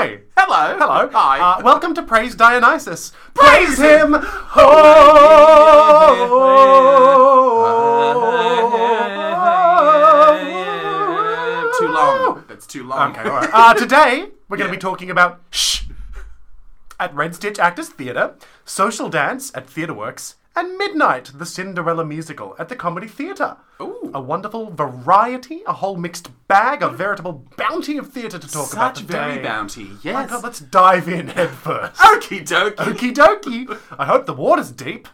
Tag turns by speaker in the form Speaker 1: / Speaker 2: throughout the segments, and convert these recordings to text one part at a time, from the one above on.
Speaker 1: Hello.
Speaker 2: Hello.
Speaker 1: Hi.
Speaker 2: Uh, welcome to Praise Dionysus.
Speaker 1: Praise
Speaker 2: Praise
Speaker 1: him.
Speaker 2: him.
Speaker 1: Oh.
Speaker 2: Ho!
Speaker 1: Too long. That's too long.
Speaker 2: Okay, all right. Uh, today, we're going to be talking about Shh at Red Stitch Actors Theatre, Social Dance at TheatreWorks, and Midnight, the Cinderella musical at the Comedy Theatre.
Speaker 1: Ooh.
Speaker 2: A wonderful variety, a whole mixed bag, a veritable bounty of theatre to talk about
Speaker 1: Such
Speaker 2: today.
Speaker 1: very bounty.
Speaker 2: My
Speaker 1: Yes. Ah!
Speaker 2: God, let's dive in headfirst.
Speaker 1: Okie dokie.
Speaker 2: Okie dokie. I hope the water's deep.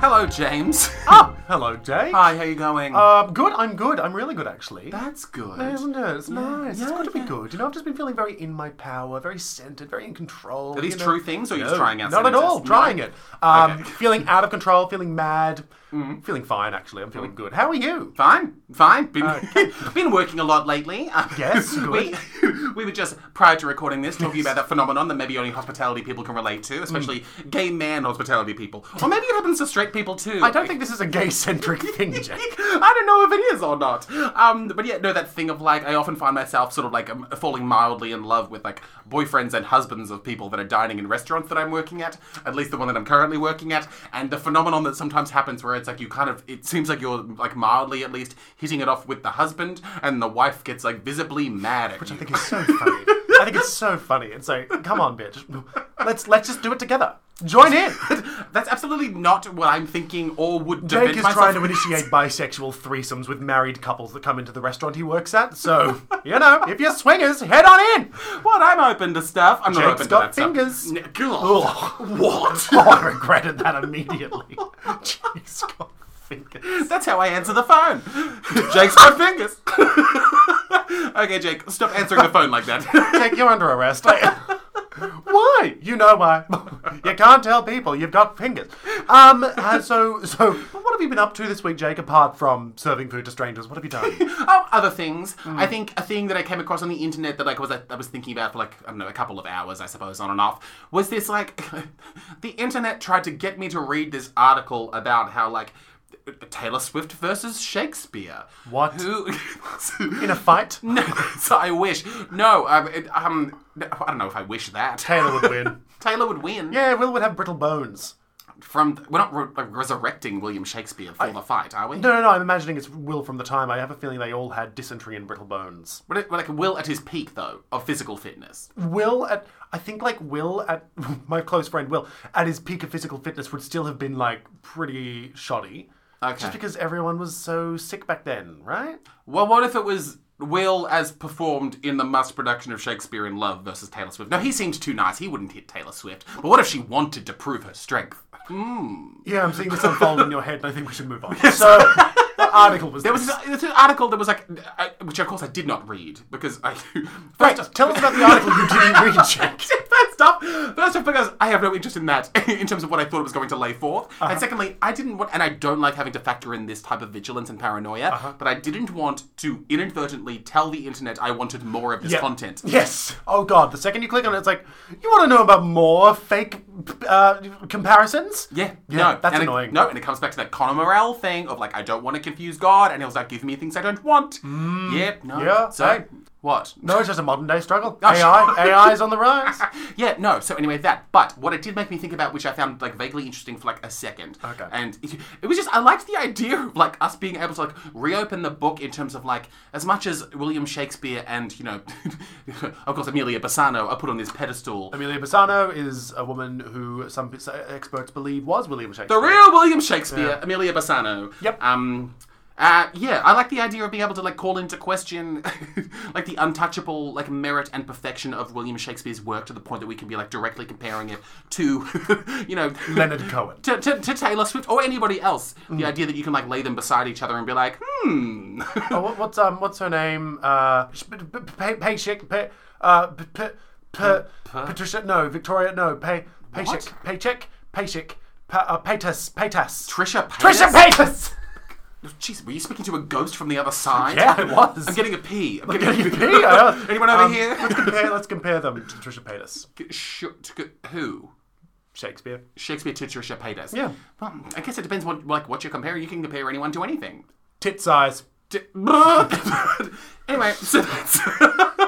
Speaker 1: Hello, James. Uh,
Speaker 2: Ah, hello, Jake.
Speaker 1: Hi. How you going?
Speaker 2: Um, good. I'm good. I'm really good, actually.
Speaker 1: That's good.
Speaker 2: Isn't it? It's nice. it's
Speaker 1: yeah,
Speaker 2: good to be
Speaker 1: yeah.
Speaker 2: good. You know, I've just been feeling very in my power, very centered, very in control.
Speaker 1: Are these
Speaker 2: you know?
Speaker 1: true things, or are you
Speaker 2: No,
Speaker 1: just trying out?
Speaker 2: Not at
Speaker 1: sentences?
Speaker 2: all.
Speaker 1: No.
Speaker 2: Trying it. Um,
Speaker 1: Okay. Mm-hmm.
Speaker 2: Feeling out of control, feeling mad. Feeling fine, actually. I'm
Speaker 1: Mm.
Speaker 2: feeling good. How are you?
Speaker 1: Fine, fine. Been, been working a lot lately. Uh,
Speaker 2: Yes,
Speaker 1: we, we were just prior to recording this talking about that phenomenon that maybe only hospitality people can relate to, especially gay man hospitality people, or maybe it happens to straight people too.
Speaker 2: I don't think this is a gay centric thing, Jake.
Speaker 1: I don't know if it is or not. Um, but yeah, no, that thing of like, I often find myself sort of like um, falling mildly in love with like boyfriends and husbands of people that are dining in restaurants that I'm working at, at least the one that I'm currently working at. And the phenomenon that sometimes happens where it's like you kind of, it seems like you're like mildly at least hitting it off with the husband, and the wife gets like visibly mad at you.
Speaker 2: I think it's so funny. I think it's so funny. It's like, come on, bitch. Let's let's just do it together. Join in.
Speaker 1: That's absolutely not what I'm thinking or would defend
Speaker 2: Jake is
Speaker 1: myself
Speaker 2: trying to initiate bisexual threesomes with married couples that come into the restaurant he works at. So you know, if you're swingers, head on in.
Speaker 1: What? I'm open to stuff. I'm
Speaker 2: Jake's
Speaker 1: not open
Speaker 2: got
Speaker 1: to that
Speaker 2: fingers.
Speaker 1: stuff. N- God.
Speaker 2: Ugh.
Speaker 1: What?
Speaker 2: Oh, I regretted that immediately. Jake's got fingers.
Speaker 1: That's how I answer the phone. Jake's got fingers. okay, Jake, stop answering the phone like that.
Speaker 2: Jake, you're under arrest. why? You know why. you can't tell people you've got fingers. Um. uh, so so, what have you been up to this week, Jake? Apart from serving food to strangers, what have you done?
Speaker 1: oh, other things.
Speaker 2: Hmm.
Speaker 1: I think a thing that I came across on the internet that like was I, I was thinking about for like I don't know a couple of hours, I suppose, on and off, was this like the internet tried to get me to read this article about how like Taylor Swift versus Shakespeare.
Speaker 2: What?
Speaker 1: Who?
Speaker 2: in a fight.
Speaker 1: no, so I wish. No, um, it, um, I don't know if I wish that.
Speaker 2: Taylor would win.
Speaker 1: Taylor would win.
Speaker 2: Yeah, Will would have brittle bones.
Speaker 1: from we're not re- like, resurrecting William Shakespeare for the fight, are we?
Speaker 2: No, no, no. I'm imagining it's Will from the time. I have a feeling they all had dysentery and brittle bones.
Speaker 1: But it, but, like Will at his peak though of physical fitness.
Speaker 2: Will at I think like Will at my close friend Will at his peak of physical fitness would still have been like pretty shoddy.
Speaker 1: Okay.
Speaker 2: Just because everyone was so sick back then, right?
Speaker 1: Well, what if it was Will as performed in the must production of Shakespeare in Love versus Taylor Swift? No, he seemed too nice. He wouldn't hit Taylor Swift. But what if she wanted to prove her strength?
Speaker 2: Yeah, I'm seeing this unfold in your head, and I think we should move on. So, what article was there?
Speaker 1: There was, this, there's an article that was like, I, which of course I did not read because I.
Speaker 2: Right, tell us about the article you didn't read, Jack.
Speaker 1: First off, first off, because I have no interest in that in terms of what I thought it was going to lay forth,
Speaker 2: Uh-huh.
Speaker 1: and secondly, I didn't want, and I don't like having to factor in this type of vigilance and paranoia,
Speaker 2: Uh-huh.
Speaker 1: but I didn't want to inadvertently tell the internet I wanted more of this
Speaker 2: Yeah.
Speaker 1: content.
Speaker 2: Yes. Oh God! The second you click on it, it's like you want to know about more fake uh, comparisons.
Speaker 1: Yeah, no,
Speaker 2: that's
Speaker 1: and it-
Speaker 2: annoying.
Speaker 1: no, and it comes back to that Conor Morel thing of like, I don't want to confuse God, and he'll like give me things I don't want. Yep, no.
Speaker 2: Mm. Yeah,
Speaker 1: So
Speaker 2: hey.
Speaker 1: what?
Speaker 2: No, it's just a modern day struggle.
Speaker 1: sh-
Speaker 2: AI, AI is on the rise.
Speaker 1: Yeah, no. So anyway, that. But what it did make me think about, which I found like vaguely interesting for like a second.
Speaker 2: Okay.
Speaker 1: And it, it was just I liked the idea of like us being able to like reopen the book in terms of like as much as William Shakespeare and you know, of course Amelia Bassano are put on this pedestal.
Speaker 2: Amelia Bassano is a woman who some p- experts believe was William Shakespeare.
Speaker 1: The real William Shakespeare, Amelia Bassano.
Speaker 2: Yep.
Speaker 1: Um. Uh, yeah, I like the idea of being able to like call into question, like the untouchable like merit and perfection of William Shakespeare's work to the point that we can be like directly comparing it to, you know,
Speaker 2: Leonard Cohen.
Speaker 1: to, to, to Taylor Swift or anybody else. The
Speaker 2: Mm.
Speaker 1: idea that you can like lay them beside each other and be like, hmm.
Speaker 2: Oh, what, what's um, what's her name? Uh, sh- p- p- pay, pay, Shik- pay, uh, p- p- p- Patricia. No, Victoria. No, pay, paycheck, paycheck, paycheck, pa- uh, paytas, paytas.
Speaker 1: Trisha Paytas.
Speaker 2: Patas.
Speaker 1: Jeez, were you speaking to a ghost from the other side?
Speaker 2: Yeah, I was.
Speaker 1: I'm getting a pee. I'm
Speaker 2: Getting
Speaker 1: getting a
Speaker 2: a
Speaker 1: pee.
Speaker 2: pee, I know.
Speaker 1: Anyone over
Speaker 2: Um,
Speaker 1: here?
Speaker 2: Let's compare, let's compare them to Trisha Paytas.
Speaker 1: Sh- who?
Speaker 2: Shakespeare.
Speaker 1: Shakespeare to Trisha Paytas.
Speaker 2: Yeah.
Speaker 1: Well, I guess it depends what like what you're comparing. You can compare anyone to anything.
Speaker 2: Tit size.
Speaker 1: D- anyway, so that's,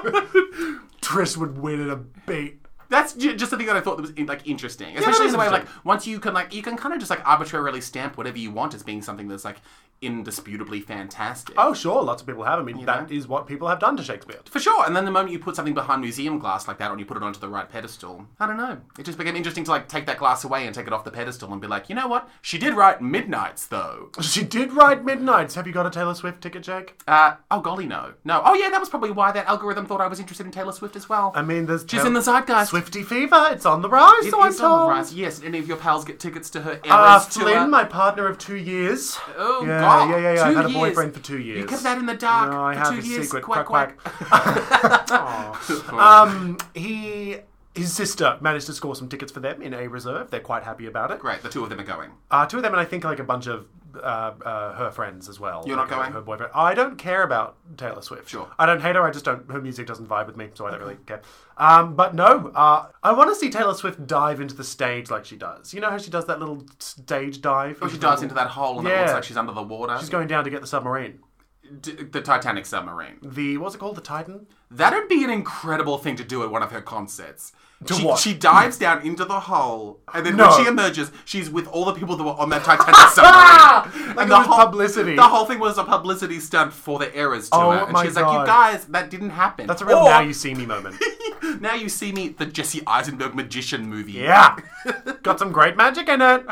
Speaker 2: Trish would win in a beat.
Speaker 1: that's ju- just the thing that I thought that was in- like interesting, especially
Speaker 2: is
Speaker 1: the way like
Speaker 2: interesting.
Speaker 1: once you can like you can kind of just like arbitrarily stamp whatever you want as being something that's like indisputably fantastic.
Speaker 2: Oh, sure, lots of people have. I mean, that is what people have done to Shakespeare.
Speaker 1: For sure, and then the moment you put something behind museum glass like that, or you put it onto the right pedestal, I don't know. It just became interesting to like take that glass away and take it off the pedestal and be like, you know what? She did write Midnight's though.
Speaker 2: She did write Midnights. Have you got a Taylor Swift ticket, Jake?
Speaker 1: Uh, oh golly, no, no. Oh yeah, that was probably why that algorithm thought I was interested in Taylor Swift as well.
Speaker 2: I mean, there's
Speaker 1: She's in the zeitgeist.
Speaker 2: Swifty fever. It's on the rise.
Speaker 1: It
Speaker 2: so I'm
Speaker 1: is on the
Speaker 2: told.
Speaker 1: rise. Yes, any of your pals get tickets to her
Speaker 2: Uh,
Speaker 1: Eras tour?
Speaker 2: Flynn, my partner of two years.
Speaker 1: Oh
Speaker 2: yeah,
Speaker 1: God!
Speaker 2: yeah, yeah, yeah. I've
Speaker 1: Two
Speaker 2: had a
Speaker 1: years.
Speaker 2: boyfriend for two years.
Speaker 1: You kept that in the dark
Speaker 2: No, I
Speaker 1: for
Speaker 2: have
Speaker 1: two
Speaker 2: a
Speaker 1: years.
Speaker 2: secret.
Speaker 1: Quack
Speaker 2: Quack,
Speaker 1: quack.
Speaker 2: Um, he, his sister managed to score some tickets for them in a reserve. They're quite happy about it.
Speaker 1: Great. The two of them are going.
Speaker 2: Uh, two of them, and I think like a bunch of uh, uh, her friends as well.
Speaker 1: You're not
Speaker 2: Like,
Speaker 1: going?
Speaker 2: Her boyfriend. I don't care about Taylor Swift.
Speaker 1: Sure.
Speaker 2: I don't hate her. I just don't. Her music doesn't vibe with me, so I don't really care. Um, but no, uh, I want to see Taylor Swift dive into the stage like she does. You know how she does that little stage dive.
Speaker 1: Oh, She dives into that hole and it looks
Speaker 2: Yeah.
Speaker 1: like she's under the water.
Speaker 2: She's going down to get the submarine.
Speaker 1: D- the Titanic submarine.
Speaker 2: The what's it called? The Titan.
Speaker 1: That'd be an incredible thing to do at one of her concerts. she,
Speaker 2: what?
Speaker 1: she dives down into the hole, and then
Speaker 2: No.
Speaker 1: when she emerges, she's with all the people that were on that Titanic submarine.
Speaker 2: Like
Speaker 1: and
Speaker 2: it was publicity.
Speaker 1: The whole thing was a publicity stunt for the Eras tour,
Speaker 2: Oh
Speaker 1: and
Speaker 2: my
Speaker 1: she's like,
Speaker 2: God.
Speaker 1: "You guys, that didn't happen."
Speaker 2: That's a real
Speaker 1: Or,
Speaker 2: now you see me moment.
Speaker 1: now you see me, the Jesse Eisenberg magician movie.
Speaker 2: Yeah, got some great magic in it.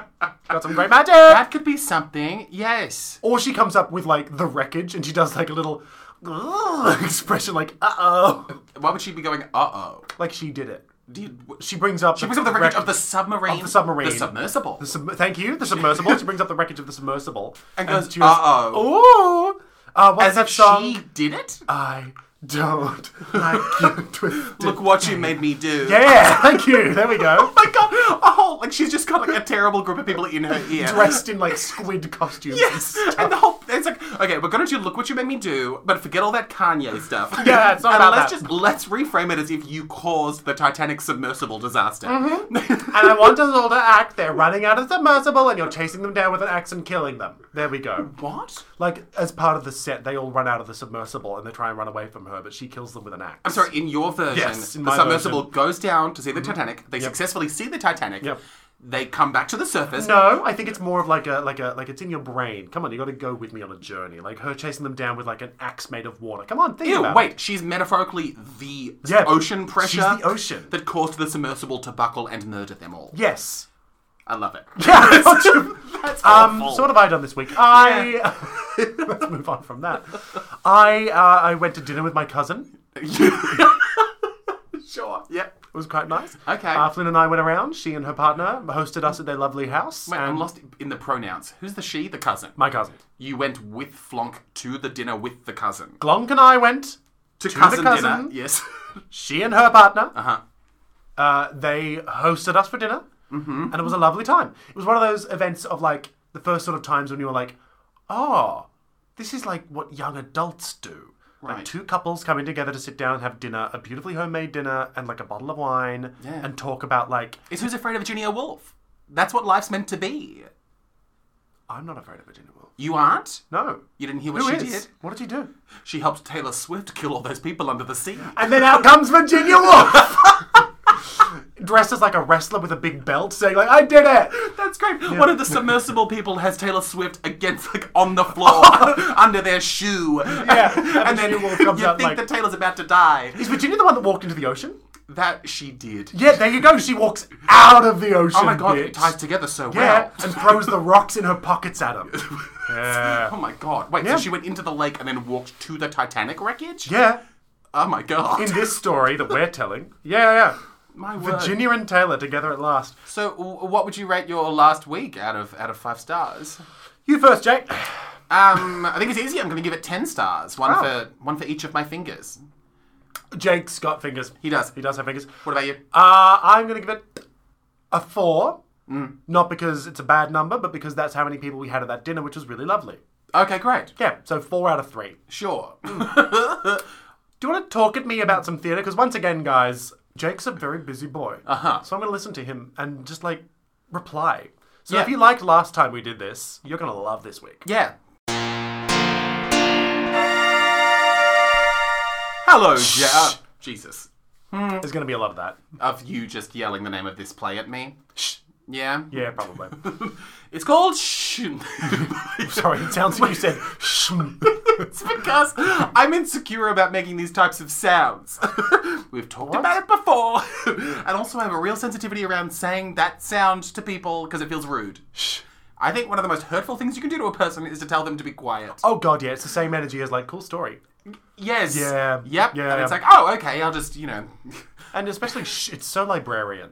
Speaker 2: Got some great magic.
Speaker 1: that could be something. Yes.
Speaker 2: Or she comes up with like the wreckage and she does like a little expression like uh oh
Speaker 1: Why would she be going? Uh oh.
Speaker 2: like she did it.
Speaker 1: Do you? She
Speaker 2: She brings up
Speaker 1: she brings up the wreckage of the submarine. Of
Speaker 2: the submarine.
Speaker 1: The submersible.
Speaker 2: the sub- thank you the submersible. she brings up the wreckage of the submersible
Speaker 1: And goes,
Speaker 2: she goes, Ooh, uh, what's
Speaker 1: As
Speaker 2: that
Speaker 1: if
Speaker 2: song?
Speaker 1: she did it.
Speaker 2: I don't like you twisted.
Speaker 1: Look what you made me do.
Speaker 2: yeah, uh, thank you. There we go.
Speaker 1: my god, a whole like she's just got like a terrible group of people in her ear.
Speaker 2: Dressed in like squid costumes.
Speaker 1: Yes, and the whole it's like okay, we're gonna do look what you made me do, but forget all that Kanye stuff.
Speaker 2: Yeah, it's not
Speaker 1: and
Speaker 2: about
Speaker 1: let's
Speaker 2: that.
Speaker 1: just let's reframe it as if you caused the Titanic submersible disaster.
Speaker 2: And I want us all to act. They're running out of the submersible, and you're chasing them down with an axe and killing them. There we go.
Speaker 1: what?
Speaker 2: Like as part of the set, they all run out of the submersible and they try and run away from her, but she kills them with an axe.
Speaker 1: I'm sorry, in your version,
Speaker 2: Yes, in
Speaker 1: the
Speaker 2: my Mm-hmm.
Speaker 1: submersible goes down to see the Titanic. They successfully see the Titanic.
Speaker 2: Yep.
Speaker 1: They come back to the surface.
Speaker 2: No, I think it's more of like a like a like it's in your brain. Come on, you got to go with me on a journey. Like her chasing them down with like an axe made of water. Come on, think
Speaker 1: Ew,
Speaker 2: about it.
Speaker 1: wait, she's metaphorically the
Speaker 2: Yeah,
Speaker 1: ocean
Speaker 2: she's
Speaker 1: pressure
Speaker 2: the ocean.
Speaker 1: that caused the submersible to buckle and murder them all.
Speaker 2: Yes.
Speaker 1: I love it.
Speaker 2: Yeah. that's true.
Speaker 1: That's
Speaker 2: um.
Speaker 1: awful.
Speaker 2: So what have I done this week? I let's move on from that. I uh, I went to dinner with my cousin.
Speaker 1: sure. Yep.
Speaker 2: It was quite nice.
Speaker 1: Okay.
Speaker 2: Uh, Flynn and I went around. She and her partner hosted us at their lovely house.
Speaker 1: Wait,
Speaker 2: and
Speaker 1: I'm lost in the pronouns. Who's the she? The cousin.
Speaker 2: my cousin.
Speaker 1: you went with Flonk to the dinner with the cousin.
Speaker 2: Glonk and I went.
Speaker 1: To,
Speaker 2: the
Speaker 1: cousin,
Speaker 2: cousin.
Speaker 1: dinner. Yes.
Speaker 2: She and her partner.
Speaker 1: Uh huh.
Speaker 2: Uh, they hosted us for dinner, mm-hmm. and it was a lovely time. It was one of those events of like the first sort of times when you were like, "Oh, this is like what young adults do." Like
Speaker 1: Right.
Speaker 2: two couples coming together to sit down and have dinner, a beautifully homemade dinner, and like a bottle of wine,
Speaker 1: Yeah.
Speaker 2: and talk about like,
Speaker 1: It's Who's Afraid of Virginia Woolf. That's what life's meant to be.
Speaker 2: "I'm not afraid of Virginia Woolf."
Speaker 1: You aren't?
Speaker 2: No,
Speaker 1: You didn't hear what
Speaker 2: who
Speaker 1: she
Speaker 2: is?
Speaker 1: did.
Speaker 2: What did you do?
Speaker 1: She helped Taylor Swift kill all those people under the sea.
Speaker 2: And then out comes Virginia Woolf, dressed as like a wrestler with a big belt, saying like, "I did it."
Speaker 1: That's great. One of the submersible people has Taylor Swift against, like, on the floor under their shoe.
Speaker 2: Yeah,
Speaker 1: and then
Speaker 2: Virginia Woolf
Speaker 1: you
Speaker 2: comes
Speaker 1: think
Speaker 2: out like-
Speaker 1: that Taylor's about to die.
Speaker 2: Is Virginia the one that walked into the ocean?
Speaker 1: That she did.
Speaker 2: Yeah, there you go. She walks out of the ocean.
Speaker 1: Oh my god,
Speaker 2: bitch.
Speaker 1: it ties together so
Speaker 2: yeah,
Speaker 1: well.
Speaker 2: and throws the rocks in her pockets at him. yeah.
Speaker 1: Oh my god. Wait,
Speaker 2: Yeah.
Speaker 1: so she went into the lake and then walked to the Titanic wreckage?
Speaker 2: Yeah.
Speaker 1: Oh my god.
Speaker 2: In this story that we're telling. Yeah, yeah.
Speaker 1: my word.
Speaker 2: Virginia and Taylor together at last.
Speaker 1: So w- what would you rate your last week out of out of 5 stars?
Speaker 2: You first, Jake.
Speaker 1: Um, I think it's easy. I'm going to give it 10 stars. One
Speaker 2: Wow.
Speaker 1: for one for each of my fingers.
Speaker 2: Jake's got fingers.
Speaker 1: He does.
Speaker 2: He does have fingers.
Speaker 1: What about you?
Speaker 2: Uh, I'm going to give it a
Speaker 1: Mm.
Speaker 2: four. Not because it's a bad number, but because that's how many people we had at that dinner, which was really lovely.
Speaker 1: Okay, great.
Speaker 2: Yeah, so four out of three.
Speaker 1: Sure.
Speaker 2: Mm. Do you want to talk at me about some theatre? Because once again, guys, Jake's a very busy boy. Uh huh. So I'm going to listen to him and just like reply. So
Speaker 1: Yeah.
Speaker 2: if you liked last time we did this, you're going to love this week.
Speaker 1: yeah. Hello, yeah. uh, Jesus.
Speaker 2: There's going to be a lot of that.
Speaker 1: Of you just yelling the name of this play at me. Shh. Yeah.
Speaker 2: Yeah, probably.
Speaker 1: It's called Shh.
Speaker 2: Sorry, it sounds like you said. "Shm."
Speaker 1: It's because I'm insecure about making these types of sounds. We've talked about it before. and also, I have a real sensitivity around saying that sound to people because it feels rude. Shh. I think one of the most hurtful things you can do to a person is to tell them to be quiet.
Speaker 2: oh god, yeah, it's the same energy as like cool story,
Speaker 1: Yes.
Speaker 2: Yeah.
Speaker 1: Yep.
Speaker 2: Yeah.
Speaker 1: And it's like, oh, okay, I'll just, you know.
Speaker 2: and especially shh, it's so librarian.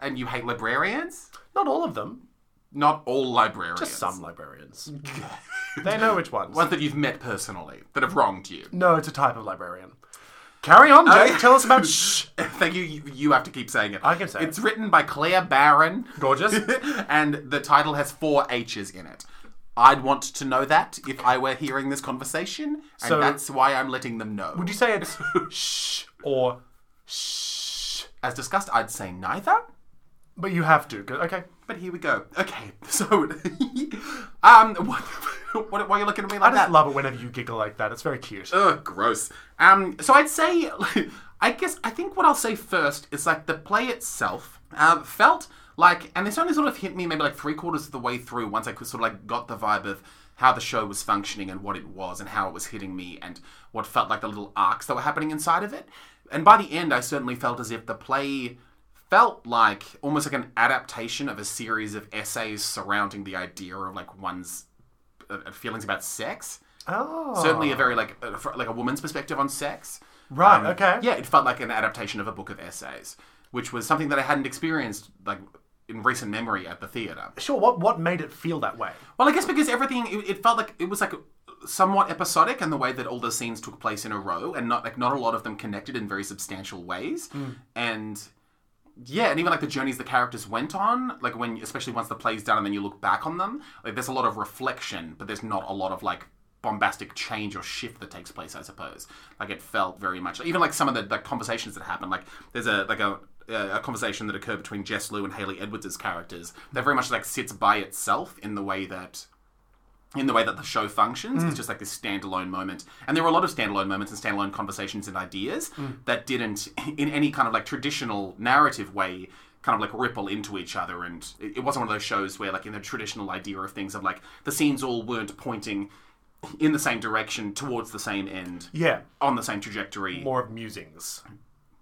Speaker 1: and you hate librarians?
Speaker 2: Not all of them,
Speaker 1: Not all librarians.
Speaker 2: just some librarians. they know which ones.
Speaker 1: Ones that you've met personally that have wronged you.
Speaker 2: No, it's a type of librarian. Carry on, Jake. Tell us about shh.
Speaker 1: Thank you. you. You have to keep saying it.
Speaker 2: I can say it.
Speaker 1: It's written by Claire Barron.
Speaker 2: Gorgeous.
Speaker 1: and the title has four H's in it. I'd want to know that if I were hearing this conversation, and
Speaker 2: So-
Speaker 1: that's why I'm letting them know.
Speaker 2: Would you say it's shh or shh?
Speaker 1: As discussed, I'd say neither.
Speaker 2: But you have to. 'cause- Okay.
Speaker 1: But here we go. Okay, so um, what, what, why are you looking at me like
Speaker 2: I
Speaker 1: that?
Speaker 2: just love it whenever you giggle like that. It's very cute.
Speaker 1: Ugh, gross. Um, so I'd say, I guess, I think what I'll say first is like the play itself um, felt like, and this only sort of hit me maybe like three quarters of the way through once I could sort of like got the vibe of how the show was functioning and what it was and how it was hitting me and what felt like the little arcs that were happening inside of it. And by the end, I certainly felt as if the play felt like almost like an adaptation of a series of essays surrounding the idea of like one's uh, feelings about sex
Speaker 2: Oh.
Speaker 1: certainly a very like uh, fr- like a woman's perspective on sex.
Speaker 2: Right,
Speaker 1: Um,
Speaker 2: okay.
Speaker 1: Yeah, it felt like an adaptation of a book of essays, which was something that I hadn't experienced like in recent memory at the theater.
Speaker 2: Sure, what, what made it feel that way?
Speaker 1: Well, I guess because everything it, it felt like it was like somewhat episodic in the way that all the scenes took place in a row and not like not a lot of them connected in very substantial ways. And yeah, and even like the journeys the characters went on, like when especially once the play's done and then you look back on them, like there's a lot of reflection, but there's not a lot of like bombastic change or shift that takes place, I suppose. Like it felt very much even like some of the, the conversations that happened, like there's a like a a conversation that occurred between Jess Liu and Haley Edwards' characters that very much like sits by itself in the way that in the way that the show functions. It's just like this standalone moment. And there were a lot of standalone moments and standalone conversations and ideas that didn't, in any kind of like traditional narrative way, kind of like ripple into each other. And it it wasn't one of those shows where, like, in the traditional idea of things, of like the scenes all weren't pointing in the same direction towards the same end.
Speaker 2: Yeah,
Speaker 1: On the same trajectory,
Speaker 2: more of musings.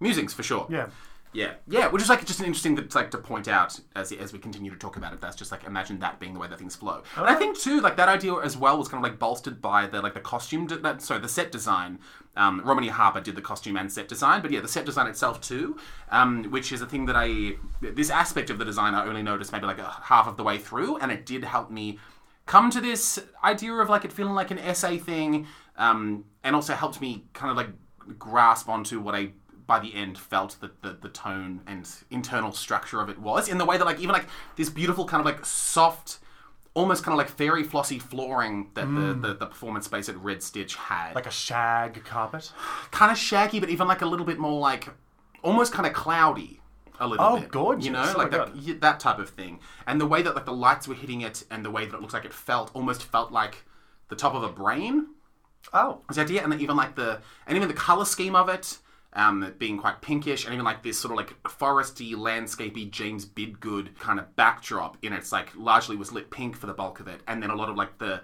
Speaker 1: musings for sure.
Speaker 2: Yeah.
Speaker 1: yeah, yeah. Which is like just an interesting that's like to point out as as we continue to talk about it. That's just like imagine that being the way that things flow. And I think too, like that idea as well was kind of like bolstered by the like the costume, de- that, sorry, the set design. Um, Romany Harper did the costume and set design, but yeah, the set design itself too, um, which is a thing that I this aspect of the design I only noticed maybe like a, half of the way through, and it did help me come to this idea of like it feeling like an essay thing, um, and also helped me kind of like grasp onto what I by the end felt that the, the tone and internal structure of it was in the way that like even like this beautiful kind of like soft almost kind of like fairy flossy flooring that the, the, the performance space at red stitch had
Speaker 2: Like a shag carpet.
Speaker 1: kind of shaggy, but even like a little bit more like almost kind of cloudy. A little
Speaker 2: Oh,
Speaker 1: bit,
Speaker 2: gorgeous.
Speaker 1: You know,
Speaker 2: Oh my
Speaker 1: like that,
Speaker 2: God.
Speaker 1: y- that type of thing, and the way that like the lights were hitting it, and the way that it looks like it felt almost felt like the top of a brain.
Speaker 2: Oh.
Speaker 1: Was the idea, and even like the and even the color scheme of it, um, it being quite pinkish, and even like this sort of like foresty, landscapey James Bidgood kind of backdrop in it's like largely was lit pink for the bulk of it, and then a lot of like the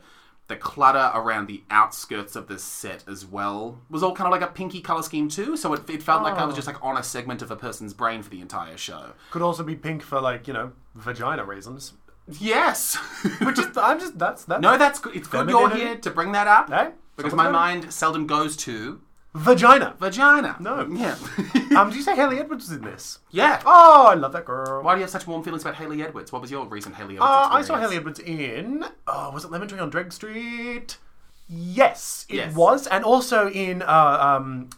Speaker 1: the clutter around the outskirts of this set as well was all kind of like a pinky color scheme too. So it, it felt like I was just like on a segment of a person's brain for the entire show.
Speaker 2: Could also be pink for like, you know, vagina reasons.
Speaker 1: Yes,
Speaker 2: Which is, I'm just, that's, that's. eh?
Speaker 1: no, that's good. It's good you're
Speaker 2: Femininity?
Speaker 1: here to bring that up
Speaker 2: No?
Speaker 1: because
Speaker 2: Someone's
Speaker 1: my
Speaker 2: got it.
Speaker 1: mind seldom goes to
Speaker 2: Vagina.
Speaker 1: vagina.
Speaker 2: No.
Speaker 1: yeah.
Speaker 2: um, did you say Haley Edwards was in this?
Speaker 1: Yeah.
Speaker 2: Oh, I love that girl.
Speaker 1: Why do you have such warm feelings about Haley Edwards? What was your recent Haley Edwards
Speaker 2: Uh, I
Speaker 1: experience?
Speaker 2: saw Haley Edwards in. Oh, was it Lemon Tree on Dreg Street? Yes, it
Speaker 1: Yes.
Speaker 2: was, and also in uh, um,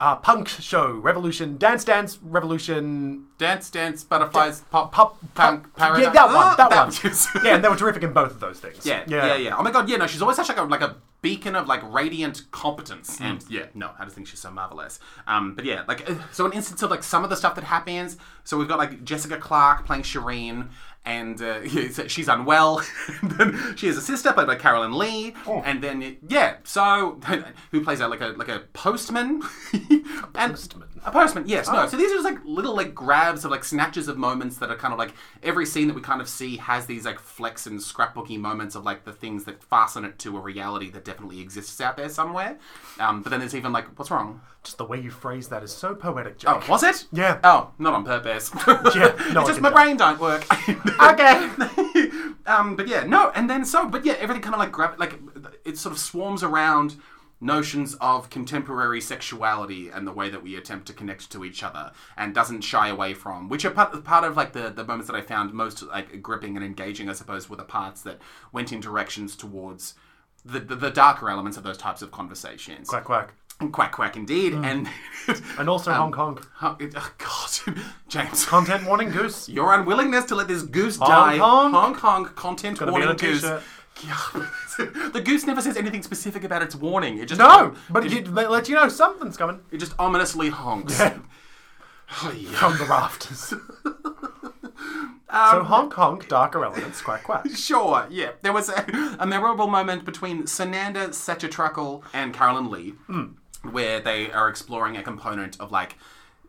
Speaker 2: uh, punk show, revolution, dance, dance, revolution,
Speaker 1: Dance, dance, butterflies, pop,
Speaker 2: pop,
Speaker 1: punk,
Speaker 2: pop
Speaker 1: paradise.
Speaker 2: yeah, that one,
Speaker 1: Ah,
Speaker 2: that,
Speaker 1: was-
Speaker 2: one. yeah, and they were terrific in both of those things.
Speaker 1: Yeah, yeah, yeah, Oh my god, yeah, no, she's always such like a like a beacon of like radiant
Speaker 2: Hmm.
Speaker 1: competence. And yeah, no, I just think she's so marvelous. Um, but yeah, like uh, so an instance of like some of the stuff that happens. So we've got like Jessica Clark playing Shireen. And uh, yeah, so she's unwell. And then she has a sister played by Carolyn Lee,
Speaker 2: Oh.
Speaker 1: and then it- yeah, so who plays out like a like a postman? and,
Speaker 2: postman.
Speaker 1: A postman, yes.
Speaker 2: Ah.
Speaker 1: No. So these are just like little like grabs of like snatches of moments that are kind of like every scene that we kind of see has these like flex and scrapbooky moments of like the things that fasten it to a reality that definitely exists out there somewhere. Um, but then there's even like, what's wrong?
Speaker 2: Just the way you phrase that is so poetic, Jake.
Speaker 1: Oh, was it?
Speaker 2: Yeah.
Speaker 1: Oh, not on purpose.
Speaker 2: Yeah, no, I
Speaker 1: it's just
Speaker 2: can
Speaker 1: my
Speaker 2: tell.
Speaker 1: brain don't work. Oh.
Speaker 2: Okay.
Speaker 1: um, but yeah, no, and then so, but yeah, everything kind of like grab like it sort of swarms around notions of contemporary sexuality and the way that we attempt to connect to each other and doesn't shy away from which are part, part of like the, the moments that i found most like gripping and engaging i suppose were the parts that went in directions towards the, the, the darker elements of those types of conversations
Speaker 2: Quack quack.
Speaker 1: quack quack indeed and
Speaker 2: And also Hong Kong.
Speaker 1: Oh, it- oh, God, James.
Speaker 2: Content warning, goose.
Speaker 1: Your unwillingness to let this goose die.
Speaker 2: Kong.
Speaker 1: Hong Kong content
Speaker 2: be
Speaker 1: warning
Speaker 2: on a
Speaker 1: goose.
Speaker 2: t-shirt.
Speaker 1: Yeah. the goose never says anything specific about its warning. It just
Speaker 2: No, but you, they let you know something's coming
Speaker 1: it just ominously honks. Oh, yeah.
Speaker 2: from the rafters.
Speaker 1: Um,
Speaker 2: so Hong Kong, darker elements, quack quack.
Speaker 1: Sure, yeah. There was a, a memorable moment between Sananda Sachatrakel and Carolyn Lee where they are exploring a component of like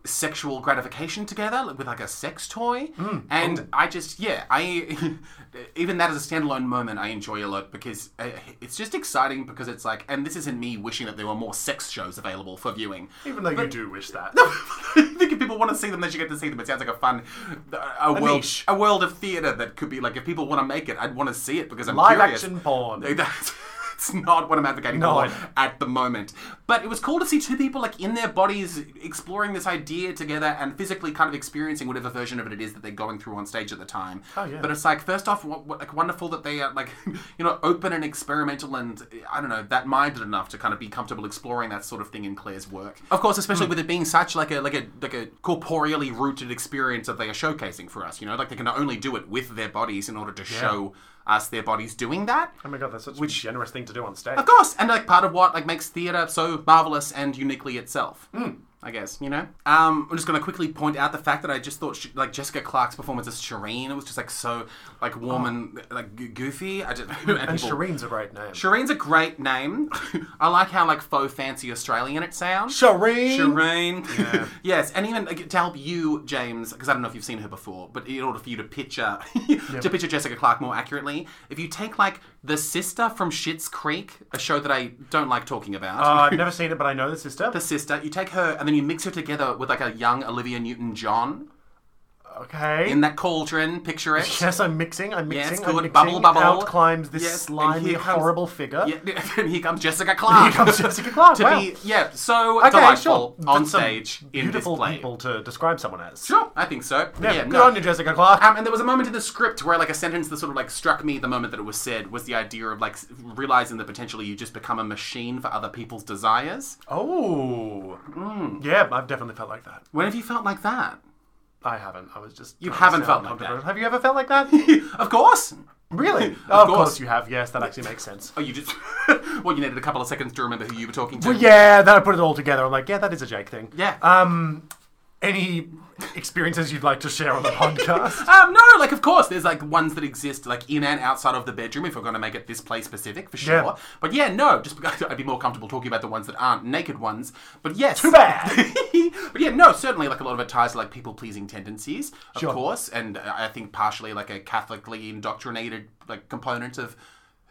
Speaker 1: sexual gratification together like, with like a sex toy and i just yeah i even that as a standalone moment i enjoy a lot because uh, it's just exciting because it's like and this isn't me wishing that there were more sex shows available for viewing
Speaker 2: Even though you do wish that.
Speaker 1: I think if people want to see them, they should get to see them. It sounds like a fun, a, world,
Speaker 2: niche.
Speaker 1: a world of theater that could be like. If people want to make it, I'd want to see it because I'm
Speaker 2: Live
Speaker 1: curious.
Speaker 2: action porn.
Speaker 1: That's, it's not what I'm advocating
Speaker 2: No, I
Speaker 1: for
Speaker 2: know.
Speaker 1: at the moment. But it was cool to see two people like in their bodies exploring this idea together and physically kind of experiencing whatever version of it it is that they're going through on stage at the time.
Speaker 2: Oh, yeah.
Speaker 1: But it's like first off, what, what, like wonderful that they are like you know open and experimental and I don't know that minded enough to kind of be comfortable exploring that sort of thing in Claire's work. Of course, especially
Speaker 2: Hmm.
Speaker 1: with it being such like a like a like a corporeally rooted experience that they are showcasing for us. You know, like they can only do it with their bodies in order to show us their bodies doing that.
Speaker 2: Oh my god, that's such a generous thing to do on stage.
Speaker 1: Of course, and like part of what like makes theatre so marvelous and uniquely itself. I guess you know. Um, I'm just going to quickly point out the fact that I just thought she, like Jessica Clark's performance as Shireen it was just like so like warm and like g- goofy. I just and,
Speaker 2: And
Speaker 1: people-
Speaker 2: Shireen's a great name.
Speaker 1: Shireen's a great name. I like how like faux fancy Australian it sounds.
Speaker 2: Shireen.
Speaker 1: Shireen. yes, and even like, to help you, James, because I don't know if you've seen her before, but in order for you to picture to picture Jessica Clark more accurately, if you take like the sister from Schitt's Creek, a show that I don't like talking about.
Speaker 2: Uh, I've never seen it, but I know the sister.
Speaker 1: the sister, you take her and then you mix her together with like a young Olivia Newton John
Speaker 2: Okay.
Speaker 1: in that cauldron. Picture it.
Speaker 2: Yes, I'm mixing. I'm mixing.
Speaker 1: Yes,
Speaker 2: I'm
Speaker 1: good.
Speaker 2: mixing.
Speaker 1: Bubble, bubble.
Speaker 2: Out climbs this
Speaker 1: Yes, and
Speaker 2: slimy,
Speaker 1: here comes-
Speaker 2: horrible figure.
Speaker 1: Yeah, and here comes Jessica Clark.
Speaker 2: Here comes Jessica Clark.
Speaker 1: to
Speaker 2: wow.
Speaker 1: be yeah so
Speaker 2: Okay,
Speaker 1: delightful
Speaker 2: sure.
Speaker 1: on
Speaker 2: That's some
Speaker 1: stage in this
Speaker 2: Beautiful
Speaker 1: play.
Speaker 2: people to describe someone as.
Speaker 1: Sure, I think so.
Speaker 2: Yeah,
Speaker 1: Yeah,
Speaker 2: good
Speaker 1: no.
Speaker 2: on you, Jessica Clark.
Speaker 1: Um, and there was a moment in the script where like a sentence that sort of like struck me the moment that it was said was the idea of like s- realizing that potentially you just become a machine for other people's desires.
Speaker 2: Oh.
Speaker 1: Mm.
Speaker 2: Yeah, I've definitely felt like that.
Speaker 1: When have you felt like that?
Speaker 2: I haven't. I was just. You
Speaker 1: haven't felt like that.
Speaker 2: Have you ever felt like that?
Speaker 1: of course.
Speaker 2: really? Oh, of course.
Speaker 1: course.
Speaker 2: you have. Yes, that actually makes sense.
Speaker 1: Oh, you just well, you needed a couple of seconds to remember who you were talking to.
Speaker 2: Yeah, then I put it all together. I'm like, yeah, that is a Jake thing.
Speaker 1: Yeah.
Speaker 2: Um, any experiences you'd like to share on the podcast?
Speaker 1: Um, no, like of course, there's like ones that exist like in and outside of the bedroom if we're going to make it this play specific for sure.
Speaker 2: Yeah.
Speaker 1: But yeah, no, just because I'd be more comfortable talking about the ones that aren't naked ones. But yes,
Speaker 2: Too bad.
Speaker 1: but yeah, no, certainly like a lot of it ties to like people pleasing tendencies, of
Speaker 2: Sure.
Speaker 1: course, and uh, I think partially like a Catholicly indoctrinated like component of.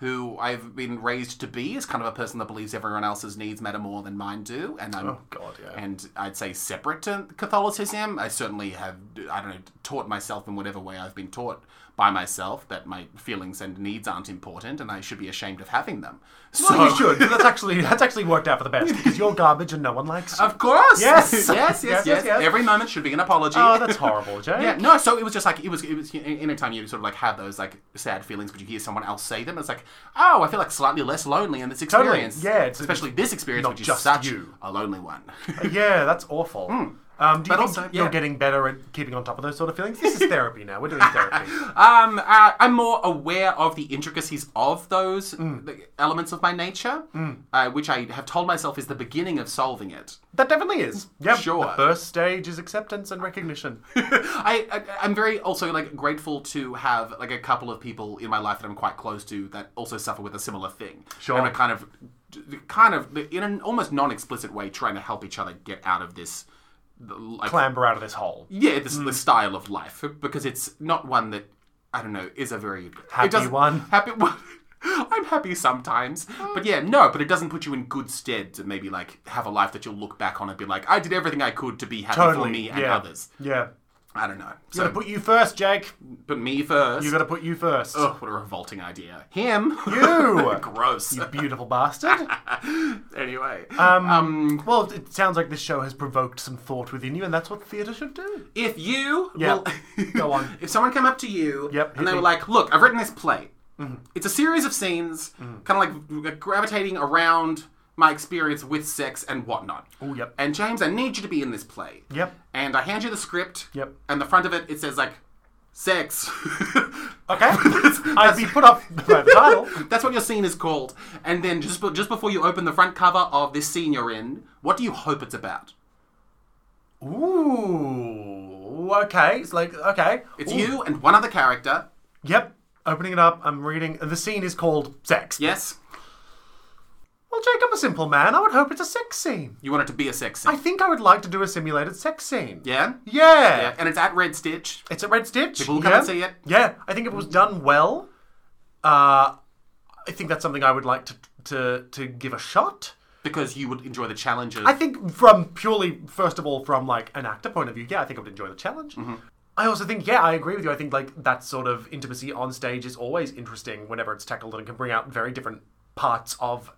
Speaker 1: Who I've been raised to be is kind of a person that believes everyone else's needs matter more than mine do, and I'm
Speaker 2: Oh, God, yeah.
Speaker 1: and I'd say separate to Catholicism. I certainly have, I don't know, taught myself in whatever way I've been taught by myself that my feelings and needs aren't important and I should be ashamed of having them. So
Speaker 2: Well, you should. That's actually that's actually worked out for the best because you're garbage and no one likes. you.
Speaker 1: Of course.
Speaker 2: Yes.
Speaker 1: yes, yes, yes,
Speaker 2: Yes, yes, yes.
Speaker 1: Every moment should be an apology.
Speaker 2: oh, that's horrible, Jay.
Speaker 1: Yeah, no. So it was just like it was. It was anytime you sort of like have those like sad feelings, but you hear someone else say them, it's like, oh, I feel like slightly less lonely in this
Speaker 2: Totally.
Speaker 1: experience.
Speaker 2: Yeah, it's-
Speaker 1: especially this experience,
Speaker 2: not
Speaker 1: which is
Speaker 2: just
Speaker 1: such
Speaker 2: you.
Speaker 1: a lonely one.
Speaker 2: Yeah, that's awful. Um, do you
Speaker 1: Hmm. But
Speaker 2: think
Speaker 1: also,
Speaker 2: you're
Speaker 1: yeah.
Speaker 2: getting better at keeping on top of those sort of feelings? This is therapy now. We're doing therapy.
Speaker 1: um, uh, I'm more aware of the intricacies of those the elements of my nature, uh, which I have told myself is the beginning of solving it.
Speaker 2: That definitely is. Yep.
Speaker 1: Sure.
Speaker 2: The first stage is acceptance and recognition.
Speaker 1: I, I I'm very also like grateful to have like a couple of people in my life that I'm quite close to that also suffer with a similar thing.
Speaker 2: Sure.
Speaker 1: And are kind of, kind of in an almost non-explicit way, trying to help each other get out of this. Like,
Speaker 2: Clamber out of this hole.
Speaker 1: yeah, this
Speaker 2: Hmm.
Speaker 1: this style of life because it's not one that I don't know is a very
Speaker 2: Happy
Speaker 1: it doesn't-
Speaker 2: one. Hmm.
Speaker 1: Happy one. I'm happy sometimes, but yeah, no. But it doesn't put you in good stead to maybe like have a life that you'll look back on and be like, I did everything I could to be happy
Speaker 2: Totally.
Speaker 1: for me and
Speaker 2: yeah.
Speaker 1: others.
Speaker 2: Yeah.
Speaker 1: I don't know. So,
Speaker 2: Gotta put you first, Jake.
Speaker 1: but me first.
Speaker 2: You gotta put you first.
Speaker 1: Ugh, what a revolting idea. Him.
Speaker 2: You.
Speaker 1: Gross.
Speaker 2: You beautiful bastard.
Speaker 1: anyway.
Speaker 2: Um, well, it sounds like this show has provoked some thought within you, and that's what theatre should do.
Speaker 1: if you.
Speaker 2: Yeah.
Speaker 1: Well,
Speaker 2: Go on.
Speaker 1: If someone came up to you
Speaker 2: Yep, hit
Speaker 1: and they
Speaker 2: me. Mm-hmm.
Speaker 1: were like, look, I've written this play. It's a series of scenes, kind of like gravitating around my experience with sex and whatnot.
Speaker 2: Oh, yep.
Speaker 1: And James, I need you to be in this play.
Speaker 2: Yep.
Speaker 1: And I hand you the script.
Speaker 2: Yep.
Speaker 1: And the front of it, it says, like, sex.
Speaker 2: Okay? I'd be put off by the title.
Speaker 1: That's what your scene is called. And then just be- just before you open the front cover of this scene you're in, what do you hope it's about?
Speaker 2: Ooh. Okay. It's like, okay.
Speaker 1: It's
Speaker 2: Ooh.
Speaker 1: you and one other character.
Speaker 2: Yep. Opening it up, I'm reading. The scene is called Sex.
Speaker 1: Yes,
Speaker 2: Well, Jake, I'm a simple man. I would hope it's a sex scene.
Speaker 1: you want it to be a sex
Speaker 2: I
Speaker 1: scene.
Speaker 2: think I would like to do a simulated sex scene.
Speaker 1: Yeah?
Speaker 2: Yeah.
Speaker 1: Yeah, and it's at Red Stitch.
Speaker 2: It's at Red Stitch.
Speaker 1: People will
Speaker 2: yeah.
Speaker 1: come and see it.
Speaker 2: Yeah. I think if it was done well, uh, I think that's something I would like to, to, to give a shot.
Speaker 1: Because you would enjoy the challenges.
Speaker 2: I think from purely, first of all, from like an actor point of view, yeah, I think I would enjoy the challenge. I also think, yeah, I agree with you. I think like that sort of intimacy on stage is always interesting whenever it's tackled and can bring out very different parts of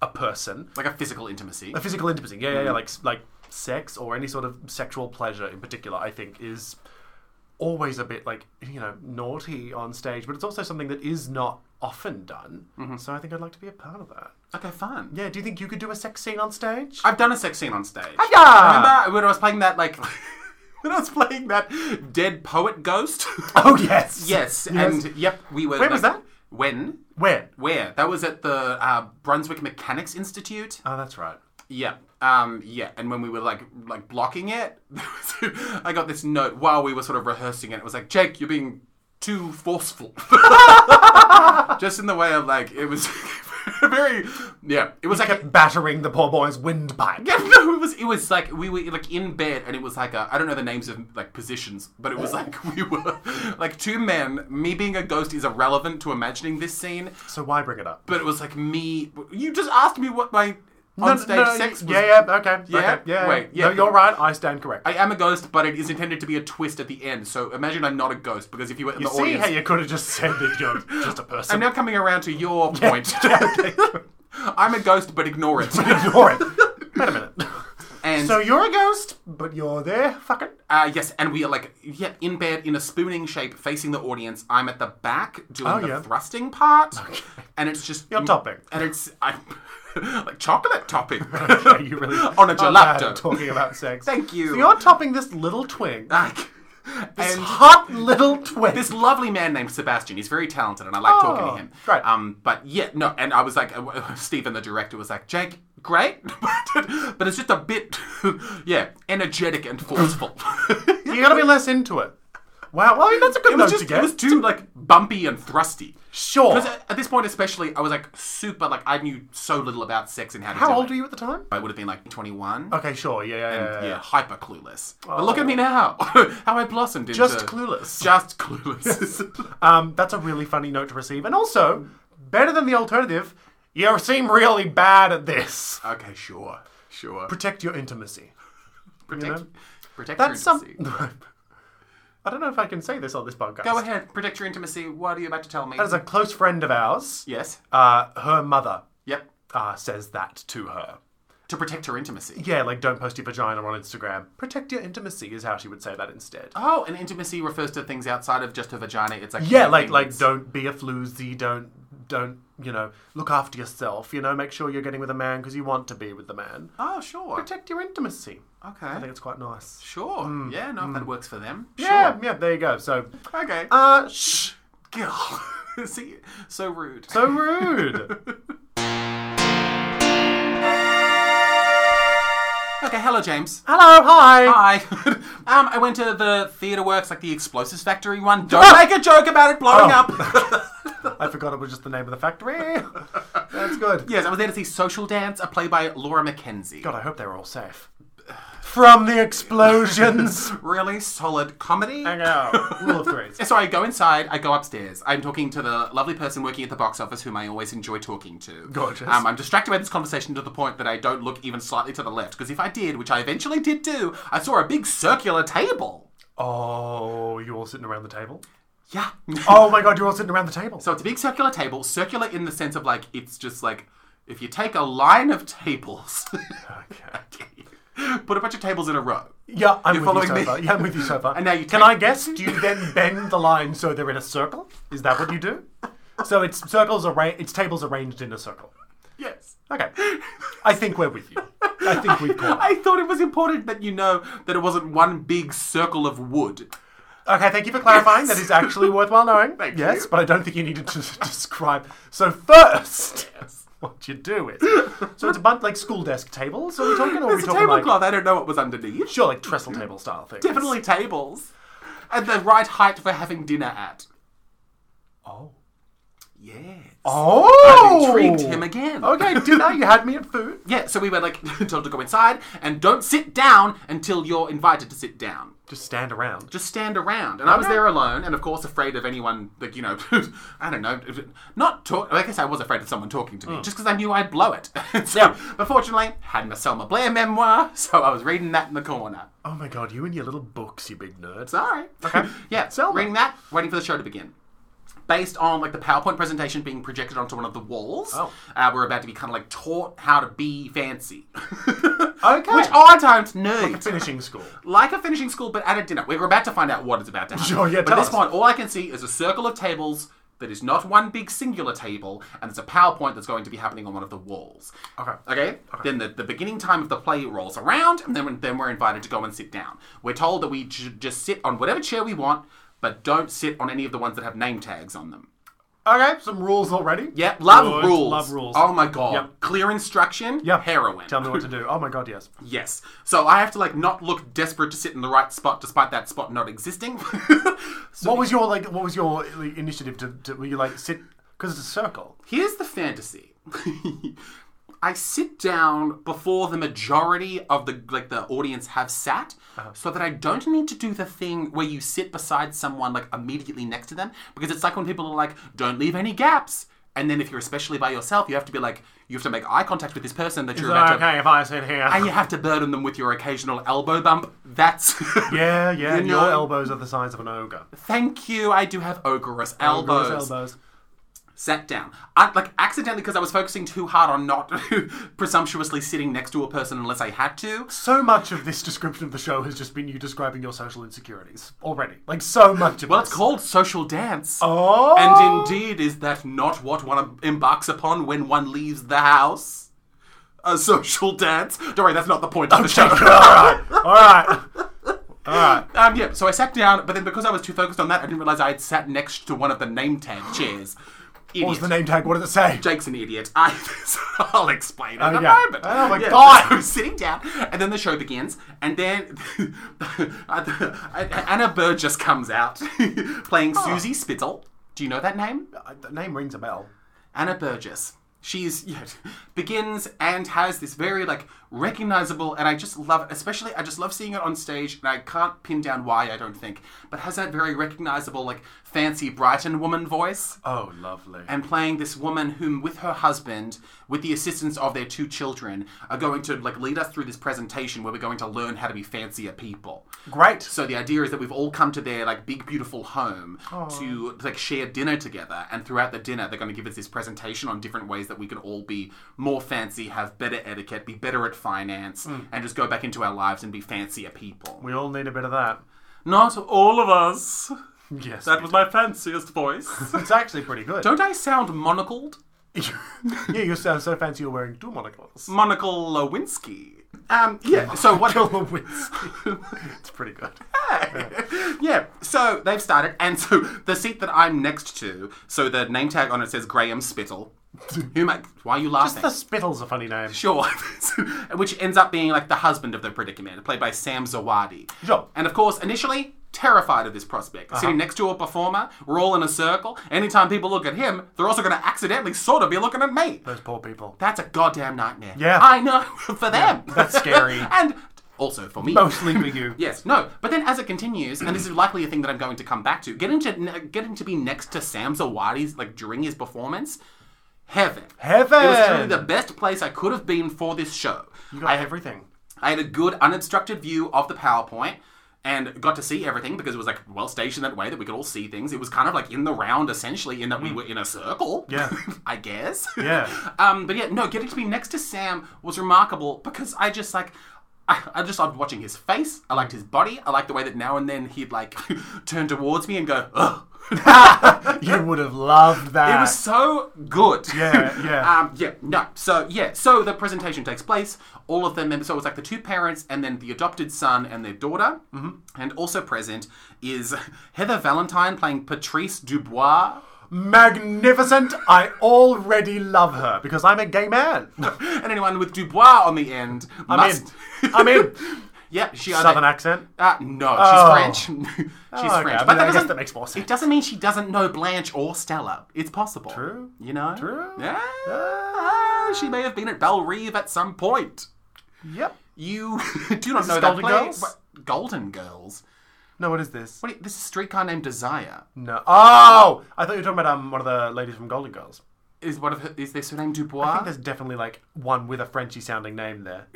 Speaker 2: a person.
Speaker 1: like a physical intimacy.
Speaker 2: A physical intimacy, yeah, yeah, yeah, like like sex or any sort of sexual pleasure in particular, I think is always a bit like you know naughty on stage, but it's also something that is not often done. So I think I'd like to be a part of that.
Speaker 1: Okay, fun.
Speaker 2: Yeah, do you think you could do a sex scene on stage?
Speaker 1: I've done a sex scene on stage.
Speaker 2: Hiya!
Speaker 1: Remember when I was playing that, like, when I was playing that dead poet ghost?
Speaker 2: Oh yes,
Speaker 1: yes, and yep, we were.
Speaker 2: Where was
Speaker 1: like-
Speaker 2: that?
Speaker 1: When?
Speaker 2: where?
Speaker 1: Where? That was at the uh, Brunswick Mechanics Institute.
Speaker 2: Oh, that's right.
Speaker 1: Yeah. Um, yeah, and when we were like like blocking it, I got this note while we were sort of rehearsing it. It was like, Jake, you're being too forceful, just in the way of like it was very yeah. It was like
Speaker 2: Kept battering the poor boy's windpipe.
Speaker 1: no, it was it was like we were like in bed, and it was like I I don't know the names of like positions, but it was like we were like two men. Me being a ghost is irrelevant to imagining this scene,
Speaker 2: So why bring it up?
Speaker 1: but it was like me. You just asked me what my on stage sex was.
Speaker 2: Yeah, yeah, okay,
Speaker 1: Yeah?
Speaker 2: okay, yeah.
Speaker 1: Wait,
Speaker 2: yeah.
Speaker 1: yeah.
Speaker 2: No, you're right. I stand corrected.
Speaker 1: I am a ghost, but it is intended to be a twist at the end. So imagine I'm not a ghost because if you were in the
Speaker 2: See
Speaker 1: audience,
Speaker 2: how you could have just said that you're just a person.
Speaker 1: I'm now coming around to your point. I'm a ghost, but ignore it.
Speaker 2: ignore it. Wait a minute.
Speaker 1: And
Speaker 2: So you're a ghost, but you're there. Fuck it.
Speaker 1: uh, yes, and we are like yeah, in bed in a spooning shape, facing the audience. I'm at the back doing
Speaker 2: Oh,
Speaker 1: the
Speaker 2: yeah.
Speaker 1: thrusting part, and it's just
Speaker 2: You're topping.
Speaker 1: and it's I'm like chocolate topping.
Speaker 2: Okay, you really
Speaker 1: On a
Speaker 2: are bad
Speaker 1: gelato.
Speaker 2: at talking about sex.
Speaker 1: Thank you.
Speaker 2: So you're topping this little twig.
Speaker 1: like,
Speaker 2: This
Speaker 1: and
Speaker 2: hot little twig.
Speaker 1: this lovely man named Sebastian. He's very talented, and I like talking
Speaker 2: Oh,
Speaker 1: to him.
Speaker 2: great.
Speaker 1: Um, but yeah, no, and I was like, uh, Stephen, the director, was like, Jake, great, but it's just a bit, yeah, energetic and forceful.
Speaker 2: you gotta be less into it. Wow. Well, I mean, that's a good
Speaker 1: it
Speaker 2: note
Speaker 1: was just,
Speaker 2: to get.
Speaker 1: it was too like bumpy and thrusty.
Speaker 2: sure.
Speaker 1: Because at this point, especially, I was like super, like I knew so little about sex and how to.
Speaker 2: How
Speaker 1: do
Speaker 2: old
Speaker 1: it.
Speaker 2: were you at the time?
Speaker 1: I would have been like twenty-one.
Speaker 2: Okay, sure. Yeah, yeah, yeah. yeah.
Speaker 1: Um, Yeah, hyper clueless. But look at me now, how I blossomed into
Speaker 2: Just clueless.
Speaker 1: Just clueless.
Speaker 2: Um, that's a really funny note to receive, and also better than the alternative. You seem really bad at this.
Speaker 1: okay, sure, sure.
Speaker 2: Protect your intimacy.
Speaker 1: Protect, protect
Speaker 2: That's
Speaker 1: your intimacy.
Speaker 2: some. I don't know if I can say this on this podcast.
Speaker 1: Go ahead, protect your intimacy. What are you about to tell me?
Speaker 2: As a close friend of ours,
Speaker 1: yes.
Speaker 2: uh, her mother
Speaker 1: Yep.
Speaker 2: uh, says that to her.
Speaker 1: To protect her intimacy.
Speaker 2: Yeah, like don't post your vagina on Instagram. Protect your intimacy is how she would say that instead.
Speaker 1: Oh, and intimacy refers to things outside of just her vagina. It's like
Speaker 2: Yeah, like like don't be a floozy, don't don't you know look after yourself. You know, make sure you're getting with a man because you want to be with the man.
Speaker 1: Oh, sure.
Speaker 2: Protect your intimacy. I
Speaker 1: Okay.
Speaker 2: think it's quite nice.
Speaker 1: Sure. Yeah. No, if that works for them.
Speaker 2: Yeah, yeah. There you go. So,
Speaker 1: Sure. Okay.
Speaker 2: uh, shh.
Speaker 1: God. See, so rude.
Speaker 2: So rude.
Speaker 1: okay. Hello, James.
Speaker 2: Hello, hi.
Speaker 1: Hi. um, I went to the theater works, like the explosives factory one. Don't make a joke about it blowing
Speaker 2: Oh.
Speaker 1: up.
Speaker 2: I forgot it was just the name of the factory. That's good.
Speaker 1: yes, I was there to see Social Dance, a play by Laura McKenzie.
Speaker 2: God, I hope they're all safe from the explosions.
Speaker 1: Really solid comedy.
Speaker 2: Hang out. Rule of threes.
Speaker 1: So I go inside, I go upstairs. I'm talking to the lovely person working at the box office whom I always enjoy talking to.
Speaker 2: Gorgeous.
Speaker 1: Um, I'm distracted by this conversation to the point that I don't look even slightly to the left, because if I did, which I eventually did do, I saw a big circular table.
Speaker 2: Oh, you all sitting around the table?
Speaker 1: Yeah.
Speaker 2: Oh my god, you're all sitting around the table.
Speaker 1: so it's a big circular table, circular in the sense of like, it's just like, if you take a line of tables,
Speaker 2: Okay.
Speaker 1: put a bunch of tables in a row.
Speaker 2: Yeah, I'm
Speaker 1: You're
Speaker 2: with
Speaker 1: following
Speaker 2: you so
Speaker 1: me?
Speaker 2: far. Yeah, I'm with you so far.
Speaker 1: And now you
Speaker 2: can
Speaker 1: take-
Speaker 2: I guess? Do you then bend the line so they're in a circle? Is that what you do? So it's circles arra- it's tables arranged in a circle.
Speaker 1: Yes.
Speaker 2: Okay, I think we're with you. I think we've caught.
Speaker 1: I thought it was important that you know that it wasnit one big circle of wood.
Speaker 2: Okay, thank you for clarifying. That is actually worthwhile knowing.
Speaker 1: Thank
Speaker 2: yes,
Speaker 1: you.
Speaker 2: but I don't think you needed to describe. So first,
Speaker 1: Yes.
Speaker 2: what you do is so it's a bunch like school desk tables. Are we talking? Or are we
Speaker 1: It's a
Speaker 2: talking like
Speaker 1: tablecloth. I don't know what was underneath.
Speaker 2: sure like trestle table style thing?
Speaker 1: definitely tables at the right height for having dinner at.
Speaker 2: Oh.
Speaker 1: Yes.
Speaker 2: Oh.
Speaker 1: Intrigued him again.
Speaker 2: Okay, dinner. You had me at food.
Speaker 1: Yeah, so we were like told to go inside and don't sit down until you're invited to sit down.
Speaker 2: Just stand around.
Speaker 1: Just stand around. And I was there alone and of course afraid of anyone like, you know, I don't know, not talk I guess I was afraid of someone talking to me just because I knew I'd blow it. so,
Speaker 2: Hmm. Yeah.
Speaker 1: But fortunately, had my Selma Blair memoir, so I was reading that in the corner.
Speaker 2: Oh my god, you and your little books, you big nerds.
Speaker 1: Sorry.
Speaker 2: Okay.
Speaker 1: yeah.
Speaker 2: Selma.
Speaker 1: Reading that, waiting for the show to begin. Based on like the PowerPoint presentation being projected onto one of the walls,
Speaker 2: Oh.
Speaker 1: uh, we're about to be kind of like taught how to be fancy,
Speaker 2: Okay.
Speaker 1: which are times nerds.
Speaker 2: Finishing school.
Speaker 1: Like a finishing school, but at a dinner. We're about to find out what is about to happen.
Speaker 2: Sure, yeah,
Speaker 1: But
Speaker 2: tell
Speaker 1: at this
Speaker 2: us.
Speaker 1: point, all I can see is a circle of tables that is not one big singular table, and it's a PowerPoint that's going to be happening on one of the walls.
Speaker 2: Okay.
Speaker 1: Okay. Then the, the beginning time of the play rolls around, and then, then we're invited to go and sit down. We're told that we j- just sit on whatever chair we want, but don't sit on any of the ones that have name tags on them.
Speaker 2: Okay, some rules already.
Speaker 1: Yep. Love
Speaker 2: Good,
Speaker 1: rules.
Speaker 2: Love rules.
Speaker 1: Oh my god.
Speaker 2: Yep.
Speaker 1: Clear instruction.
Speaker 2: Yep.
Speaker 1: Heroin.
Speaker 2: Tell me what to do. Oh my god, yes.
Speaker 1: Yes. So I have to like not look desperate to sit in the right spot, despite that spot not existing. so
Speaker 2: what was your like? What was your like, initiative? To, to were you like sit because it's a circle?
Speaker 1: here's the fantasy. I sit down before the majority of the like the audience have sat,
Speaker 2: Uh-huh.
Speaker 1: so that I don't need to do the thing where you sit beside someone like immediately next to them because it's like when people are like, "Don't leave any gaps," and then if you're especially by yourself, you have to be like, you have to make eye contact with this person that you're about to,
Speaker 2: okay, if I sit here.
Speaker 1: and you have to burden them with your occasional elbow bump. That's
Speaker 2: yeah, yeah. your
Speaker 1: You know-
Speaker 2: elbows are the size of an ogre.
Speaker 1: Thank you. I do have ogreous elbows.
Speaker 2: Ogre's elbows.
Speaker 1: Sat down. I like accidentally because I was focusing too hard on not presumptuously sitting next to a person unless I had to.
Speaker 2: So much of this description of the show has just been you describing your social insecurities already. Like so much of
Speaker 1: Well,
Speaker 2: this.
Speaker 1: it's called social dance.
Speaker 2: Oh.
Speaker 1: And indeed, is that not what one embarks upon when one leaves the house? A social dance. Don't worry, that's not the point of the show.
Speaker 2: all right, all right, all right.
Speaker 1: Um, yeah, so I sat down, but then because I was too focused on that, I didn't realize I had sat next to one of the name tag chairs. Idiot.
Speaker 2: What was the name tag? What did it say?
Speaker 1: Jake's an idiot. I, I'll explain in a
Speaker 2: yeah.
Speaker 1: moment.
Speaker 2: Oh my
Speaker 1: Yeah,
Speaker 2: God.
Speaker 1: so I'm sitting down, and then the show begins, and then Anna Burgess comes out playing Susie Spittle. Do you know that name?
Speaker 2: Uh, The name rings a bell.
Speaker 1: Anna Burgess. she's yeah, begins and has this very like recognizable and I just love especially I just love seeing it on stage and I can't pin down why I don't think but has that very recognizable like fancy Brighton woman voice
Speaker 2: Oh, lovely.
Speaker 1: and playing this woman whom with her husband with the assistance of their two children are going to like lead us through this presentation where we're going to learn how to be fancier people
Speaker 2: Great.
Speaker 1: so the idea is that we've all come to their like big beautiful home to like share dinner together, and throughout the dinner they're going to give us this presentation on different ways that we can all be more fancy, have better etiquette, be better at finance, and just go back into our lives and be fancier people.
Speaker 2: We all need a bit of that.
Speaker 1: Not all of us.
Speaker 2: Yes.
Speaker 1: That was my fanciest voice.
Speaker 2: it's actually pretty good.
Speaker 1: Don't I sound monocled?
Speaker 2: yeah, you sound so fancy you're wearing two monocles.
Speaker 1: Monocle Lewinsky. Um, yeah. So what?
Speaker 2: it's pretty good.
Speaker 1: yeah, so they've started, and so the seat that I'm next to, so the name tag on it says Graham Spittle. Who might, why are you laughing?
Speaker 2: The Spittle's a funny name.
Speaker 1: Sure, which ends up being like the husband of the predicament, played by Sam Zawadi.
Speaker 2: Sure. Uh-huh.
Speaker 1: And of course, initially terrified of this prospect, sitting next to a performer, we're all in a circle. Anytime people look at him, they're also going to accidentally sort of be looking at me.
Speaker 2: Those poor people.
Speaker 1: That's a goddamn nightmare.
Speaker 2: Yeah.
Speaker 1: I know for them.
Speaker 2: that's scary.
Speaker 1: and also for me.
Speaker 2: Mostly for you.
Speaker 1: Yes, no. But then as it continues, and this is likely a thing that I'm going to come back to, getting to getting to be next to Sam Zawadi's like during his performance, heaven. It was truly
Speaker 2: Heaven.
Speaker 1: the best place I could have been for this show.
Speaker 2: You
Speaker 1: I
Speaker 2: got
Speaker 1: had,
Speaker 2: everything.
Speaker 1: I had a good unobstructed view of the PowerPoint and got to see everything because it was like well stationed that way that we could all see things. It was kind of like in the round essentially in that we were in a circle.
Speaker 2: Mm. Yeah.
Speaker 1: I guess.
Speaker 2: Yeah.
Speaker 1: Um, but yeah, no, getting to be next to Sam was remarkable because I just like. I, I just loved watching his face. I liked his body. I liked the way that now and then he'd like turn towards me and go, ugh.
Speaker 2: You would have loved that.
Speaker 1: It was so good.
Speaker 2: Yeah, yeah.
Speaker 1: um, yeah, no. So, yeah, so the presentation takes place. All of them members, so it was like the two parents and then the adopted son and their daughter. Mm-hmm. And also present is Heather Valentine playing Patrice Dubois.
Speaker 2: magnificent. I already love her because I'm a gay man.
Speaker 1: and anyone with Dubois on the end
Speaker 2: I'm in.
Speaker 1: must.
Speaker 2: I'm in.
Speaker 1: Yep, she either-
Speaker 2: Southern accent.
Speaker 1: Uh, no,
Speaker 2: Oh.
Speaker 1: she's French. she's
Speaker 2: okay.
Speaker 1: French.
Speaker 2: I mean, I guess that makes more sense.
Speaker 1: It doesn't mean she doesn't know Blanche or Stella. It's possible.
Speaker 2: True.
Speaker 1: You know?
Speaker 2: True.
Speaker 1: Yeah.
Speaker 2: Uh,
Speaker 1: She may have been at Belle Reve at some point.
Speaker 2: Yep.
Speaker 1: You do not know that
Speaker 2: Golden
Speaker 1: play.
Speaker 2: Girls?
Speaker 1: What- Golden Girls?
Speaker 2: No, what is this?
Speaker 1: What do you- this is a streetcar named Desire.
Speaker 2: No. Oh, I thought you were talking about um, one of the ladies from Golden Girls.
Speaker 1: Is one of her, is their surname
Speaker 2: I
Speaker 1: Dubois?
Speaker 2: think there's definitely like one with a Frenchy sounding name there.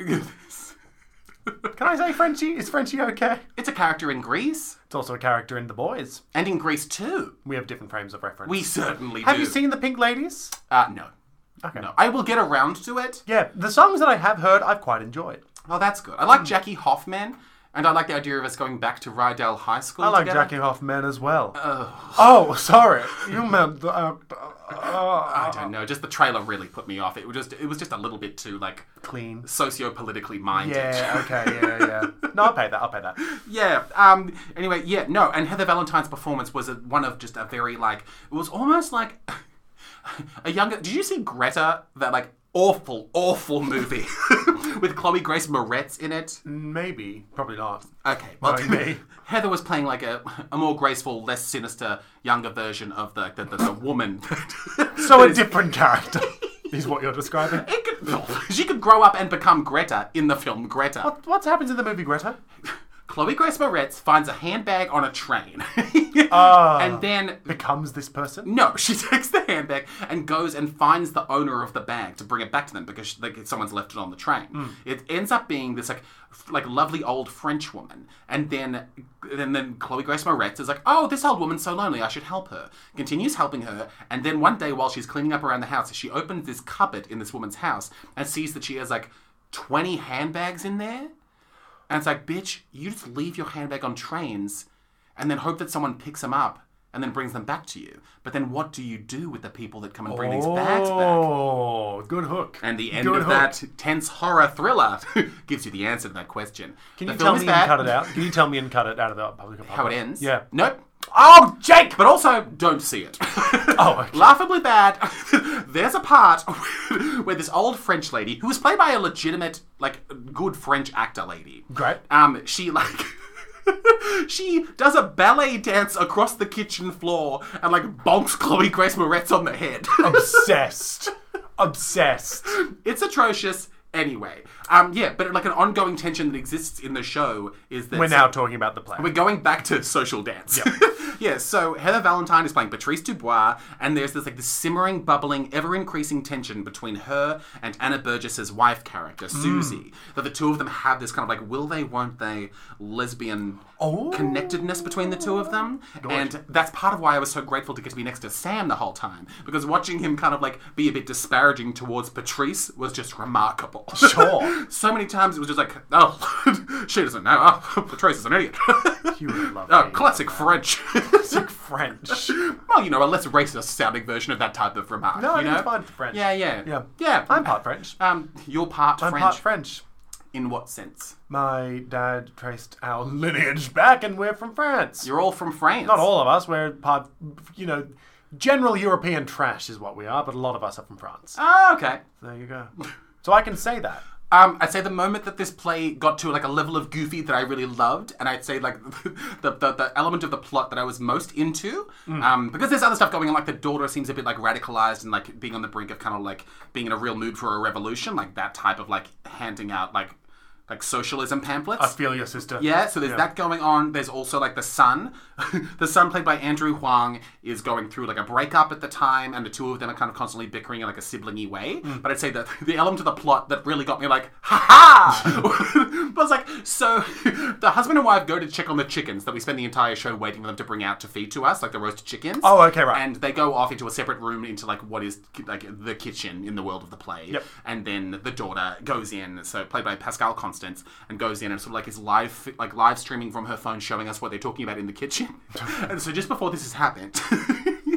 Speaker 2: Can I say Frenchy? Is Frenchy okay?
Speaker 1: it's a character in Greece
Speaker 2: It's also a character in The Boys.
Speaker 1: and in Greece too.
Speaker 2: We have different frames of reference.
Speaker 1: We certainly
Speaker 2: have
Speaker 1: do.
Speaker 2: you seen The Pink Ladies?
Speaker 1: Uh, no.
Speaker 2: Okay.
Speaker 1: No. I will get around to it.
Speaker 2: Yeah, the songs that I have heard, I've quite enjoyed.
Speaker 1: Oh, that's good. I
Speaker 2: Hmm.
Speaker 1: like Jackie Hoffman, and I like the idea of us going back to Rydell High School.
Speaker 2: I like
Speaker 1: together.
Speaker 2: Jackie Hoffman as well. Oh, sorry. You meant the. Uh, uh,
Speaker 1: I don't know. Just the trailer really put me off. It was just it was just a little bit too like
Speaker 2: clean.
Speaker 1: socio-politically minded.
Speaker 2: Yeah, okay, yeah, yeah. No, I'll pay that, I'll pay that.
Speaker 1: Yeah, Um. Anyway, yeah. No. And Heather Valentine's performance was a, one of just a very like it was almost like a younger. Did you see Greta? That like awful, awful movie with Chloe Grace Moretz in it.
Speaker 2: Maybe. Probably not.
Speaker 1: Okay. Well,
Speaker 2: Like Mm, me.
Speaker 1: Heather was playing like a, a more graceful, less sinister, younger version of the the, the, the woman.
Speaker 2: So a different character is what you're describing.
Speaker 1: It could- she could grow up and become Greta in the film Greta.
Speaker 2: What happens in the movie, Greta?
Speaker 1: Chloe Grace Moretz finds a handbag on a train.
Speaker 2: Ah.
Speaker 1: and then
Speaker 2: Becomes this person?
Speaker 1: no, she takes the handbag and goes and finds the owner of the bag to bring it back to them because like, someone's left it on the train. It ends up being this like f- like lovely old French woman, and then then then Chloe Grace Moretz is like, oh, this old woman's so lonely, I should help her. Continues helping her, and then one day while she's cleaning up around the house, she opens this cupboard in this woman's house and sees that she has like twenty handbags in there. And it's like, bitch, you just leave your handbag on trains and then hope that someone picks them up and then brings them back to you. But then what do you do with the people that come and bring these bags back?
Speaker 2: Oh, good hook.
Speaker 1: And the end
Speaker 2: Good
Speaker 1: of
Speaker 2: hook.
Speaker 1: that tense horror thriller gives you the answer to that question.
Speaker 2: Can
Speaker 1: the
Speaker 2: you tell
Speaker 1: is
Speaker 2: me
Speaker 1: bad.
Speaker 2: and cut it out? Can you tell me and cut it out of the public
Speaker 1: How it ends?
Speaker 2: Yeah.
Speaker 1: Nope.
Speaker 2: Oh, Jake!
Speaker 1: But also, don't see it.
Speaker 2: Oh, okay.
Speaker 1: Laughably bad. There's a part where this old French lady, who was played by a legitimate, like, good French actor lady.
Speaker 2: Great.
Speaker 1: Um, she like she does a ballet dance across
Speaker 2: Oh.
Speaker 1: the kitchen floor and like bonks Chloe Grace Moretz on the head.
Speaker 2: Obsessed. obsessed.
Speaker 1: It's atrocious. Anyway, um, yeah, but like an ongoing tension that exists in the show is that
Speaker 2: We're now talking about the play.
Speaker 1: We're going back to social dance. yeah, so Heather Valentine is playing Patrice Dubois, and there's this like this simmering, bubbling, ever increasing tension between her and Anna Burgess's wife character,
Speaker 2: Mm.
Speaker 1: Susie. That the two of them have this kind of like will they, won't they lesbian
Speaker 2: Oh.
Speaker 1: connectedness between the two of them. And that's part of why I was so grateful to get to be next to Sam the whole time. Because watching him kind of like be a bit disparaging towards Patrice was just remarkable.
Speaker 2: Sure.
Speaker 1: so many times it was just like, oh, she doesn't know. Oh, Patrice is an idiot.
Speaker 2: You would love
Speaker 1: Oh,
Speaker 2: being
Speaker 1: classic French.
Speaker 2: Classic French.
Speaker 1: well, you know, a less racist sounding version of that type of remark.
Speaker 2: No, I
Speaker 1: you
Speaker 2: think
Speaker 1: know?
Speaker 2: it's fine for French.
Speaker 1: Yeah, yeah.
Speaker 2: Yeah.
Speaker 1: Yeah.
Speaker 2: I'm part French.
Speaker 1: um, you're part
Speaker 2: I'm
Speaker 1: French.
Speaker 2: part French.
Speaker 1: In what sense?
Speaker 2: My dad traced our lineage back, and we're from France.
Speaker 1: You're all from France.
Speaker 2: Not all of us. We're part, you know, general European trash is what we are, but a lot of us are from France.
Speaker 1: Oh, okay.
Speaker 2: There you go. So I can say that.
Speaker 1: Um, I'd say the moment that this play got to like a level of goofy that I really loved, and I'd say like the the, the element of the plot that I was most into, um, because there's other stuff going on. Like the daughter seems a bit like radicalized and like being on the brink of kind of like being in a real mood for a revolution, like that type of like handing out like like socialism pamphlets.
Speaker 2: I feel your sister.
Speaker 1: Yeah, so there's that going on. There's also like the son. the son, played by Andrew Huang, is going through like a breakup at the time, and the two of them are kind of constantly bickering in like a siblingy way. But I'd say that the element of the plot that really got me like, ha ha! was like, so the husband and wife go to check on the chickens that we spend the entire show waiting for them to bring out to feed to us, like the roasted chickens.
Speaker 2: Oh, okay, right.
Speaker 1: And they go off into a separate room into like what is like the kitchen in the world of the play.
Speaker 2: Yep.
Speaker 1: And then the daughter goes in, so played by Pascal Constance, and goes in and sort of like is live like live streaming from her phone, showing us what they're talking about in the kitchen. and so just before this has happened.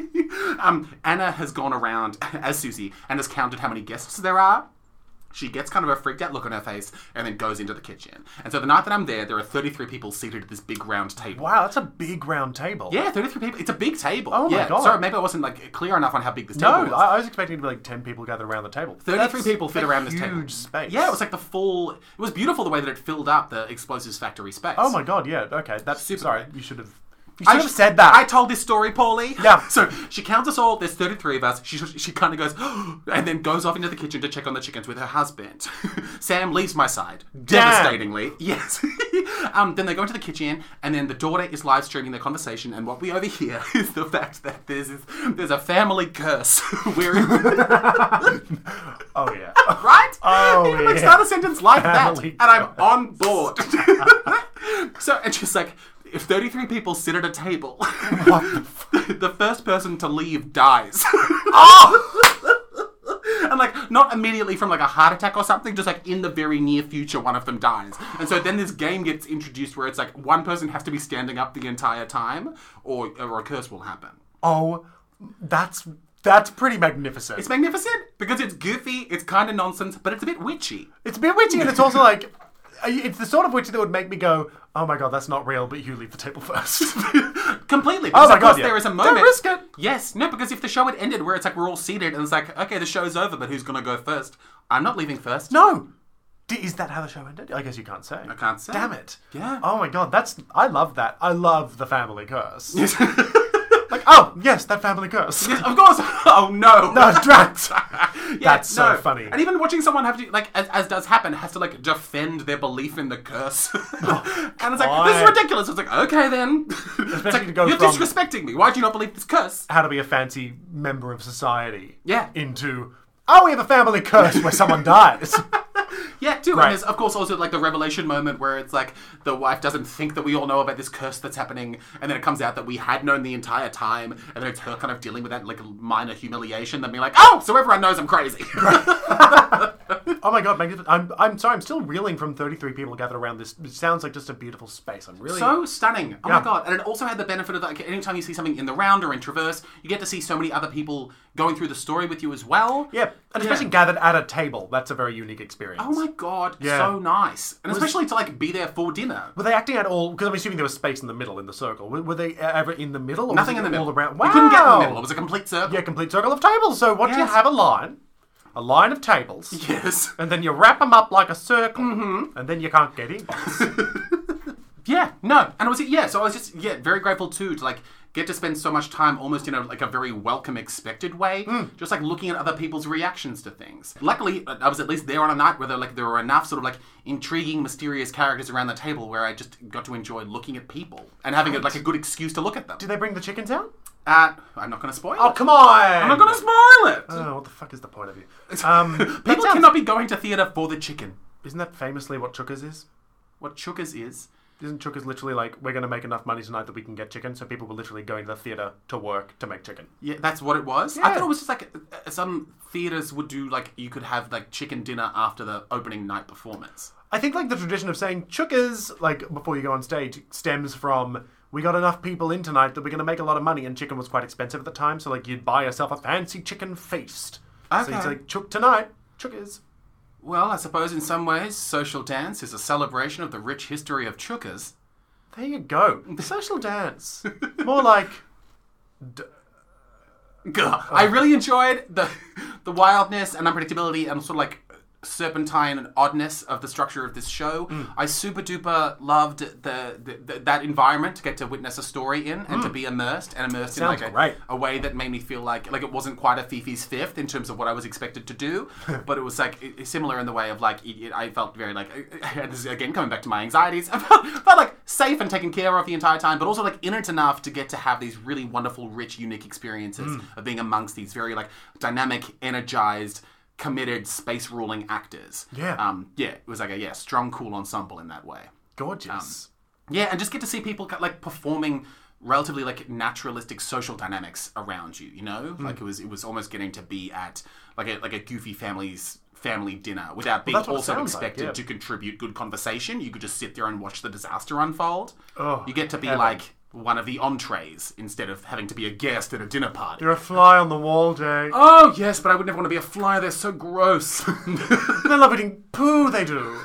Speaker 1: Um, Anna has gone around as Susie and has counted how many guests there are. She gets kind of a freaked out look on her face and then goes into the kitchen. And so the night that I'm there, there are 33 people seated at this big round table.
Speaker 2: Wow, that's a big round table.
Speaker 1: Yeah, 33 people. It's a big table.
Speaker 2: Oh my
Speaker 1: yeah.
Speaker 2: God.
Speaker 1: Sorry, maybe I wasn't like clear enough on how big this table
Speaker 2: No,
Speaker 1: was.
Speaker 2: I, I was expecting it to be like 10 people gathered around the table.
Speaker 1: 33
Speaker 2: That's
Speaker 1: people fit
Speaker 2: a
Speaker 1: around this table.
Speaker 2: Huge space.
Speaker 1: Yeah, it was like the full. It was beautiful the way that it filled up the explosives factory space.
Speaker 2: Oh my god, yeah, okay. That's.
Speaker 1: Super.
Speaker 2: Sorry, you should have. You should
Speaker 1: I
Speaker 2: have
Speaker 1: just-
Speaker 2: said that.
Speaker 1: I told this story, Paulie.
Speaker 2: Yeah.
Speaker 1: So she counts us all. There's 33 of us. She she kind of goes and then goes off into the kitchen to check on the chickens with her husband. Sam leaves my side devastatingly. Yes. um. Then they go into the kitchen and then the daughter is live streaming their conversation and what we overhear is the fact that there's this, there's a family curse wherein
Speaker 2: Oh, yeah.
Speaker 1: right?
Speaker 2: Oh,
Speaker 1: you can, like
Speaker 2: yeah.
Speaker 1: start a sentence like that,
Speaker 2: Family
Speaker 1: and I'm on board. so and she's like, if 33 people sit at a table, the first person to leave dies.
Speaker 2: Oh!
Speaker 1: And like not immediately from like a heart attack or something, just like in the very near future, one of them dies. And so then this game gets introduced where it's like one person has to be standing up the entire time, or or a curse will happen.
Speaker 2: oh, that's that's pretty magnificent.
Speaker 1: It's magnificent because it's goofy, it's kind of nonsense, but it's a bit witchy.
Speaker 2: It's a bit witchy, and it's also like it's the sort of witchy that would make me go, "Oh my god, that's not real." But you leave the table first.
Speaker 1: Completely. Because
Speaker 2: Oh my
Speaker 1: of course
Speaker 2: God, yeah.
Speaker 1: there is a
Speaker 2: Don't
Speaker 1: moment.
Speaker 2: risk it.
Speaker 1: Yes. No, because if the show had ended where it's like we're all seated and it's like, okay, the show's over, but who's gonna go first? I'm not leaving first.
Speaker 2: no, D- is that how the show ended? I guess you can't say. I
Speaker 1: can't say.
Speaker 2: Damn it.
Speaker 1: Yeah.
Speaker 2: Oh my god, that's I love that. I love the family curse. like, oh yes, that family curse.
Speaker 1: Yes, of course. Oh no.
Speaker 2: No, Drax.
Speaker 1: Yeah,
Speaker 2: That's so
Speaker 1: no.
Speaker 2: funny.
Speaker 1: And even watching someone have to like, as, as does happen, has to like defend their belief in the curse. and it's like this is
Speaker 2: Oh, God.
Speaker 1: ridiculous. It's like okay then. It's
Speaker 2: Especially
Speaker 1: like,
Speaker 2: to go
Speaker 1: you're
Speaker 2: from-
Speaker 1: disrespecting me. Why do you not believe this curse?
Speaker 2: how to be a fancy member of society.
Speaker 1: Yeah.
Speaker 2: Into oh, we have a family curse where someone dies.
Speaker 1: Yeah, too.
Speaker 2: Right.
Speaker 1: And there's, of course, also like the revelation moment where it's like the wife doesn't think that we all know about this curse that's happening, and then it comes out that we had known the entire time, and then it's her kind of dealing with that like minor humiliation, then being like, oh, so everyone knows I'm crazy.
Speaker 2: Oh my god, magnificent! I'm I'm sorry, I'm still reeling from 33 people gathered around this. It sounds like just a beautiful space. I'm really
Speaker 1: so stunning. Oh
Speaker 2: Yeah.
Speaker 1: my god. And it also had the benefit of like anytime you see something in the round or in Traverse, you get to see so many other people going through the story with you as well.
Speaker 2: yeah, and especially gathered at a table. That's a very unique experience.
Speaker 1: Oh my god,
Speaker 2: Yeah.
Speaker 1: so nice. And especially to like be there for dinner.
Speaker 2: Were they acting at all? Because I'm assuming there was space in the middle in the circle. Were, were they e-, ever in the middle? Or
Speaker 1: Nothing
Speaker 2: was
Speaker 1: in
Speaker 2: it
Speaker 1: the middle.
Speaker 2: All around?
Speaker 1: We
Speaker 2: Wow.
Speaker 1: couldn't get in the middle. It was a complete circle.
Speaker 2: Yeah, complete circle of tables. So what do you
Speaker 1: Yes.
Speaker 2: have? A line, a line of tables,
Speaker 1: Yes.
Speaker 2: Mm-hmm. and then you wrap them up like a circle, and then you can't get in.
Speaker 1: Yeah, no, and it was yeah. So I was just yeah very grateful too to like get to spend so much time almost in a like a very welcome expected way, just like looking at other people's reactions to things. Luckily, uh, I was at least there on a night where there, like there were enough sort of like intriguing, mysterious characters around the table where I just got to enjoy looking at people and having like a good excuse to look at them.
Speaker 2: Did they bring the chickens out?
Speaker 1: Uh, I'm not going to spoil.
Speaker 2: Oh,
Speaker 1: it.
Speaker 2: come on!
Speaker 1: I'm not going to spoil it.
Speaker 2: Oh, what the fuck is the point of you? Um, that
Speaker 1: people
Speaker 2: sounds-
Speaker 1: cannot be going to theatre for the chicken.
Speaker 2: Isn't that famously what Chookers is?
Speaker 1: What Chookers is.
Speaker 2: Isn't Chookers literally like, we're going to make enough money tonight that we can get chicken? So people were literally going to the theatre to work to make chicken.
Speaker 1: Yeah, that's what it was. I
Speaker 2: Yeah.
Speaker 1: thought it was just like uh, some theaters would do like you could have like chicken dinner after the opening night performance.
Speaker 2: I think like the tradition of saying Chookers, like before you go on stage, stems from we got enough people in tonight that we're going to make a lot of money, and chicken was quite expensive at the time. So like you'd buy yourself a fancy chicken feast. So you'd
Speaker 1: Okay.
Speaker 2: say, Chook tonight, Chookers.
Speaker 1: Well, I suppose in some ways, social dance is a celebration of the rich history of chookers.
Speaker 2: There you go. Social dance. More like
Speaker 1: Gah. I really enjoyed the the wildness and unpredictability and sort of like serpentine and oddness of the structure of this show.
Speaker 2: Mm.
Speaker 1: I super duper loved the, the, the that environment to get to witness a story in and to be immersed and immersed in
Speaker 2: Mm. Sounds
Speaker 1: like a,
Speaker 2: great.
Speaker 1: a way that made me feel like like it wasn't quite a Fifi's fifth in terms of what I was expected to do, but it was like i- similar in the way of like it, it, I felt very like and this is again coming back to my anxieties. I felt, felt like safe and taken care of the entire time, but also like in it enough to get to have these really wonderful, rich, unique experiences of being amongst these very like dynamic, energized. Committed space ruling actors.
Speaker 2: Yeah.
Speaker 1: um, yeah. It was like a yeah, strong, cool ensemble in that way.
Speaker 2: gorgeous.
Speaker 1: Yeah, and just get to see people ca- like performing relatively like naturalistic social dynamics around you. You know,
Speaker 2: Hmm.
Speaker 1: like it was it was almost getting to be at like a like a goofy family's family dinner without being
Speaker 2: that's what it
Speaker 1: also
Speaker 2: sounds like,
Speaker 1: expected
Speaker 2: yeah.
Speaker 1: to contribute good conversation. You could just sit there and watch the disaster unfold.
Speaker 2: Oh,
Speaker 1: you get to be
Speaker 2: heaven.
Speaker 1: like one of the entrees instead of having to be a guest at a dinner party.
Speaker 2: You're a fly on the wall, Jay.
Speaker 1: Oh yes, but I would never want to be a fly. They're so gross.
Speaker 2: They love eating poo, they do.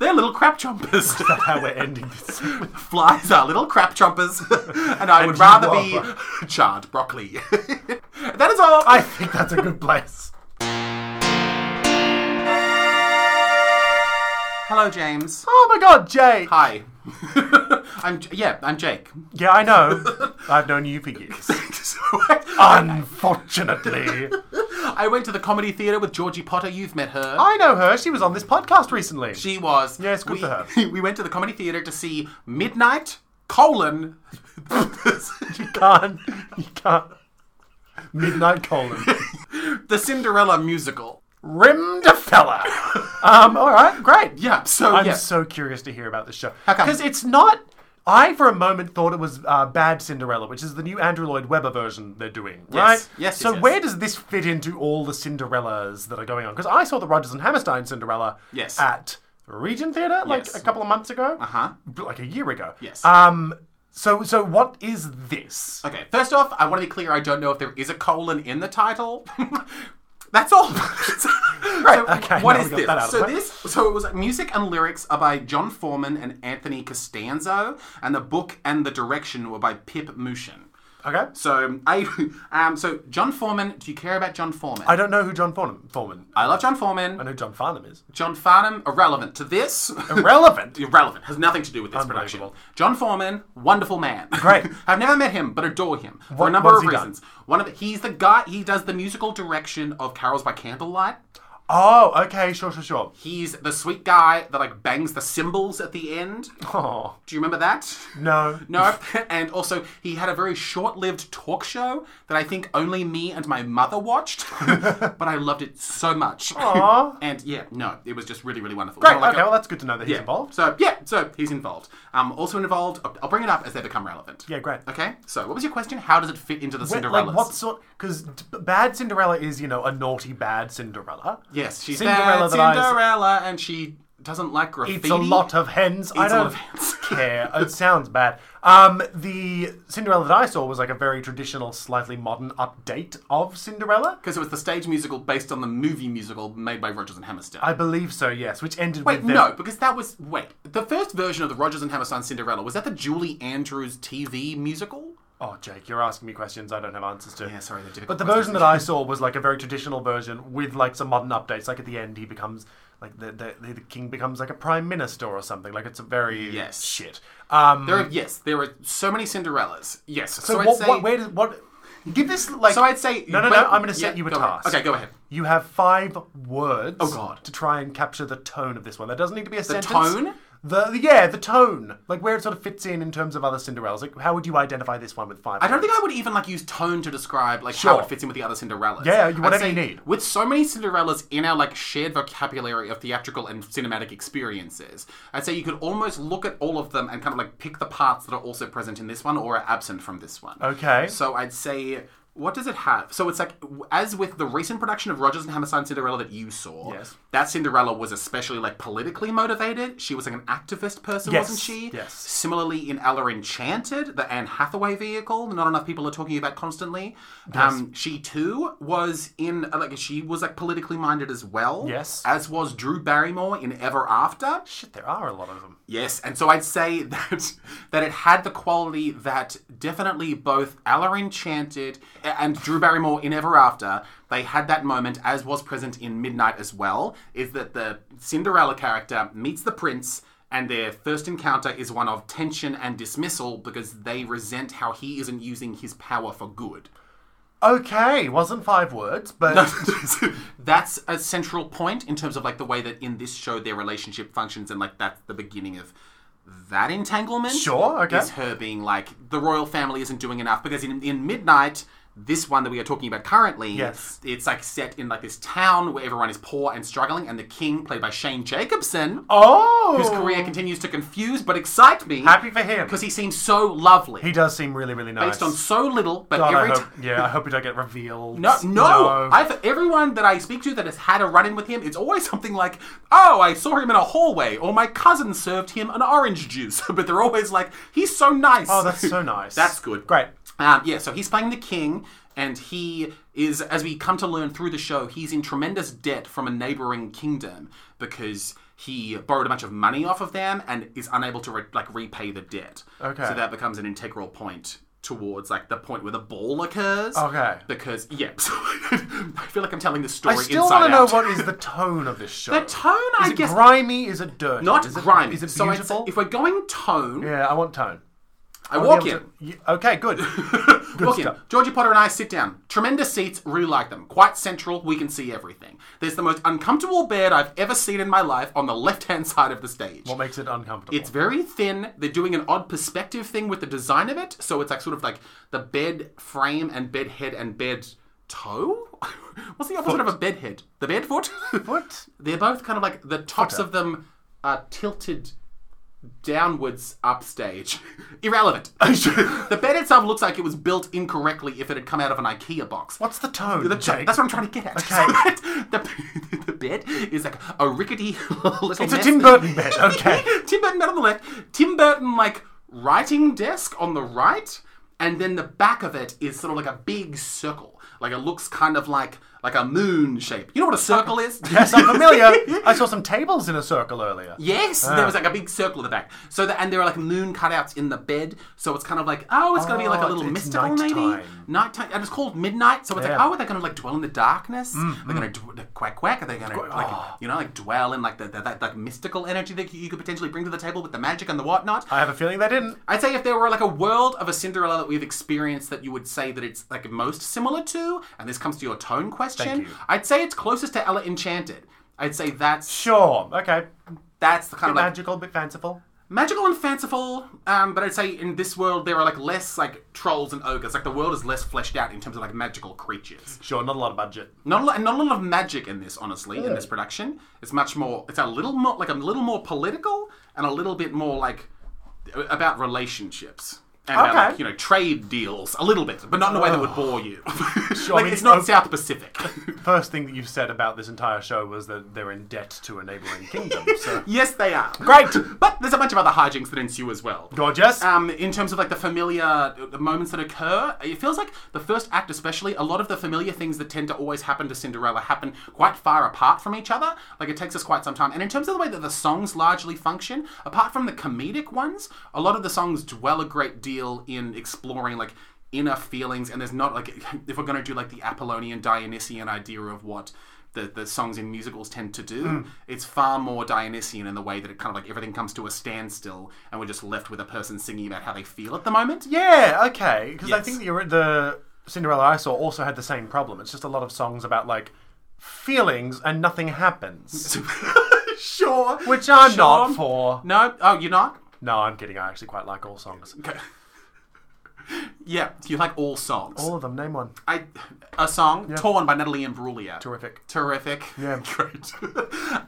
Speaker 1: They're little crap chompers.
Speaker 2: How we're ending this.
Speaker 1: Flies are little crap chompers, and I would
Speaker 2: you
Speaker 1: rather
Speaker 2: are.
Speaker 1: be charred broccoli. that is all.
Speaker 2: I think that's a good place.
Speaker 1: Hello, James.
Speaker 2: Oh my god, Jay!
Speaker 1: Hi. I'm J- yeah, I'm Jake.
Speaker 2: Yeah, I know. I've known you for years.
Speaker 1: So
Speaker 2: Ah.
Speaker 1: I,
Speaker 2: Unfortunately.
Speaker 1: I went to the comedy theatre with Georgie Potter. You've met her.
Speaker 2: I know her. She was on this podcast recently.
Speaker 1: she was.
Speaker 2: Yes, good
Speaker 1: we,
Speaker 2: for her.
Speaker 1: We went to the comedy theatre to see Midnight colon.
Speaker 2: can't. You can't. Midnight colon.
Speaker 1: the Cinderella musical.
Speaker 2: Rimmed a fella. Um, all right, great.
Speaker 1: Yeah. So
Speaker 2: I'm
Speaker 1: yeah.
Speaker 2: so curious to hear about this show.
Speaker 1: come?
Speaker 2: Because it's not. I, for a moment, thought it was uh, Bad Cinderella, which is the new Andrew Lloyd Webber version they're doing, right?
Speaker 1: yes,
Speaker 2: So
Speaker 1: yes,
Speaker 2: where
Speaker 1: yes.
Speaker 2: does this fit into all the Cinderellas that are going on? Because I saw the Rogers and Hammerstein Cinderella
Speaker 1: Yes.
Speaker 2: at Regent Theatre like
Speaker 1: Yes.
Speaker 2: a couple of months ago,
Speaker 1: huh?
Speaker 2: like a year ago.
Speaker 1: Yes.
Speaker 2: Um. So so what is this?
Speaker 1: Okay, first off, I want to be clear. I don't know if there is a colon in the title. That's all. right.
Speaker 2: okay,
Speaker 1: What
Speaker 2: now we
Speaker 1: is
Speaker 2: got
Speaker 1: this?
Speaker 2: that out of
Speaker 1: so
Speaker 2: the way.
Speaker 1: this. So it was music and lyrics are by John Foreman and Anthony Costanzo, and the book and the direction were by Pip Mushin.
Speaker 2: Okay.
Speaker 1: So I, um, so John Foreman. Do you care about John Foreman?
Speaker 2: I don't know who John Farnham. Foreman.
Speaker 1: I love John
Speaker 2: I
Speaker 1: Foreman.
Speaker 2: know John Farnham is
Speaker 1: John Farnham, irrelevant to this.
Speaker 2: irrelevant.
Speaker 1: irrelevant. Has nothing to do with this production.
Speaker 2: Unbelievable.
Speaker 1: John Foreman, wonderful man.
Speaker 2: Great.
Speaker 1: I've never met him, but adore him for
Speaker 2: What-
Speaker 1: a number
Speaker 2: what's
Speaker 1: of
Speaker 2: he done?
Speaker 1: reasons. One of the, he's the guy. He does the musical direction of Carols by Candlelight.
Speaker 2: oh, okay, sure, sure, sure.
Speaker 1: He's the sweet guy that like bangs the cymbals at the end.
Speaker 2: Oh
Speaker 1: Do you remember that?
Speaker 2: no.
Speaker 1: No, and also he had a very short-lived talk show that I think only me and my mother watched, but I loved it so much.
Speaker 2: Aw.
Speaker 1: and yeah, no, it was just really, really wonderful.
Speaker 2: Great.
Speaker 1: Kinda like
Speaker 2: okay,
Speaker 1: a-
Speaker 2: well that's good to know that he's
Speaker 1: yeah.
Speaker 2: involved.
Speaker 1: So yeah, so he's involved. Um, also involved. I'll- I'll bring it up as they become relevant.
Speaker 2: Yeah, great.
Speaker 1: Okay. So what was your question? How does it fit into the
Speaker 2: Wait,
Speaker 1: Cinderella?
Speaker 2: Like what sort? Because bad Cinderella is you know a naughty bad Cinderella.
Speaker 1: Yes, she's
Speaker 2: Cinderella
Speaker 1: Cinderella.
Speaker 2: that I-
Speaker 1: Cinderella, and she doesn't like graffiti.
Speaker 2: It's a lot of hens. I
Speaker 1: Eats a lot
Speaker 2: don't
Speaker 1: of hens.
Speaker 2: care. It sounds bad. Um, the Cinderella that I saw was like a very traditional, slightly modern update of Cinderella.
Speaker 1: because it was the stage musical based on the movie musical made by Rogers and Hammerstein.
Speaker 2: I believe so. Yes, which ended
Speaker 1: Wait,
Speaker 2: with them-
Speaker 1: no, because that was wait. The first version of the Rogers and Hammerstein Cinderella was that the Julie Andrews TV musical?
Speaker 2: Oh, Jake, you're asking me questions I don't have answers to.
Speaker 1: Yeah, sorry, they're difficult
Speaker 2: But the
Speaker 1: questions.
Speaker 2: version that I saw was like a very traditional version with like some modern updates. Like at the end, he becomes like the the, the king becomes like a prime minister or something. Like it's a very
Speaker 1: Yes.
Speaker 2: shit. Um,
Speaker 1: There are, yes, there are so many Cinderellas. Yes.
Speaker 2: so
Speaker 1: So, I'd
Speaker 2: what,
Speaker 1: say.
Speaker 2: what? Where does what? Give this like.
Speaker 1: so I'd say.
Speaker 2: no, no,
Speaker 1: well,
Speaker 2: no. I'm going to set
Speaker 1: yeah,
Speaker 2: you a
Speaker 1: go ahead.
Speaker 2: task.
Speaker 1: Okay, go ahead.
Speaker 2: You have five words.
Speaker 1: Oh, God.
Speaker 2: To try and capture the tone of this one. That doesn't need to be a sentence.
Speaker 1: tone?
Speaker 2: The the- yeah, the tone. Like where it sort of fits in in terms of other Cinderellas. Like how would you identify this one with five?
Speaker 1: I don't think I would even like use tone to describe like how
Speaker 2: Sure.
Speaker 1: it fits in with the other Cinderellas.
Speaker 2: Yeah, you-
Speaker 1: I'd
Speaker 2: whatever
Speaker 1: say
Speaker 2: you need.
Speaker 1: With so many Cinderellas in our like shared vocabulary of theatrical and cinematic experiences, I'd say you could almost look at all of them and kind of like pick the parts that are also present in this one or are absent from this one.
Speaker 2: Okay.
Speaker 1: So I'd say. What does it have? So it's like, w- as with the recent production of Rogers and Hammerstein Cinderella that you saw,
Speaker 2: Yes.
Speaker 1: that Cinderella was especially like politically motivated. She was like an activist person,
Speaker 2: Yes,
Speaker 1: wasn't she?
Speaker 2: yes.
Speaker 1: Similarly, in Ella Enchanted, the Anne Hathaway vehicle, not enough people are talking about constantly. Um, she too was in like she was like politically minded as well.
Speaker 2: Yes.
Speaker 1: as was Drew Barrymore in Ever After.
Speaker 2: Shit, there are a lot of them.
Speaker 1: Yes, and so I'd say that that it had the quality that definitely both Ella Enchanted and Drew Barrymore in Ever After they had that moment, as was present in Midnight as well. Is that the Cinderella character meets the prince. And their first encounter is one of tension and dismissal because they resent how he isn't using his power for good.
Speaker 2: Okay, wasn't five words, but
Speaker 1: that's a central point in terms of like the way that in this show their relationship functions and like that's the beginning of that entanglement
Speaker 2: Sure, okay.
Speaker 1: is her being like the royal family isn't doing enough because in, in midnight this one that we are talking about currently
Speaker 2: Yes.
Speaker 1: it's like set in like this town where everyone is poor and struggling and the king played by shane jacobson
Speaker 2: oh,
Speaker 1: whose career continues to confuse but excite me
Speaker 2: happy for him
Speaker 1: because he seems so lovely
Speaker 2: he does seem really really nice.
Speaker 1: based on so little but
Speaker 2: God, I
Speaker 1: every time
Speaker 2: hope, yeah, I hope we don't get revealed.
Speaker 1: no, no. I've everyone that I speak to that has had a run in with him, it's always something like, "Oh, I saw him in a hallway," or "My cousin served him an orange juice." but they're always like, "He's so nice."
Speaker 2: oh, that's so nice.
Speaker 1: That's good.
Speaker 2: Great.
Speaker 1: Um, yeah, so he's playing the king, and he is, as we come to learn through the show, he's in tremendous debt from a neighboring kingdom because he borrowed a bunch of money off of them and is unable to re- like repay the debt.
Speaker 2: Okay.
Speaker 1: So that becomes an integral point towards like the point where the ball occurs.
Speaker 2: Okay.
Speaker 1: Because yeah, so I feel like I'm telling this
Speaker 2: I
Speaker 1: story
Speaker 2: still
Speaker 1: inside
Speaker 2: want to know
Speaker 1: out.
Speaker 2: what is the tone of this show.
Speaker 1: the tone.
Speaker 2: Is
Speaker 1: I
Speaker 2: it
Speaker 1: guess
Speaker 2: grimy? Is it dirty?
Speaker 1: not
Speaker 2: is it,
Speaker 1: grimy.
Speaker 2: Is it
Speaker 1: so I'd say
Speaker 2: beautiful?
Speaker 1: if we're going tone,
Speaker 2: yeah, I want tone.
Speaker 1: I
Speaker 2: wanna
Speaker 1: walk
Speaker 2: be
Speaker 1: in.
Speaker 2: able to- Ye- okay, good. good
Speaker 1: Look in.
Speaker 2: stuff.
Speaker 1: Georgie Potter and I sit down. Tremendous seats, really like them. Quite central, we can see everything. There's the most uncomfortable bed I've ever seen in my life on the left hand side of the stage.
Speaker 2: What makes it uncomfortable?
Speaker 1: It's very thin. They're doing an odd perspective thing with the design of it. So it's like sort of like the bed frame and bed head and bed toe? What's the opposite of a bed head? The bed foot?
Speaker 2: What?
Speaker 1: They're both kind of like the tops of them are tilted downwards upstage. Irrelevant. the bed itself looks like it was built incorrectly if it had come out of an IKEA box.
Speaker 2: What's the tone?
Speaker 1: The-
Speaker 2: Jake?
Speaker 1: That's what I'm trying to get at.
Speaker 2: Okay.
Speaker 1: the, the bed is like a rickety little.
Speaker 2: it's a
Speaker 1: mess
Speaker 2: Tim
Speaker 1: that-
Speaker 2: Burton bed. Okay.
Speaker 1: Tim Burton bed on the left, Tim Burton like writing desk on the right, and then the back of it is sort of like a big circle. Like it looks kind of like like a moon shape. You know what a circle is?
Speaker 2: yes, I'm familiar. I saw some tables in a circle earlier.
Speaker 1: Yes,
Speaker 2: Ah.
Speaker 1: there was like a big circle at the back. So the, and there are like moon cutouts in the bed. So it's kind of like oh, it's going to be like
Speaker 2: Oh,
Speaker 1: a little
Speaker 2: it's- it's
Speaker 1: mystical maybe
Speaker 2: nighttime.
Speaker 1: nighttime. And it's called midnight. So it's like
Speaker 2: Yeah. Mm,
Speaker 1: oh, are they going to like dwell in the darkness? They're going to dw- quack quack. Are they going to like
Speaker 2: Oh.
Speaker 1: you know like dwell in like the, the, that like mystical energy that you could potentially bring to the table with the magic and the whatnot?
Speaker 2: I have a feeling they didn't.
Speaker 1: I'd say if there were like a world of a Cinderella that we've experienced that you would say that it's like most similar to, and this comes to your tone question,
Speaker 2: Thank you.
Speaker 1: I'd say it's closest to Ella Enchanted. I'd say that's
Speaker 2: Sure. Okay.
Speaker 1: that's the kind of like
Speaker 2: Magical, bit fanciful.
Speaker 1: magical and fanciful. Um, but I'd say in this world there are like less like trolls and ogres. Like the world is less fleshed out in terms of like magical creatures.
Speaker 2: Sure, not a lot of budget.
Speaker 1: Not a lot, not a lot of magic in this, honestly, in this production. It's much more. It's a little more like a little more political and a little bit more like about relationships. And about,
Speaker 2: Okay.
Speaker 1: like, you know, trade deals, a little bit, but not in a way that would bore you.
Speaker 2: I
Speaker 1: like,
Speaker 2: mean, oh.
Speaker 1: it's not
Speaker 2: okay.
Speaker 1: South Pacific.
Speaker 2: First thing that you've said about this entire show was that they're in debt to a neighbouring kingdom. So
Speaker 1: yes, they are.
Speaker 2: great,
Speaker 1: But there's a bunch of other hijinks that ensue as well.
Speaker 2: gorgeous.
Speaker 1: um, in terms of like the familiar uh, the moments that occur, it feels like the first act, especially, a lot of the familiar things that tend to always happen to Cinderella happen quite far apart from each other. Like it takes us quite some time. And in terms of the way that the songs largely function, apart from the comedic ones, a lot of the songs dwell a great deal in exploring like inner feelings, and there's not like if we're going to do like the Apollonian Dionysian idea of what. The, the songs in musicals tend to do.
Speaker 2: Hmm.
Speaker 1: It's far more Dionysian in the way that it kind of like everything comes to a standstill and we're just left with a person singing about how they feel at the moment.
Speaker 2: Yeah, okay. Because I
Speaker 1: Yes.
Speaker 2: think the, ori- the Cinderella I saw also had the same problem. It's just a lot of songs about like feelings and nothing happens,
Speaker 1: sure.
Speaker 2: which I'm not
Speaker 1: Sure.
Speaker 2: for.
Speaker 1: No. Oh, you're not?
Speaker 2: No, I'm kidding. I actually quite like all songs.
Speaker 1: Okay. yeah, you like all songs.
Speaker 2: All of them. Name one.
Speaker 1: I a song torn by Natalie Imbruglia.
Speaker 2: Terrific.
Speaker 1: Terrific.
Speaker 2: Yeah.
Speaker 1: Great.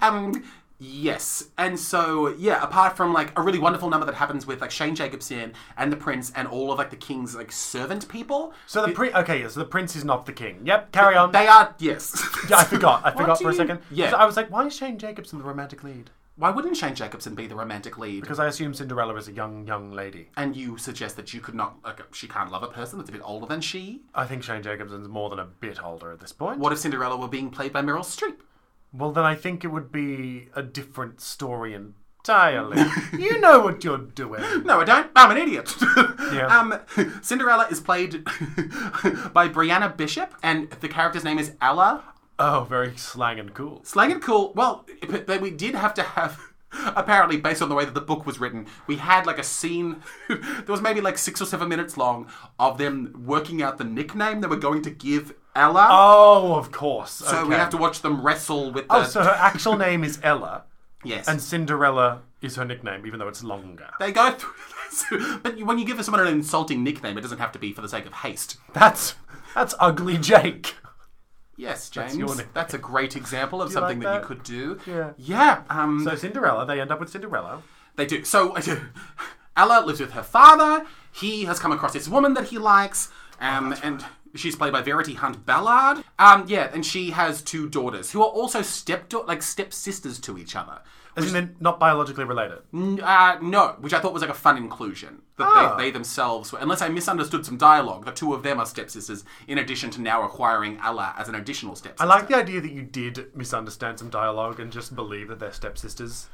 Speaker 1: um yes. And so yeah, apart from like a really wonderful number that happens with like Shane Jacobson and the Prince and all of like the King's like servant people.
Speaker 2: So the prince. Okay, yeah, so the prince is not the king. Yep. Carry on.
Speaker 1: Um, They are yes.
Speaker 2: Yeah, I forgot. I forgot
Speaker 1: do
Speaker 2: for a
Speaker 1: you-
Speaker 2: second. um,
Speaker 1: Yeah.
Speaker 2: 'Cause I was like, why is Shane Jacobson the romantic lead?
Speaker 1: Why wouldn't Shane Jacobson be the romantic lead?
Speaker 2: Because I assume Cinderella is a young, young lady.
Speaker 1: and you suggest that you could not like she can't love a person that's a bit older than she.
Speaker 2: I think Shane Jacobson's more than a bit older at this point.
Speaker 1: What if Cinderella were being played by Meryl Streep?
Speaker 2: Well, then I think it would be a different story entirely. you know what you're doing.
Speaker 1: No, I don't. I'm an idiot.
Speaker 2: Yeah.
Speaker 1: Um, Cinderella is played by Brianna Bishop, and the character's name is Ella.
Speaker 2: Oh, very slang and cool.
Speaker 1: Slang and cool. Well, but then we did have to have. Apparently, based on the way that the book was written, we had like a scene that was maybe like six or seven minutes long of them working out the nickname they were going to give Ella.
Speaker 2: Oh, of course.
Speaker 1: so we have to watch them wrestle with the.
Speaker 2: Oh, so her actual name is Ella,
Speaker 1: yes.
Speaker 2: and Cinderella is her nickname, even though it's longer.
Speaker 1: they go through. but when you give someone an insulting nickname, it doesn't have to be for the sake of haste.
Speaker 2: That's that's ugly, Jake.
Speaker 1: Yes, James.
Speaker 2: your
Speaker 1: That's,
Speaker 2: nickname.
Speaker 1: a great example of
Speaker 2: you
Speaker 1: something
Speaker 2: like that?
Speaker 1: that? you could do.
Speaker 2: Yeah.
Speaker 1: Yeah. Um,
Speaker 2: So Cinderella, they end up with Cinderella.
Speaker 1: they do. So Ella lives with her father. He has come across this woman that he likes,
Speaker 2: Oh,
Speaker 1: um, and she's played by Verity Hunt Ballard. Um, yeah, and she has two daughters who are also step like stepsisters to each other.
Speaker 2: Isn't it not biologically related?
Speaker 1: N- Uh, no, which I thought was like a fun inclusion that
Speaker 2: Oh.
Speaker 1: they, they themselves were. Unless I misunderstood some dialogue, the two of them are stepsisters. In addition to now acquiring Ella as an additional stepsister.
Speaker 2: I like the idea that you did misunderstand some dialogue and just believe that they're stepsisters.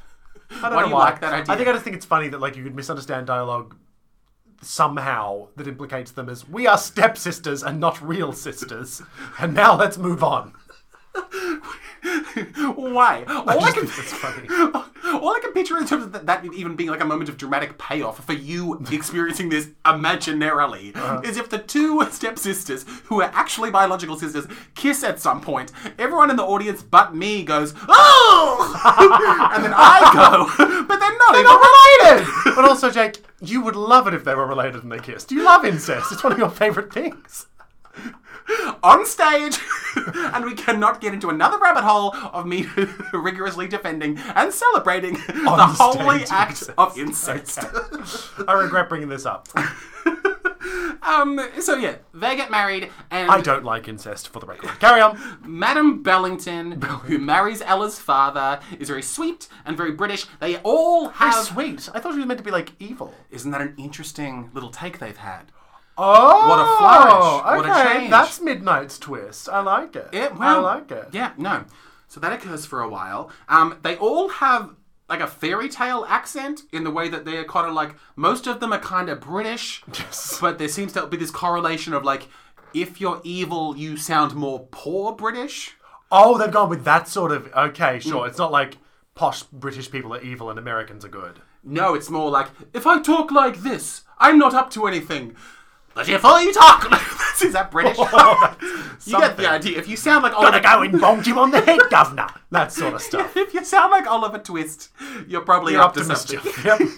Speaker 2: I don't
Speaker 1: Why
Speaker 2: know
Speaker 1: do you
Speaker 2: why.
Speaker 1: like that idea?
Speaker 2: I think I just think it's funny that like you could misunderstand dialogue somehow that implicates them as we are stepsisters and not real sisters. and now let's move on.
Speaker 1: Why? All I,
Speaker 2: just
Speaker 1: can,
Speaker 2: think that's funny.
Speaker 1: all I can picture in terms of that, that even being like a moment of dramatic payoff for you experiencing this imaginarily is if the two stepsisters, who are actually biological sisters, kiss at some point, everyone in the audience but me goes, Oh! and then I go, But they're not, they're
Speaker 2: Not related. but also, Jake, you would love it if they were related and they kissed. You love incest. It's one of your favorite things.
Speaker 1: on stage, and we cannot get into another rabbit hole of me rigorously defending and celebrating the holy
Speaker 2: stage
Speaker 1: act
Speaker 2: incest.
Speaker 1: of incest.
Speaker 2: I regret bringing this up.
Speaker 1: Um, so yeah, they get married, and
Speaker 2: I don't like incest, for the record. Carry on.
Speaker 1: Madame Bellington, who marries Ella's father, is very sweet and very British. They all have.
Speaker 2: Sweet. I thought she was meant to be like evil.
Speaker 1: Isn't that an interesting little take they've had?
Speaker 2: Oh,
Speaker 1: What a flourish. What a
Speaker 2: okay,
Speaker 1: change.
Speaker 2: that's Midnight's twist. I like it.
Speaker 1: Yeah, well,
Speaker 2: I like it.
Speaker 1: Yeah, no. So that occurs for a while. Um, they all have like a fairy tale accent in the way that they're kind of like most of them are kind of British, but there seems to be this correlation of like if you're evil, you sound more poor British.
Speaker 2: Oh, they've gone with that sort of. Okay, sure. It's not like posh British people are evil and Americans are good.
Speaker 1: No, it's more like, if I talk like this, I'm not up to anything. But if I talk like this, is that British? you get the idea. If you sound like Oliver,
Speaker 2: Gotta go and bonk you on the head, governor. That sort of stuff.
Speaker 1: if you sound like Oliver Twist, you're probably up, to
Speaker 2: Optimist
Speaker 1: something.
Speaker 2: Jeff.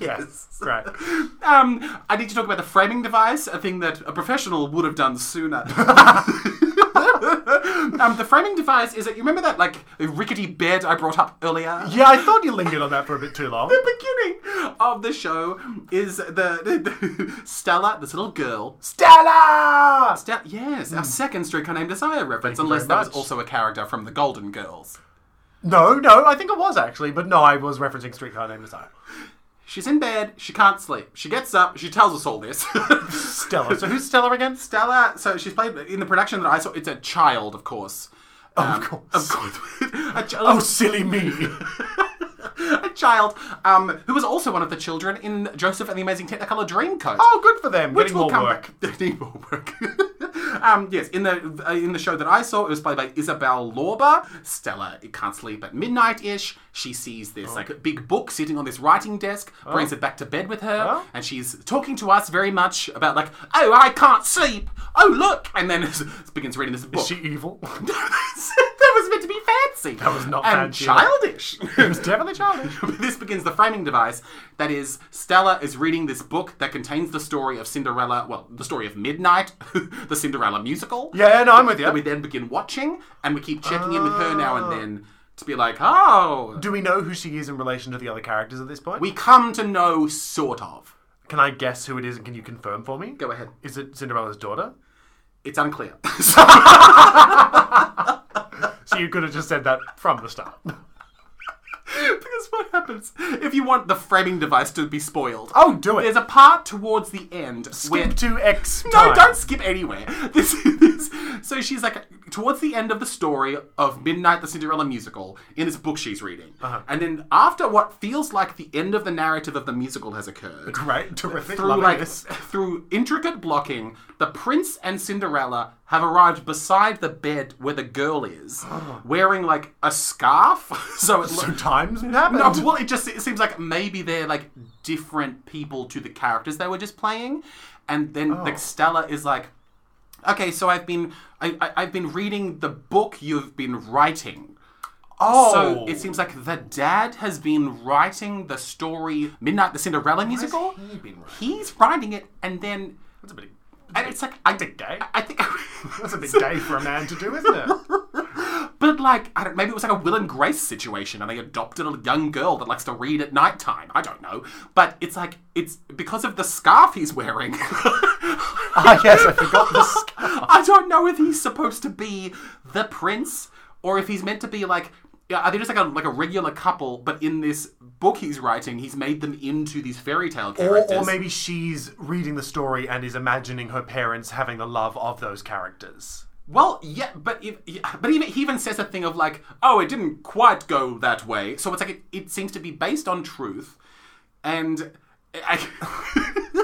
Speaker 2: Yep. yes. Great.
Speaker 1: Um, I need to talk about the framing device, a thing that a professional would have done sooner. um, the framing device is that you remember that like rickety bed I brought up earlier.
Speaker 2: Yeah, I thought you lingered on that for a bit too long.
Speaker 1: The beginning of the show is the, the Stella, this little girl,
Speaker 2: Stella!
Speaker 1: Ste- yes, our second Streetcar Named Desire reference, unless
Speaker 2: Hmm. very
Speaker 1: that was
Speaker 2: much.
Speaker 1: also a character from The Golden Girls.
Speaker 2: No, no, I think it was actually, but no, I was referencing Streetcar Named Desire.
Speaker 1: She's in bed, she can't sleep. She gets up, she tells us all this.
Speaker 2: Stella. So who's Stella again?
Speaker 1: Stella, so she's played in the production that I saw, it's a child, of course. Um,
Speaker 2: course.
Speaker 1: Of course. a child.
Speaker 2: Oh, silly me.
Speaker 1: a child um, who was also one of the children in Joseph and the Amazing Technicolor Dreamcoat.
Speaker 2: Oh, good for them.
Speaker 1: Which
Speaker 2: Getting more
Speaker 1: will come
Speaker 2: work.
Speaker 1: back. Need more work. um, yes, in the uh, in the show that I saw, it was played by Isabel Lorber. Stella it can't sleep at midnight ish. She sees
Speaker 2: Oh.
Speaker 1: this like big book sitting on this writing desk, brings it back to bed with her,
Speaker 2: Oh.
Speaker 1: and she's talking to us very much about like, oh, I can't sleep. Oh, look, and then begins reading this book.
Speaker 2: Is she evil? it
Speaker 1: that was meant to be fancy. That
Speaker 2: was not
Speaker 1: and
Speaker 2: fancy.
Speaker 1: Childish.
Speaker 2: was definitely childish.
Speaker 1: this begins the framing device. That is, Stella is reading this book that contains the story of Cinderella. Well, the story of Midnight, the Cinderella musical.
Speaker 2: Yeah, no, I'm with
Speaker 1: That we
Speaker 2: you.
Speaker 1: then begin watching, and we keep checking in with her now and
Speaker 2: Ah.
Speaker 1: then to be like, oh,
Speaker 2: Do we know who she is in relation to the other characters at this point?
Speaker 1: we come to know sort of.
Speaker 2: Can I guess who it is and can you confirm for me?
Speaker 1: Go ahead.
Speaker 2: Is it Cinderella's daughter?
Speaker 1: It's unclear. So-
Speaker 2: So you could have just said that from the start.
Speaker 1: because what happens if you want the framing device to be spoiled?
Speaker 2: Oh, do it.
Speaker 1: There's a part towards the end where
Speaker 2: Skip to X.
Speaker 1: No,
Speaker 2: time.
Speaker 1: don't skip anywhere. This is so she's like towards the end of the story of Midnight the Cinderella musical in this book she's reading,
Speaker 2: Uh-huh.
Speaker 1: and then after what feels like the end of the narrative of the musical has occurred,
Speaker 2: Great, terrific.
Speaker 1: through
Speaker 2: loving
Speaker 1: like
Speaker 2: this.
Speaker 1: through intricate blocking, the prince and Cinderella have arrived beside the bed where the girl is,
Speaker 2: Oh.
Speaker 1: wearing like a scarf. so it looks.
Speaker 2: Sometimes it happened.
Speaker 1: No, well, it just it seems like maybe they're like different people to the characters they were just playing, and then
Speaker 2: Oh.
Speaker 1: like Stella is like, okay, so I've been I, I, I've been reading the book you've been writing.
Speaker 2: oh,
Speaker 1: So it seems like the dad has been writing the story Midnight the Cinderella musical.
Speaker 2: he been writing?
Speaker 1: He's writing it, and then
Speaker 2: That's a bit.
Speaker 1: and it's like I
Speaker 2: bit gay.
Speaker 1: I think.
Speaker 2: That's a bit gay for a man to do, isn't it?
Speaker 1: But like, I don't. Maybe it was like a Will and Grace situation, and they adopted a young girl that likes to read at nighttime. I don't know. But it's like it's because of the scarf he's wearing.
Speaker 2: Ah, yes, I forgot this.
Speaker 1: I don't know if he's supposed to be the prince or if he's meant to be like. Yeah, are they just like a like a regular couple? But in this book he's writing, he's made them into these fairy tale
Speaker 2: Or,
Speaker 1: characters.
Speaker 2: or maybe she's reading the story and is imagining her parents having the love of those characters.
Speaker 1: Well, yeah, but if, yeah, but even he even says a thing of like, oh, it didn't quite go that way. So it's like it, it seems to be based on truth, and I,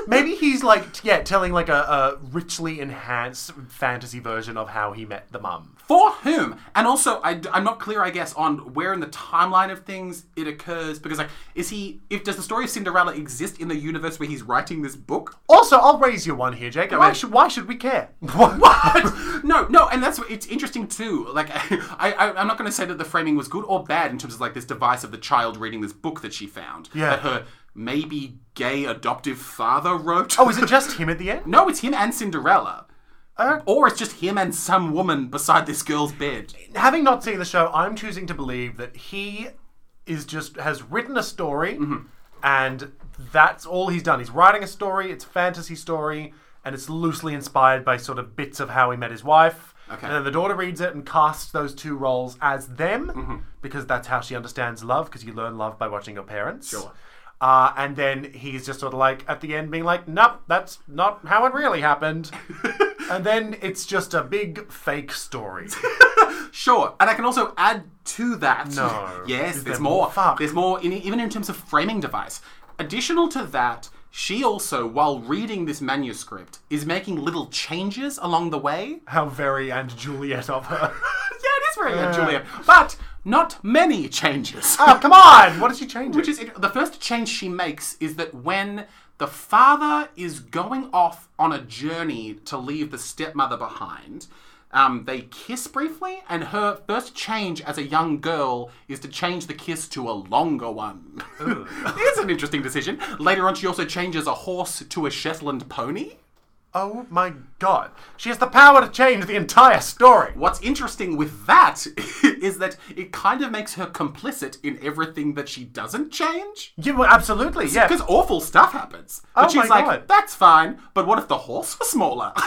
Speaker 2: Maybe he's like, t- yeah, telling like a, a richly enhanced fantasy version of how he met the mum.
Speaker 1: for whom? And also, I, am not clear, I guess, on where in the timeline of things it occurs because like, is he? If does the story of Cinderella exist in the universe where he's writing this book?
Speaker 2: Also, I'll raise you one here, Jake. Why
Speaker 1: ahead.
Speaker 2: should, why should we care?
Speaker 1: What? no, no, and that's it's interesting too. Like, I, I I'm not going to say that the framing was good or bad in terms of like this device of the child reading this book that she found.
Speaker 2: Yeah.
Speaker 1: That her maybe gay adoptive father wrote.
Speaker 2: Oh, is it just him at the end?
Speaker 1: no, it's him and Cinderella.
Speaker 2: Uh,
Speaker 1: or it's just him and some woman beside this girl's bed.
Speaker 2: having not seen the show, I'm choosing to believe that he is just has written a story,
Speaker 1: Mm-hmm.
Speaker 2: and that's all he's done. He's writing a story. It's a fantasy story, and it's loosely inspired by sort of bits of how he met his wife.
Speaker 1: Okay.
Speaker 2: And then the daughter reads it and casts those two roles as them
Speaker 1: Mm-hmm.
Speaker 2: because that's how she understands love. Because you learn love by watching your parents.
Speaker 1: Sure.
Speaker 2: Uh, and then he's just sort of like at the end being like, "Nope, that's not how it really happened." and then it's just a big fake story.
Speaker 1: Sure, and I can also add to that.
Speaker 2: No.
Speaker 1: yes,
Speaker 2: Is
Speaker 1: there's
Speaker 2: there
Speaker 1: more.
Speaker 2: more? Fuck.
Speaker 1: There's more, in, even in terms of framing device. Additional to that, she also, while reading this manuscript, is making little changes along the way.
Speaker 2: How very and Juliet of her.
Speaker 1: yeah, it is very uh, Juliet, but not many changes.
Speaker 2: oh, come on! What is she changing?
Speaker 1: Which is it- the first change she makes is that when the father is going off on a journey to leave the stepmother behind, um, they kiss briefly, and her first change as a young girl is to change the kiss to a longer one. it's an interesting decision. Later on, she also changes a horse to a Shetland pony.
Speaker 2: oh my god. She has the power to change the entire story.
Speaker 1: What's interesting with that is that it kind of makes her complicit in everything that she doesn't change.
Speaker 2: You well, absolutely, yeah.
Speaker 1: Because awful stuff happens. But
Speaker 2: Oh
Speaker 1: she's
Speaker 2: my
Speaker 1: like,
Speaker 2: God.
Speaker 1: that's fine, but what if the horse was smaller?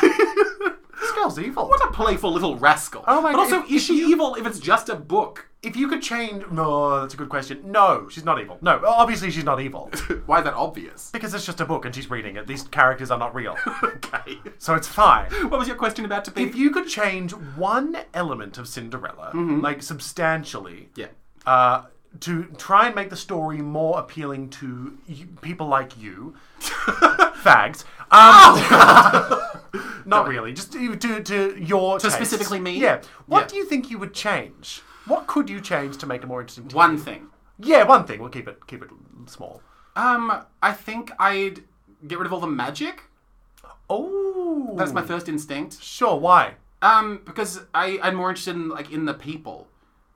Speaker 2: This girl's evil.
Speaker 1: what a playful little rascal.
Speaker 2: Oh my
Speaker 1: but
Speaker 2: God,
Speaker 1: also,
Speaker 2: if-
Speaker 1: is she evil if it's just a book?
Speaker 2: If you could change, no, that's a good question. No, she's not evil. No, obviously she's not evil
Speaker 1: Why is that obvious?
Speaker 2: because it's just a book and she's reading it. These characters are not real,
Speaker 1: Okay.
Speaker 2: so it's fine.
Speaker 1: What was your question about to be?
Speaker 2: If you could change one element of Cinderella, like substantially,
Speaker 1: Mm-hmm. yeah.
Speaker 2: uh, to try and make the story more appealing to y- people like you, fags. Um,
Speaker 1: Oh,
Speaker 2: not really, just to, to, to your to
Speaker 1: specifically me?
Speaker 2: Yeah. What
Speaker 1: Yeah.
Speaker 2: do you think you would change? What could you change to make it more interesting? To
Speaker 1: One thing.
Speaker 2: Yeah, one thing. We'll keep it keep it small.
Speaker 1: Um, I think I'd get rid of all the magic.
Speaker 2: Oh,
Speaker 1: That's my first instinct.
Speaker 2: sure. Why?
Speaker 1: Um, because I, I'm more interested in like in the people.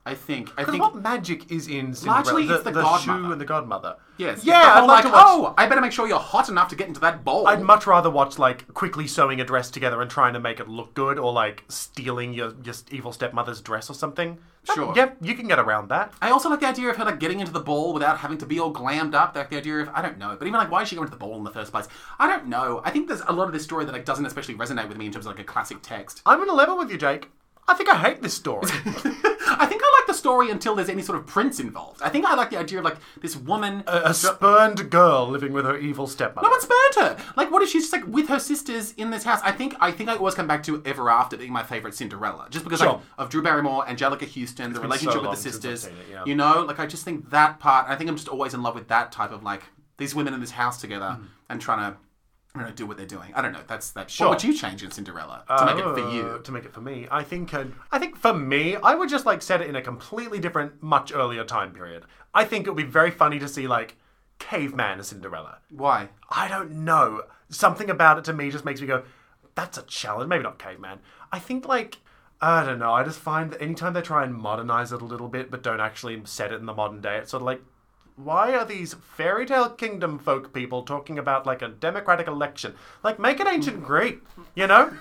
Speaker 1: I think. I think
Speaker 2: What magic is in Cinderella?
Speaker 1: Largely it's the
Speaker 2: shoe
Speaker 1: godmother.
Speaker 2: and the godmother.
Speaker 1: Yes.
Speaker 2: Yeah,
Speaker 1: The
Speaker 2: I'd
Speaker 1: whole,
Speaker 2: like, to watch.
Speaker 1: oh, I better make sure you're hot enough to get into that bowl.
Speaker 2: I'd much rather watch like quickly sewing a dress together and trying to make it look good, or like stealing your your evil stepmother's dress or something. That-
Speaker 1: Sure.
Speaker 2: Yep, you can get around that.
Speaker 1: I also like the idea of her like getting into the ball without having to be all glammed up. Like the idea of I don't know, but even like why is she going to the ball in the first place? I don't know. I think there's a lot of this story that like doesn't especially resonate with me in terms of like a classic text.
Speaker 2: I'm gonna level with you, Jake. I think I hate this story.
Speaker 1: I think I like the story until there's any sort of prince involved. I think I like the idea of like this woman.
Speaker 2: a spurned girl living with her evil stepmother.
Speaker 1: no one spared her. Like, what if she's just like with her sisters in this house? I think I think I always come back to Ever After being my favorite Cinderella, just because like,
Speaker 2: Sure.
Speaker 1: of Drew Barrymore, Angelica Houston, the relationship
Speaker 2: so
Speaker 1: with
Speaker 2: long
Speaker 1: the
Speaker 2: since I've
Speaker 1: sisters.
Speaker 2: seen it, yeah.
Speaker 1: You know, like I just think that part. I think I'm just always in love with that type of like these women in this house together
Speaker 2: Hmm.
Speaker 1: and trying to. I don't know, do what they're doing. I don't know. That's that. Sure. What would you change in Cinderella to make it for
Speaker 2: Uh,
Speaker 1: you?
Speaker 2: to make it for me. I think uh, I think for me, I would just like set it in a completely different, much earlier time period. I think it would be very funny to see like caveman as Cinderella.
Speaker 1: Why?
Speaker 2: I don't know. Something about it to me just makes me go, that's a challenge. Maybe not caveman. I think like I don't know. I just find that anytime they try and modernize it a little bit, but don't actually set it in the modern day, it's sort of like, why are these fairy tale kingdom folk people talking about like a democratic election? Like, make it ancient Greek, you know?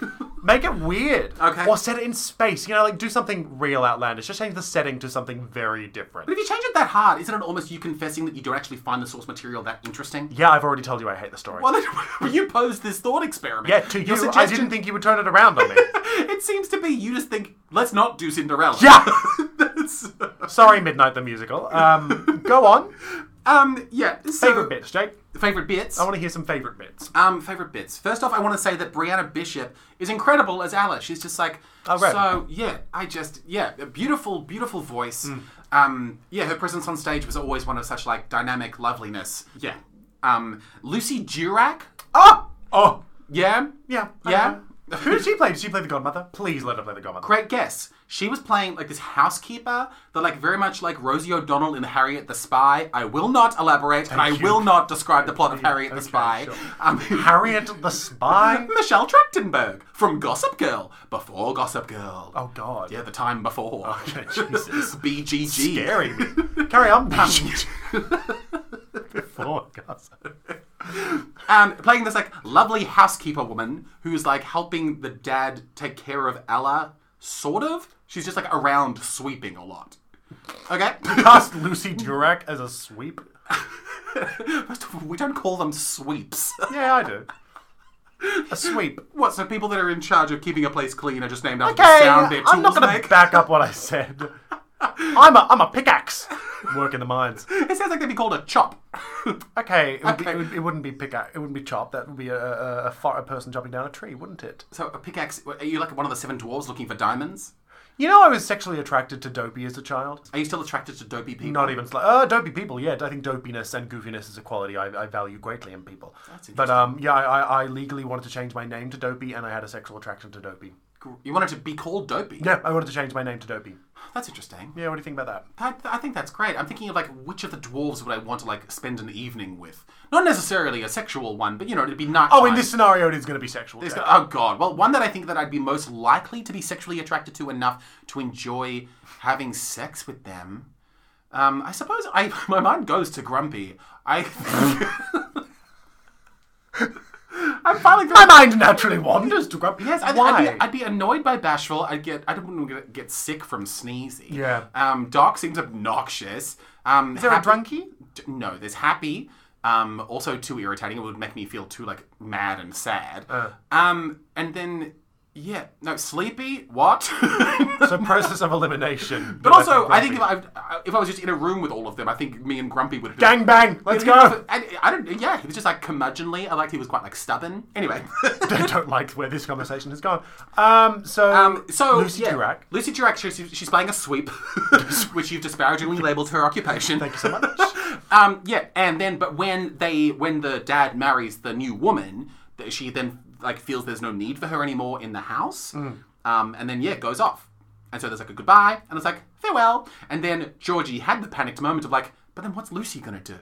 Speaker 2: make it weird.
Speaker 1: Okay.
Speaker 2: Or set it in space, you know? Like, do something real outlandish. Just change the setting to something very different.
Speaker 1: But if you change it that hard, isn't it almost you confessing that you don't actually find the source material that interesting?
Speaker 2: Yeah, I've already told you I hate the story.
Speaker 1: Well, then, you posed this thought experiment.
Speaker 2: yeah, to
Speaker 1: Your
Speaker 2: you, I
Speaker 1: suggestion-
Speaker 2: didn't think you would turn it around on me.
Speaker 1: It seems to be you just think, let's not do Cinderella.
Speaker 2: Yeah.
Speaker 1: That's-
Speaker 2: Sorry, Midnight the Musical. Um, go on.
Speaker 1: um, yeah. So,
Speaker 2: Favorite Oh. bits, Jake.
Speaker 1: Favorite bits.
Speaker 2: I want to hear some favorite bits.
Speaker 1: Um, favorite bits. First off, I want to say that Brianna Bishop is incredible as Alice. She's just like,
Speaker 2: great.
Speaker 1: so yeah. I just yeah, a beautiful, beautiful voice.
Speaker 2: Mm.
Speaker 1: Um, yeah, her presence on stage was always one of such like dynamic loveliness. Yeah. Um, Lucy Durack. Ah!
Speaker 2: Oh, oh,
Speaker 1: Yeah.
Speaker 2: yeah, I
Speaker 1: Yeah.
Speaker 2: know. Who did she play? Did she play the godmother? Please let her play the godmother.
Speaker 1: Great guess. She was playing like this housekeeper that, like, very much like Rosie O'Donnell in Harriet the Spy. I will not elaborate, and I
Speaker 2: you.
Speaker 1: will not describe the plot of Harriet the
Speaker 2: Okay,
Speaker 1: Spy.
Speaker 2: sure.
Speaker 1: Um,
Speaker 2: Harriet the Spy.
Speaker 1: Michelle Trachtenberg from Gossip Girl before Gossip Girl.
Speaker 2: Oh God.
Speaker 1: yeah, the time before.
Speaker 2: Jesus.
Speaker 1: BGG.
Speaker 2: Scary. Carry on. Before gossip.
Speaker 1: Um, playing this like lovely housekeeper woman who's like helping the dad take care of Ella, sort of. She's just like around sweeping a lot. Okay.
Speaker 2: Cast Lucy Durack as a sweep.
Speaker 1: First of all, we don't call them sweeps.
Speaker 2: Yeah, I do. A sweep.
Speaker 1: What? So people that are in charge of keeping a place clean are just named after the
Speaker 2: Okay,
Speaker 1: sound their tools
Speaker 2: I'm not going
Speaker 1: make?
Speaker 2: to back up what I said. I'm a, I'm a pickaxe. Work in the mines.
Speaker 1: It sounds like they'd be called a chop.
Speaker 2: Okay, it, Would be,
Speaker 1: Okay.
Speaker 2: it, would, it wouldn't be pickaxe. It wouldn't be chop. That would be a, a, a, fo- a person chopping down a tree, wouldn't it?
Speaker 1: so a pickaxe. Are you like one of the seven dwarves looking for diamonds?
Speaker 2: You know, I was sexually attracted to dopey as a child.
Speaker 1: Are you still attracted to dopey people?
Speaker 2: Not even like uh, dopey people. Yeah, I think dopiness and goofiness is a quality I, I value greatly in people.
Speaker 1: That's
Speaker 2: But um, yeah, I, I, I legally wanted to change my name to dopey, and I had a sexual attraction to dopey.
Speaker 1: You wanted to be called dopey.
Speaker 2: Yeah, I wanted to change my name to dopey.
Speaker 1: That's interesting.
Speaker 2: Yeah, what do you think about that?
Speaker 1: That, I think that's great. I'm thinking of like which of the dwarves would I want to like spend an evening with? Not necessarily a sexual one, but you know it'd be nice.
Speaker 2: Oh, in this scenario, it is going to be sexual.
Speaker 1: It's
Speaker 2: yeah.
Speaker 1: go- Oh god. Well, one that I think that I'd be most likely to be sexually attracted to enough to enjoy having sex with them. Um, I suppose I my mind goes to Grumpy. I I'm finally
Speaker 2: My mind naturally wanders to grumpy.
Speaker 1: Yes, I'd,
Speaker 2: Why?
Speaker 1: I'd, be, I'd be annoyed by bashful. I'd get I wouldn't get- get sick from sneezy.
Speaker 2: Yeah.
Speaker 1: Um, Doc seems obnoxious. Um, Is
Speaker 2: there a drunkie?
Speaker 1: No, there's happy. Um,
Speaker 2: Uh.
Speaker 1: also too irritating. It would make me feel too like mad and sad. Um, and then Yeah. No, sleepy. What?
Speaker 2: So process of elimination.
Speaker 1: But also, I think if I if I was just in a room with all of them, I think me and Grumpy would have
Speaker 2: gang bang, let's go.
Speaker 1: And I don't. Yeah, he was just like curmudgeonly. I liked he was quite like stubborn. Anyway,
Speaker 2: I don't like where this conversation has gone. Um, so,
Speaker 1: um, so
Speaker 2: Lucy
Speaker 1: yeah,
Speaker 2: Durack.
Speaker 1: Lucy Durack. She's, she's playing a sweep, which you've disparagingly labelled her occupation.
Speaker 2: Thank you so much.
Speaker 1: Um, yeah, and then but when they when the dad marries the new woman, that she then like feels there's no need for her anymore in the house,
Speaker 2: Mm.
Speaker 1: um, and then yeah, goes off, and so there's like a goodbye, and it's like farewell, and then Georgie had the panicked moment of like, but then what's Lucy gonna do?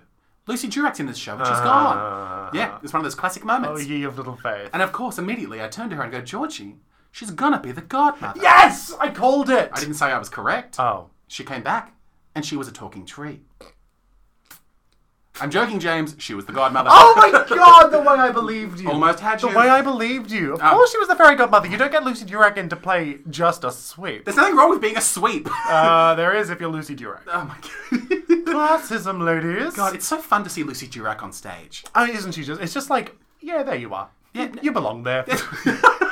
Speaker 1: Lucy Durack's in this show, and she's gone. Yeah, it's one of those classic
Speaker 2: Ah. Oh,
Speaker 1: moments.
Speaker 2: ye of little faith.
Speaker 1: And of course, immediately I turn to her and go, Georgie, she's gonna be the godmother.
Speaker 2: yes, I called it.
Speaker 1: I didn't say I was correct.
Speaker 2: oh,
Speaker 1: She came back, and she was a talking tree. I'm joking, James. She was the godmother.
Speaker 2: oh my god, the way I believed you.
Speaker 1: Almost had
Speaker 2: the
Speaker 1: you. Ah.
Speaker 2: way I believed you. Of course, she was the fairy godmother. You don't get Lucy Durack in to play just a sweep.
Speaker 1: There's nothing wrong with being a sweep.
Speaker 2: Uh, there is if you're Lucy Durack.
Speaker 1: oh my god.
Speaker 2: Classism, ladies.
Speaker 1: God, it's so fun to see Lucy Durack on stage.
Speaker 2: Uh, isn't she just? It's just like, yeah, there you are.
Speaker 1: Yeah.
Speaker 2: you belong there.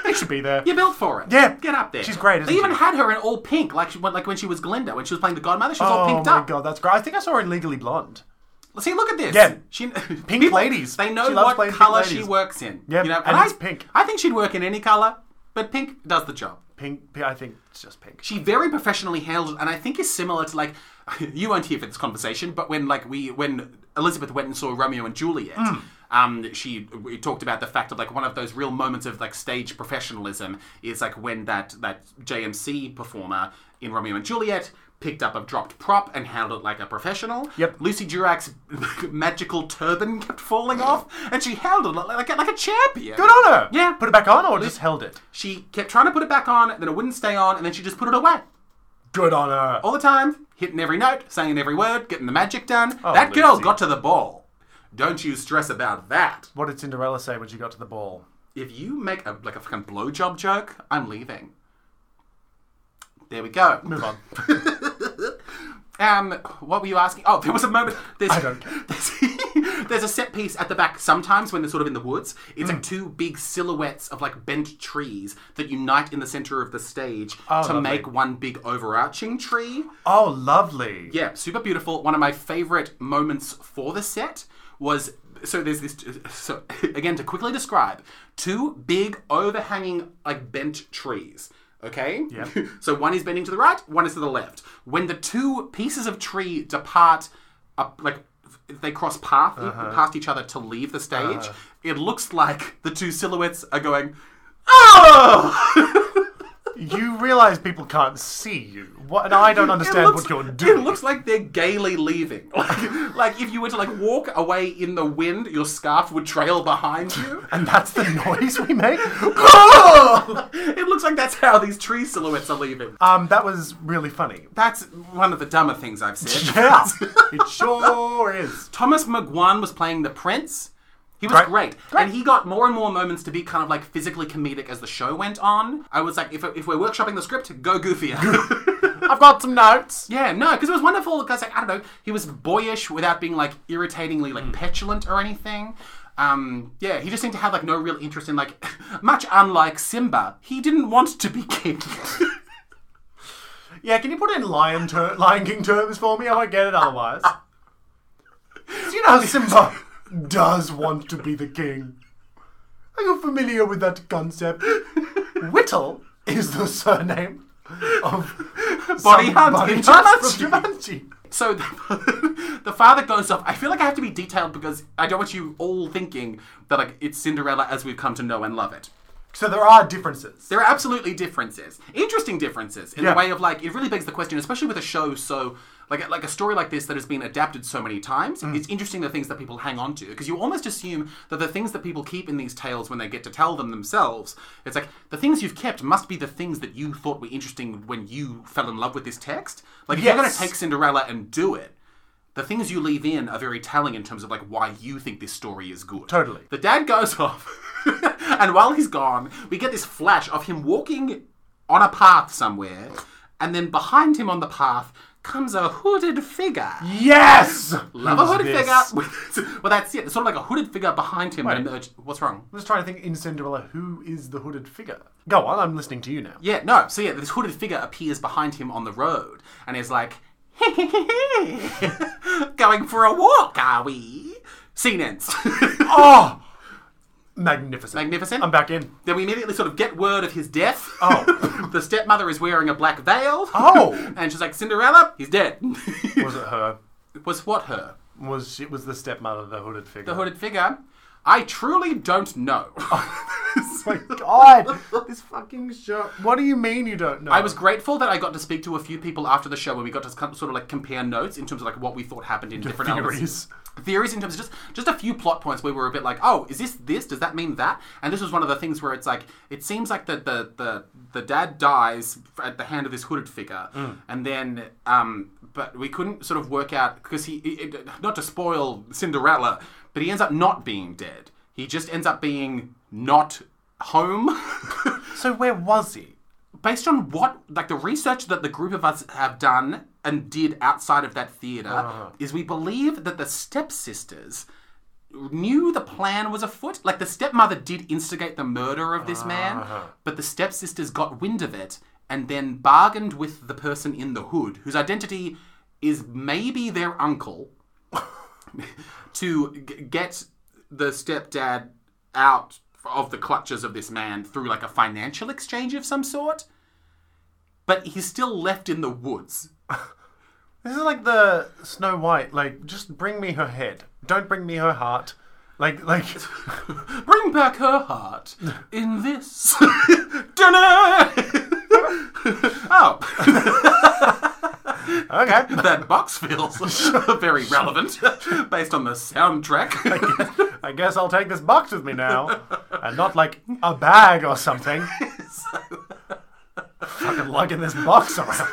Speaker 2: you should be there.
Speaker 1: You're built for it.
Speaker 2: Yeah.
Speaker 1: Get up there.
Speaker 2: She's great, isn't
Speaker 1: They even
Speaker 2: she?
Speaker 1: had her in all pink, like she, like when she was Glinda, when she was playing the godmother, she was all
Speaker 2: Oh
Speaker 1: pinked
Speaker 2: my
Speaker 1: up.
Speaker 2: god, that's great. I think I saw her in Legally Blonde.
Speaker 1: See, look at this.
Speaker 2: Yeah.
Speaker 1: she pink
Speaker 2: ladies.
Speaker 1: They know
Speaker 2: She loves
Speaker 1: what
Speaker 2: playing pink
Speaker 1: color she
Speaker 2: ladies.
Speaker 1: works in.
Speaker 2: Yeah,
Speaker 1: you know,
Speaker 2: and
Speaker 1: I,
Speaker 2: it's pink.
Speaker 1: I think she'd work in any color, but pink does the job.
Speaker 2: Pink. p- I think it's just pink.
Speaker 1: She very professionally handled, and I think is similar to like you weren't here for this conversation, but when like we when Elizabeth went and saw Romeo and Juliet.
Speaker 2: Hmm.
Speaker 1: Um, she we talked about the fact of like one of those real moments of like stage professionalism is like when that that JMC performer in Romeo and Juliet picked up a dropped prop and handled it like a professional.
Speaker 2: Yep.
Speaker 1: Lucy Durack's magical turban kept falling off, and she held it like a, like a champion.
Speaker 2: Good on her.
Speaker 1: Yeah.
Speaker 2: Put it back on, or just held it.
Speaker 1: She kept trying to put it back on, then it wouldn't stay on, and then she just put it away
Speaker 2: Good on her.
Speaker 1: all the time, hitting every note, saying every word, getting the magic done. that
Speaker 2: Oh, Lucy.
Speaker 1: girl got to the ball. Don't you stress about that.
Speaker 2: What did Cinderella say when she got to the ball?
Speaker 1: If you make a like a fucking blowjob joke, I'm leaving. There we go.
Speaker 2: Move on.
Speaker 1: Um, what were you asking? Oh, there was a moment. There's,
Speaker 2: I don't care.
Speaker 1: There's, there's a set piece at the back. Sometimes when they're sort of in the woods, it's
Speaker 2: Mm.
Speaker 1: like two big silhouettes of like bent trees that unite in the center of the stage to
Speaker 2: Oh, lovely.
Speaker 1: make one big overarching tree.
Speaker 2: oh, lovely.
Speaker 1: Yeah, super beautiful. One of my favorite moments for the set was so there's this so again to quickly describe two big overhanging like bent trees. Okay.
Speaker 2: Yeah.
Speaker 1: so one is bending to the right, one is to the left. When the two pieces of tree depart, up, like they cross path past each other to leave the stage, it looks like the two silhouettes are going. Oh!
Speaker 2: You realize people can't see you. What? And I don't understand
Speaker 1: looks-
Speaker 2: what you're doing.
Speaker 1: It looks like they're gaily leaving. Like, like if you were to like walk away in the wind, your scarf would trail behind you.
Speaker 2: and that's the noise we make.
Speaker 1: it looks like that's how these tree silhouettes are leaving.
Speaker 2: um, that was really funny.
Speaker 1: That's one of the dumber things I've said.
Speaker 2: Yeah, it sure is.
Speaker 1: Thomas McGwan was playing the prince. He was
Speaker 2: Great.
Speaker 1: great. And he got more and more moments to be kind of like physically comedic as the show went on. I was like, if, if we're workshopping the script, go goofier.
Speaker 2: I've got some notes.
Speaker 1: Yeah, no, because it was wonderful. Because like I don't know, he was boyish without being like irritatingly like petulant or anything. Um, yeah, he just seemed to have like no real interest in like much unlike Simba. He didn't want to be king.
Speaker 2: Yeah, can you put in lion ter- Lion King terms for me? I won't get it otherwise. Do you know how Simba does want to be the king? Are you familiar with that concept? Whittle is the surname of
Speaker 1: Body Hunt
Speaker 2: somebody
Speaker 1: in
Speaker 2: else
Speaker 1: Jumanji.
Speaker 2: from Jumanji.
Speaker 1: so the, the father goes off. I feel like I have to be detailed because I don't want you all thinking that like it's Cinderella as we've come to know and love it.
Speaker 2: So there are differences.
Speaker 1: There are absolutely differences, interesting differences in
Speaker 2: Yeah.
Speaker 1: the way of like it really begs the question, especially with a show so like like a story like this that has been adapted so many times.
Speaker 2: Mm.
Speaker 1: It's interesting the things that people hang on to because you almost assume that the things that people keep in these tales when they get to tell them themselves, it's like the things you've kept must be the things that you thought were interesting when you fell in love with this text. Like if you're going to
Speaker 2: Yes.
Speaker 1: take Cinderella and do it. The things you leave in are very telling in terms of like why you think this story is good.
Speaker 2: Totally.
Speaker 1: The dad goes off, and while he's gone, we get this flash of him walking on a path somewhere, and then behind him on the path, comes a hooded figure.
Speaker 2: Yes!
Speaker 1: Love a
Speaker 2: Who's
Speaker 1: hooded
Speaker 2: this?
Speaker 1: figure. well, that's it. There's sort of like a hooded figure behind him. that emerge- What's wrong?
Speaker 2: I'm just trying to think in Cinderella, who is the hooded figure? Go on, I'm listening to you now.
Speaker 1: Yeah, no. So yeah, this hooded figure appears behind him on the road and is like, going for a walk, are we? Scene ends.
Speaker 2: Oh! Magnificent.
Speaker 1: Magnificent.
Speaker 2: I'm back in.
Speaker 1: Then we immediately sort of get word of his death.
Speaker 2: Oh.
Speaker 1: the stepmother is wearing a black veil.
Speaker 2: Oh.
Speaker 1: and she's like, Cinderella, he's dead.
Speaker 2: Was it her?
Speaker 1: Was what her?
Speaker 2: Was it was the stepmother the hooded figure?
Speaker 1: The hooded figure? I truly don't know.
Speaker 2: My God, this fucking show. What do you mean you don't know?
Speaker 1: I was grateful that I got to speak to a few people after the show where we got to sort of like compare notes in terms of like what we thought happened in different elements.
Speaker 2: theories.
Speaker 1: Theories in terms of just just a few plot points where we were a bit like, oh, is this this? Does that mean that? And this was one of the things where it's like it seems like the the the, the dad dies at the hand of this hooded figure, and then um, but we couldn't sort of work out because he it, it- not to spoil Cinderella, but he ends up not being dead. He just ends up being not home.
Speaker 2: So where was he?
Speaker 1: based on what like the research that the group of us have done and did outside of that theater is we believe that the stepsisters knew the plan was afoot like the stepmother did instigate the murder of this man but the stepsisters got wind of it and then bargained with the person in the hood whose identity is maybe their uncle to g- get the stepdad out of the clutches of this man through like a financial exchange of some sort. But he's still left in the woods.
Speaker 2: This is like the Snow White. Like, just bring me her head. Don't bring me her heart. Like, like,
Speaker 1: Bring back her heart in this dinner. oh,
Speaker 2: okay.
Speaker 1: that box feels very relevant based on the soundtrack.
Speaker 2: I guess I'll take this box with me now, and not like a bag or something. Fucking lugging this box around.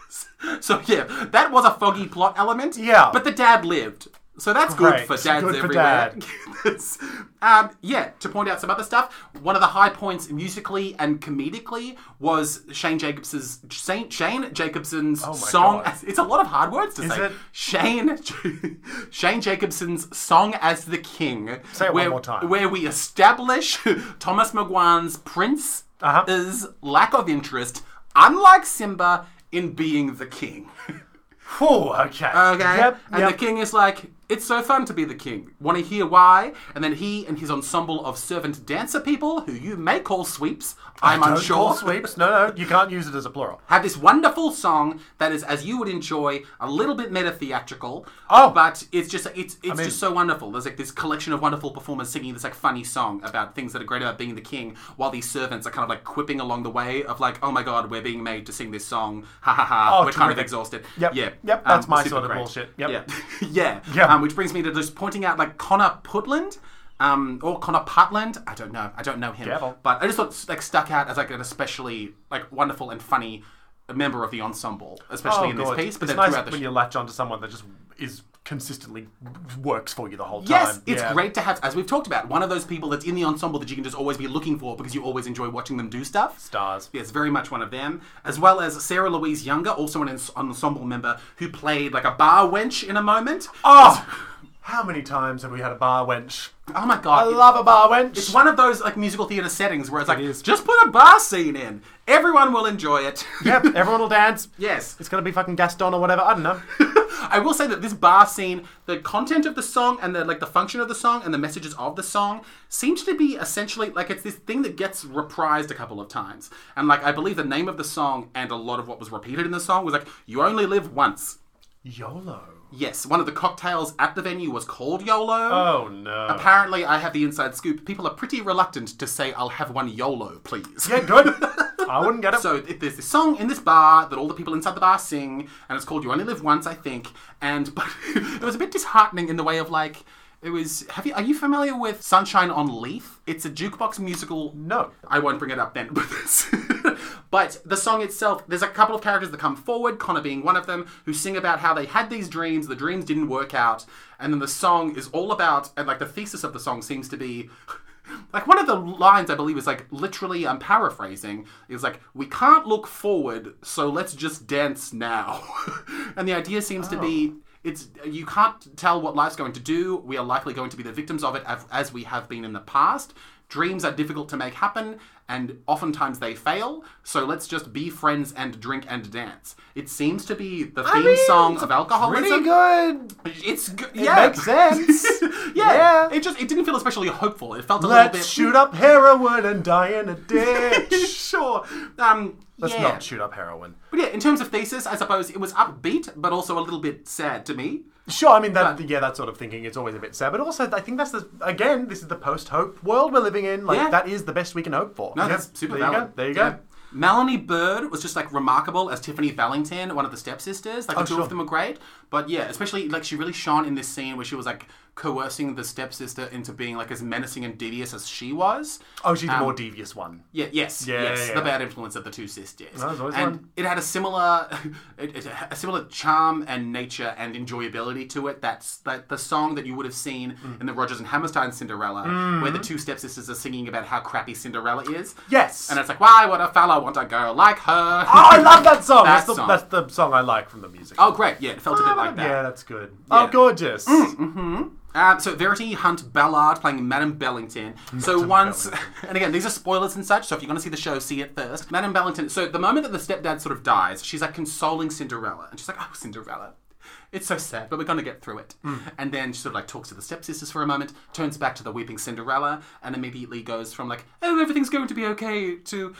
Speaker 1: so yeah, that was a foggy plot element.
Speaker 2: Yeah.
Speaker 1: but the dad lived, so that's
Speaker 2: Great.
Speaker 1: good for dads
Speaker 2: Good for
Speaker 1: everywhere.
Speaker 2: dad.
Speaker 1: Yes. um, yeah, to point out some other stuff. One of the high points musically and comedically was Shane Jacobs's Saint Shane Jacobson's song.
Speaker 2: Oh God.
Speaker 1: As, it's a lot of hard words to say.
Speaker 2: it?
Speaker 1: Shane Shane Jacobson's song as the king.
Speaker 2: Say it one
Speaker 1: where,
Speaker 2: more time.
Speaker 1: Where we establish Thomas McGowan's prince
Speaker 2: Uh-huh.
Speaker 1: is lack of interest, unlike Simba, in being the king.
Speaker 2: Whew, okay.
Speaker 1: Okay.
Speaker 2: Yep,
Speaker 1: and
Speaker 2: yep.
Speaker 1: the king is like, it's so fun to be the king. Want to hear why? And then he and his ensemble of servant dancer people, who you may call sweeps, I'm
Speaker 2: Don't
Speaker 1: unsure,
Speaker 2: call sweeps. No, no, you can't use it as a plural.
Speaker 1: have this wonderful song that is, as you would enjoy, a little bit meta theatrical.
Speaker 2: Oh.
Speaker 1: But it's just, it's, it's
Speaker 2: mean-
Speaker 1: just so wonderful. There's like this collection of wonderful performers singing this like funny song about things that are great about being the king, while these servants are kind of like quipping along the way of like, oh my god, we're being made to sing this song. Ha ha ha.
Speaker 2: Oh,
Speaker 1: we're kind of
Speaker 2: terrific.
Speaker 1: exhausted.
Speaker 2: Yep,
Speaker 1: Yeah. Um,
Speaker 2: yep, that's my
Speaker 1: super
Speaker 2: sort of bullshit. Yep.
Speaker 1: Yeah. yeah.
Speaker 2: Yeah.
Speaker 1: Um, which brings me to just pointing out like Connor Putland. Um, or Connor Putland, I don't know. I don't know him,
Speaker 2: Devil.
Speaker 1: but I just thought like stuck out as like an especially like wonderful and funny member of the ensemble, especially in
Speaker 2: Oh, God.
Speaker 1: this piece. But
Speaker 2: it's
Speaker 1: then
Speaker 2: nice
Speaker 1: throughout the
Speaker 2: when
Speaker 1: show,
Speaker 2: you latch onto someone that just is consistently works for you the whole time.
Speaker 1: yes, it's
Speaker 2: Yeah.
Speaker 1: great to have, as we've talked about, one of those people that's in the ensemble that you can just always be looking for because you always enjoy watching them do stuff.
Speaker 2: Stars.
Speaker 1: Yes, very much one of them, as well as Sarah Louise Younger, also an ens- ensemble member who played like a bar wench in a moment.
Speaker 2: Oh, how many times have we had a bar wench?
Speaker 1: Oh my god!
Speaker 2: I love a bar wench.
Speaker 1: It's one of those like musical theater settings where it's like
Speaker 2: is.
Speaker 1: just put a bar scene in. Everyone will enjoy it.
Speaker 2: yep, everyone will dance.
Speaker 1: yes.
Speaker 2: It's gonna be fucking Gaston or whatever. I don't know.
Speaker 1: I will say that this bar scene, the content of the song and the like the function of the song and the messages of the song seems to be essentially like it's this thing that gets reprised a couple of times. And like I believe the name of the song and a lot of what was repeated in the song was like you only live once.
Speaker 2: YOLO.
Speaker 1: Yes, one of the cocktails at the venue was called YOLO.
Speaker 2: Oh no.
Speaker 1: Apparently, I have the inside scoop. People are pretty reluctant to say, I'll have one YOLO, please.
Speaker 2: yeah, good. I wouldn't get it.
Speaker 1: So th- there's this song in this bar that all the people inside the bar sing, and it's called "You Only Live Once," I think. And but it was a bit disheartening in the way of like it was. Have you are you familiar with "Sunshine on Leaf"? It's a jukebox musical.
Speaker 2: no.
Speaker 1: I won't bring it up then. but the song itself, there's a couple of characters that come forward, Connor being one of them, who sing about how they had these dreams, the dreams didn't work out, and then the song is all about, and like the thesis of the song seems to be. Like one of the lines I believe is like literally I'm paraphrasing is like we can't look forward so let's just dance now. and the idea seems to be it's you can't tell what life's going to do. We are likely going to be the victims of it as, as we have been in the past. Dreams are difficult to make happen and oftentimes they fail. So let's just be friends and drink and dance. It seems to be the theme
Speaker 2: mean,
Speaker 1: song
Speaker 2: it's
Speaker 1: of
Speaker 2: Pretty
Speaker 1: alcoholism.
Speaker 2: good.
Speaker 1: It's g-
Speaker 2: It
Speaker 1: yeah.
Speaker 2: makes sense.
Speaker 1: Yeah.
Speaker 2: Yeah.
Speaker 1: It just it didn't feel especially hopeful. It felt a little bit
Speaker 2: Let's shoot up heroin and die in a ditch.
Speaker 1: sure. Um,
Speaker 2: Let's
Speaker 1: yeah.
Speaker 2: not shoot up heroin.
Speaker 1: But yeah, in terms of thesis, I suppose it was upbeat, but also a little bit sad to me.
Speaker 2: Sure, I mean that. yeah, that sort of thinking is always a bit sad, but also I think that's the again. This is the post-hope world we're living in. Like
Speaker 1: Yeah.
Speaker 2: that is the best we can hope for.
Speaker 1: No,
Speaker 2: Yeah,
Speaker 1: that's super
Speaker 2: there
Speaker 1: valid.
Speaker 2: You go. There you
Speaker 1: Yeah.
Speaker 2: go.
Speaker 1: Melanie Bird was just like remarkable as Tiffany Valentin, one of the stepsisters. Like the two
Speaker 2: Oh, sure.
Speaker 1: of them were great. But yeah, especially like she really shone in this scene where she was like coercing the stepsister into being like as menacing and devious as she was.
Speaker 2: Oh, she's the
Speaker 1: Um,
Speaker 2: more devious one.
Speaker 1: Yeah, yes,
Speaker 2: Yeah,
Speaker 1: yes,
Speaker 2: yeah,
Speaker 1: the
Speaker 2: yeah.
Speaker 1: bad influence of the two sisters,
Speaker 2: That was always
Speaker 1: and
Speaker 2: fun.
Speaker 1: it had a similar, it, it, a similar charm and nature and enjoyability to it. That's that the song that you would have seen
Speaker 2: Hmm.
Speaker 1: in the Rogers and Hammerstein Cinderella, where the two stepsisters are singing about how crappy Cinderella is.
Speaker 2: Yes.
Speaker 1: and it's like, why would a fella want a girl like her?
Speaker 2: Oh, I love that song.
Speaker 1: That
Speaker 2: that's, the,
Speaker 1: song.
Speaker 2: that's the song I like from the music.
Speaker 1: Oh, great! Yeah, it felt a bit like that.
Speaker 2: Ah, yeah, that's good.
Speaker 1: Yeah. Mm,
Speaker 2: Oh, gorgeous.
Speaker 1: Um, so Verity Hunt Ballard playing Madame Bellington. So once, and again, these are spoilers and such. So if you're going to see the show, see it first. Madame Bellington. So the moment that the stepdad sort of dies, she's like consoling Cinderella, and she's like, "Oh, Cinderella." It's so sad, but we're going to get through it. And then she sort of like talks to the stepsisters for a moment, turns back to the weeping Cinderella, and immediately goes from like, oh, everything's going to be okay, to,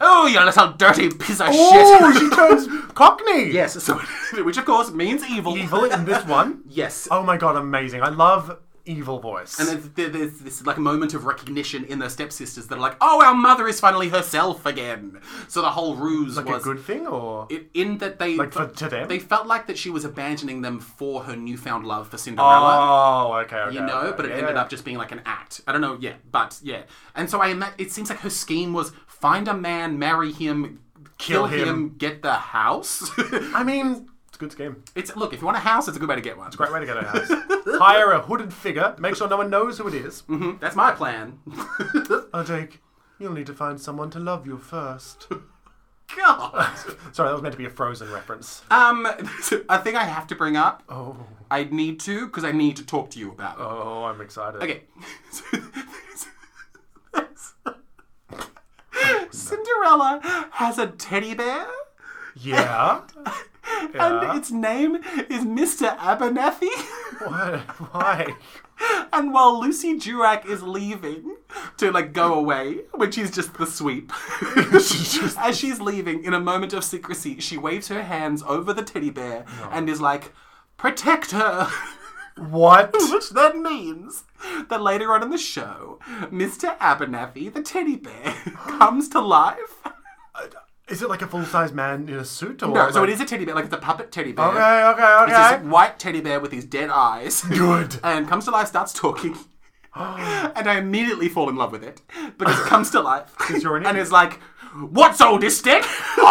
Speaker 1: oh, you little dirty piece of
Speaker 2: Oh,
Speaker 1: shit.
Speaker 2: she turns Cockney.
Speaker 1: yes, so, which of course means evil.
Speaker 2: Evil in this one.
Speaker 1: Yes.
Speaker 2: Oh my god, amazing. I love evil voice.
Speaker 1: And there's, there- there's this like moment of recognition in their stepsisters that are like, oh, our mother is finally herself again. So the whole ruse
Speaker 2: like
Speaker 1: was
Speaker 2: a good thing or
Speaker 1: it, in that they
Speaker 2: like for to them?
Speaker 1: they felt like that she was abandoning them for her newfound love for Cinderella.
Speaker 2: Oh, okay, okay.
Speaker 1: You know,
Speaker 2: okay,
Speaker 1: but it
Speaker 2: yeah,
Speaker 1: ended
Speaker 2: yeah.
Speaker 1: up just being like an act. I don't know, yeah, but yeah. And so I ima- it seems like her scheme was find a man, marry him, kill,
Speaker 2: Kill
Speaker 1: him.
Speaker 2: him.
Speaker 1: get the house.
Speaker 2: I mean, it's a good scheme.
Speaker 1: it's look, if you want a house, it's a good way to get one.
Speaker 2: Great way to get a house. Hire a hooded figure. Make sure no one knows who it is.
Speaker 1: Mhm, That's my plan.
Speaker 2: Oh, Jake, you'll need to find someone to love you first.
Speaker 1: God.
Speaker 2: Sorry, that was meant to be a Frozen reference.
Speaker 1: Um, a thing I have to bring up.
Speaker 2: Oh,
Speaker 1: I need to because I need to talk to you about it.
Speaker 2: oh, I'm excited.
Speaker 1: Okay.
Speaker 2: Oh,
Speaker 1: Cinderella has a teddy bear,
Speaker 2: Yeah. Yeah.
Speaker 1: and its name is Mr. Abernathy.
Speaker 2: Why? Why?
Speaker 1: And while Lucy Durack is leaving to like go away, when she's just the sweep, as she's leaving in a moment of secrecy, she waves her hands over the teddy bear and is like, "Protect her."
Speaker 2: What?
Speaker 1: Which then means that later on in the show, Mr. Abernathy, the teddy bear, comes to life.
Speaker 2: Is it like a full-size man in a suit or?
Speaker 1: No, so it
Speaker 2: like-
Speaker 1: is a teddy bear, like it's a puppet teddy bear.
Speaker 2: Okay, okay,
Speaker 1: It's this
Speaker 2: okay.
Speaker 1: white teddy bear with his dead eyes.
Speaker 2: Good.
Speaker 1: And comes to life, starts talking. and I immediately fall in love with it. But it comes to life.
Speaker 2: you're an
Speaker 1: and
Speaker 2: idiot.
Speaker 1: is like, What's all this dick?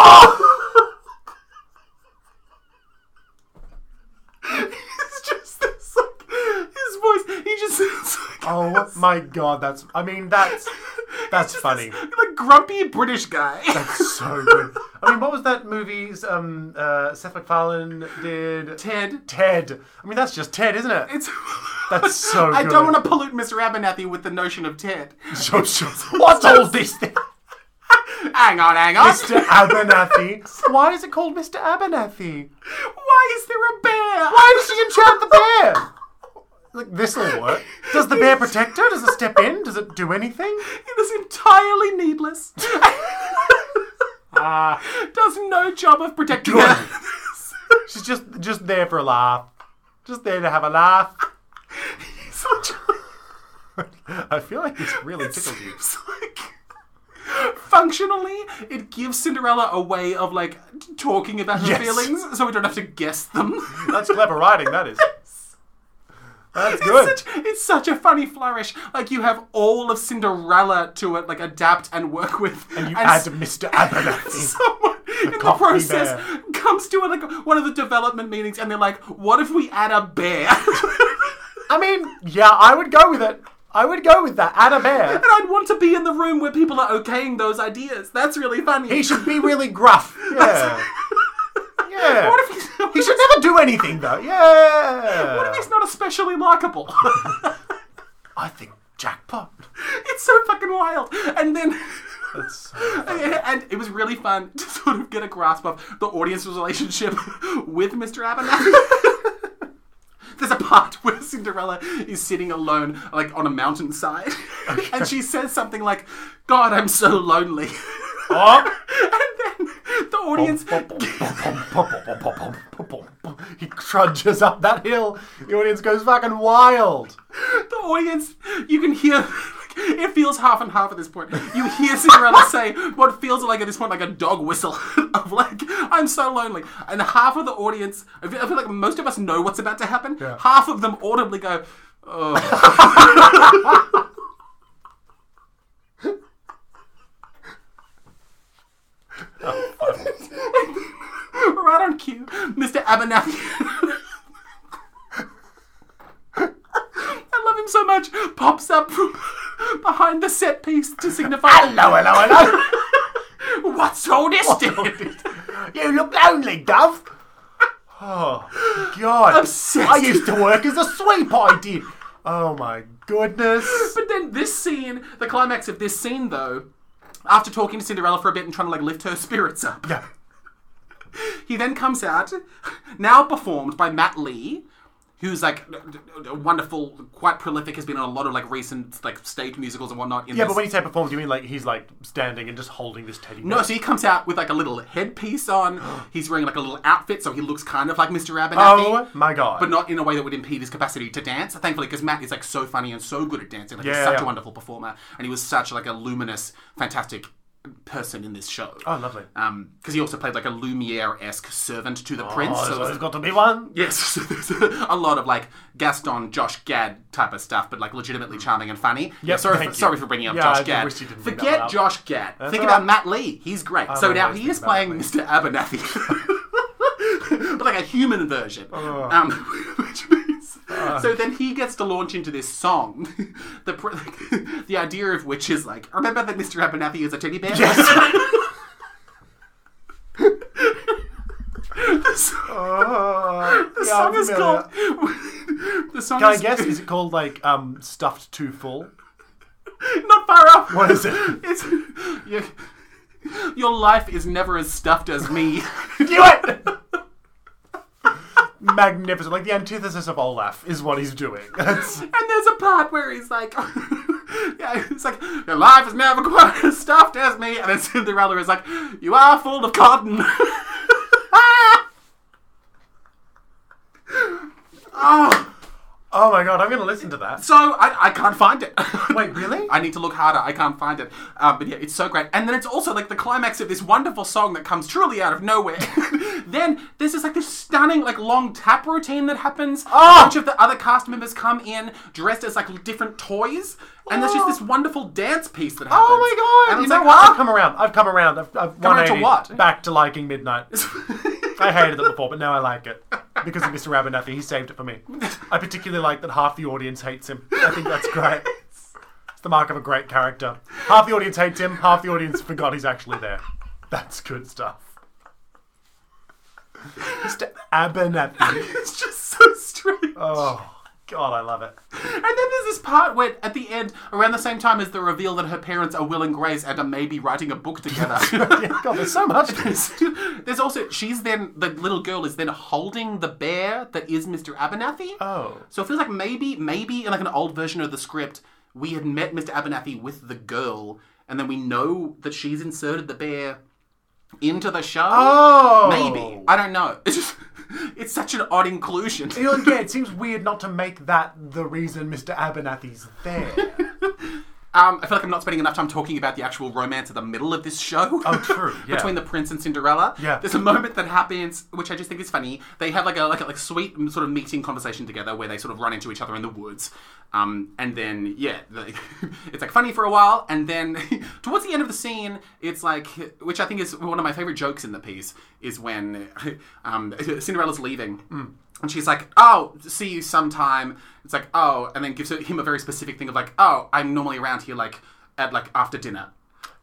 Speaker 1: it's just this, like, his voice. He just it's like,
Speaker 2: Oh my god, that's. I mean, that's that's funny.
Speaker 1: like grumpy British guy.
Speaker 2: So good. I mean, what was that movie's um uh, Seth MacFarlane did?
Speaker 1: Ted.
Speaker 2: Ted. I mean, that's just Ted, isn't it?
Speaker 1: It's
Speaker 2: That's so
Speaker 1: I
Speaker 2: good.
Speaker 1: don't want to pollute Mr. Abernathy with the notion of Ted.
Speaker 2: Sure, sure. What's all this thing?
Speaker 1: Hang on, hang on.
Speaker 2: Mr. Abernathy. Why is it called Mr. Abernathy?
Speaker 1: Why is there a bear?
Speaker 2: Why does she enchant the bear? Like, this'll work. Does the bear protect her? Does it step in? Does it do anything?
Speaker 1: It is entirely needless.
Speaker 2: Ah,
Speaker 1: Does no job of protecting
Speaker 2: Good.
Speaker 1: her.
Speaker 2: she's just just there for a laugh. Just there to have a laugh.
Speaker 1: It's literally-
Speaker 2: I feel like this really tickles you.
Speaker 1: it's like- Functionally, it gives Cinderella a way of like talking about her
Speaker 2: Yes.
Speaker 1: feelings, so we don't have to guess them.
Speaker 2: That's clever writing, that is. That's good.
Speaker 1: It's such, it's such a funny flourish. Like you have all of Cinderella to it, like adapt and work with, and
Speaker 2: You
Speaker 1: s-
Speaker 2: add Mr. Abernathy.
Speaker 1: someone in the
Speaker 2: coffee
Speaker 1: process
Speaker 2: bear.
Speaker 1: comes to uh, like one of the development meetings and they're like, what if we add a bear?
Speaker 2: I mean, yeah, I would go with it. I would go with that. Add a bear.
Speaker 1: And I'd want to be in the room where people are okaying those ideas. That's really funny.
Speaker 2: He should be really gruff. Yeah. yeah.
Speaker 1: What if he's-
Speaker 2: he should never do anything though. Yeah.
Speaker 1: What if he's not especially likable?
Speaker 2: I think jackpot.
Speaker 1: it's so fucking wild. And then.
Speaker 2: That's so
Speaker 1: And it was really fun to sort of get a grasp of the audience's relationship with Mr. Abernathy. There's a part where Cinderella is sitting alone, like on a mountainside, and she says something like, God, I'm so lonely.
Speaker 2: Oh.
Speaker 1: and then the audience
Speaker 2: he trudges up that hill. The audience goes fucking wild.
Speaker 1: the audience, you can hear. It feels half and half at this point. You hear Cinderella say what feels like at this point like a dog whistle of like I'm so lonely, and half of the audience. I feel, I feel like most of us know what's about to happen.
Speaker 2: Yeah.
Speaker 1: Half of them audibly go, "Oh, right on cue, Mr. Abernathy." I love him so much. Pops up from behind the set piece to signify
Speaker 2: Hello, hello, hello.
Speaker 1: What's all this? dude?
Speaker 2: you look lonely, Dove. Oh, God.
Speaker 1: Obsessed.
Speaker 2: I used to work as a sweep, I did. Oh, my goodness.
Speaker 1: But then this scene, the climax of this scene though, after talking to Cinderella for a bit and trying to like lift her spirits up,
Speaker 2: Yeah.
Speaker 1: he then comes out, now performed by Matt Lee, who's like a wonderful, quite prolific, has been on a lot of like recent like stage musicals and whatnot. In
Speaker 2: Yeah,
Speaker 1: this.
Speaker 2: but when you say performed, you mean like he's like standing and just holding this teddy bear?
Speaker 1: No, so he comes out with like a little headpiece on. He's wearing like a little outfit, so he looks kind of like Mr. Abernathy.
Speaker 2: Oh, my God.
Speaker 1: but not in a way that would impede his capacity to dance. Thankfully, because Matt is like so funny and so good at dancing, like he's
Speaker 2: Yeah,
Speaker 1: such a
Speaker 2: yeah.
Speaker 1: wonderful performer, and he was such like a luminous, fantastic person in this show.
Speaker 2: Oh, lovely.
Speaker 1: Um, because he also played like a Lumiere-esque servant to the prince.
Speaker 2: Oh,
Speaker 1: So
Speaker 2: there's,
Speaker 1: it was-
Speaker 2: there's got to be one.
Speaker 1: yes, so there's a lot of like Gaston, Josh Gad type of stuff, but like legitimately charming and funny. yeah, sorry,
Speaker 2: Mm. thank
Speaker 1: for,
Speaker 2: you.
Speaker 1: sorry for bringing up
Speaker 2: Yeah,
Speaker 1: Josh
Speaker 2: I
Speaker 1: Gad.
Speaker 2: wish you didn't bring that
Speaker 1: Forget
Speaker 2: one up.
Speaker 1: Josh Gad. think
Speaker 2: all
Speaker 1: about
Speaker 2: right.
Speaker 1: Matt Lee. He's great. so
Speaker 2: don't
Speaker 1: now
Speaker 2: always
Speaker 1: he
Speaker 2: think
Speaker 1: is
Speaker 2: about
Speaker 1: playing
Speaker 2: Matt
Speaker 1: Mr. Abernathy, but like a human version.
Speaker 2: Oh.
Speaker 1: Um, which means. So then he gets to launch into this song. The pr- the idea of which is like, remember that Mr. Abernathy is a teddy bear.
Speaker 2: Oh,
Speaker 1: The song is called. the song
Speaker 2: Can I
Speaker 1: is
Speaker 2: guess? Is it called like um, stuffed too full?
Speaker 1: not far off.
Speaker 2: What is it?
Speaker 1: It's your, your life is never as stuffed as me.
Speaker 2: Do it! Magnificent. Like the antithesis of Olaf is what he's doing. That's,
Speaker 1: and there's a part where he's like, yeah, it's like your life is never quite as stuffed as me. And then Cinderella is like, you are full of cotton. oh,
Speaker 2: oh my god, I'm going to listen to that.
Speaker 1: so I, I can't find it.
Speaker 2: Wait, really?
Speaker 1: I need to look harder. I can't find it. Um, but yeah, it's so great. And then it's also like the climax of this wonderful song that comes truly out of nowhere. then there's this like this stunning like long tap routine that happens.
Speaker 2: Oh!
Speaker 1: A bunch of the other cast members come in dressed as like different toys, and there's just this wonderful dance piece that
Speaker 2: Ah!
Speaker 1: happens.
Speaker 2: Oh my god!
Speaker 1: And
Speaker 2: You
Speaker 1: it's
Speaker 2: know
Speaker 1: like,
Speaker 2: what? I've
Speaker 1: ah!
Speaker 2: come around. I've come around. I've, I've
Speaker 1: Come around to
Speaker 2: 180
Speaker 1: what?
Speaker 2: Back to liking Midnight.
Speaker 1: "Ah!"
Speaker 2: I hated it before, but now I like it. Because of Mr. Abernathy, he saved it for me. I particularly like that half the audience hates him. I think that's great. It's the mark of a great character. Half the audience hates him, half the audience forgot he's actually there. That's good stuff. Mr. Abernathy.
Speaker 1: it's just so strange.
Speaker 2: Oh, God, I love it.
Speaker 1: And then there's this part where, at the end, around the same time as the reveal that her parents are Will and Grace and are maybe writing a book together.
Speaker 2: Yeah, God, there's so much. to this.
Speaker 1: There's also she's then the little girl is then holding the bear that is Mr. Abernathy.
Speaker 2: Oh.
Speaker 1: So it feels like maybe maybe in like an old version of the script we had met Mr. Abernathy with the girl and then we know that she's inserted the bear into the show.
Speaker 2: Oh.
Speaker 1: Maybe. I don't know. It's just it's such an odd inclusion.
Speaker 2: You know, yeah, it seems weird not to make that the reason Mr. Abernathy's there.
Speaker 1: Um, I feel like I'm not spending enough time talking about the actual romance at the middle of this show.
Speaker 2: Oh, true, yeah.
Speaker 1: Between the prince and Cinderella.
Speaker 2: Yeah.
Speaker 1: There's a moment that happens, which I just think is funny. They have like a like a like sweet mm, sort of meeting conversation together, where they sort of run into each other in the woods. Um, and then yeah, like, it's like funny for a while, and then towards the end of the scene, it's like, which I think is one of my favorite jokes in the piece, is when um, Cinderella's leaving. And she's like, "Oh, see you sometime." It's like, "Oh," and then gives him a very specific thing of like, "Oh, I'm normally around here like at like after dinner,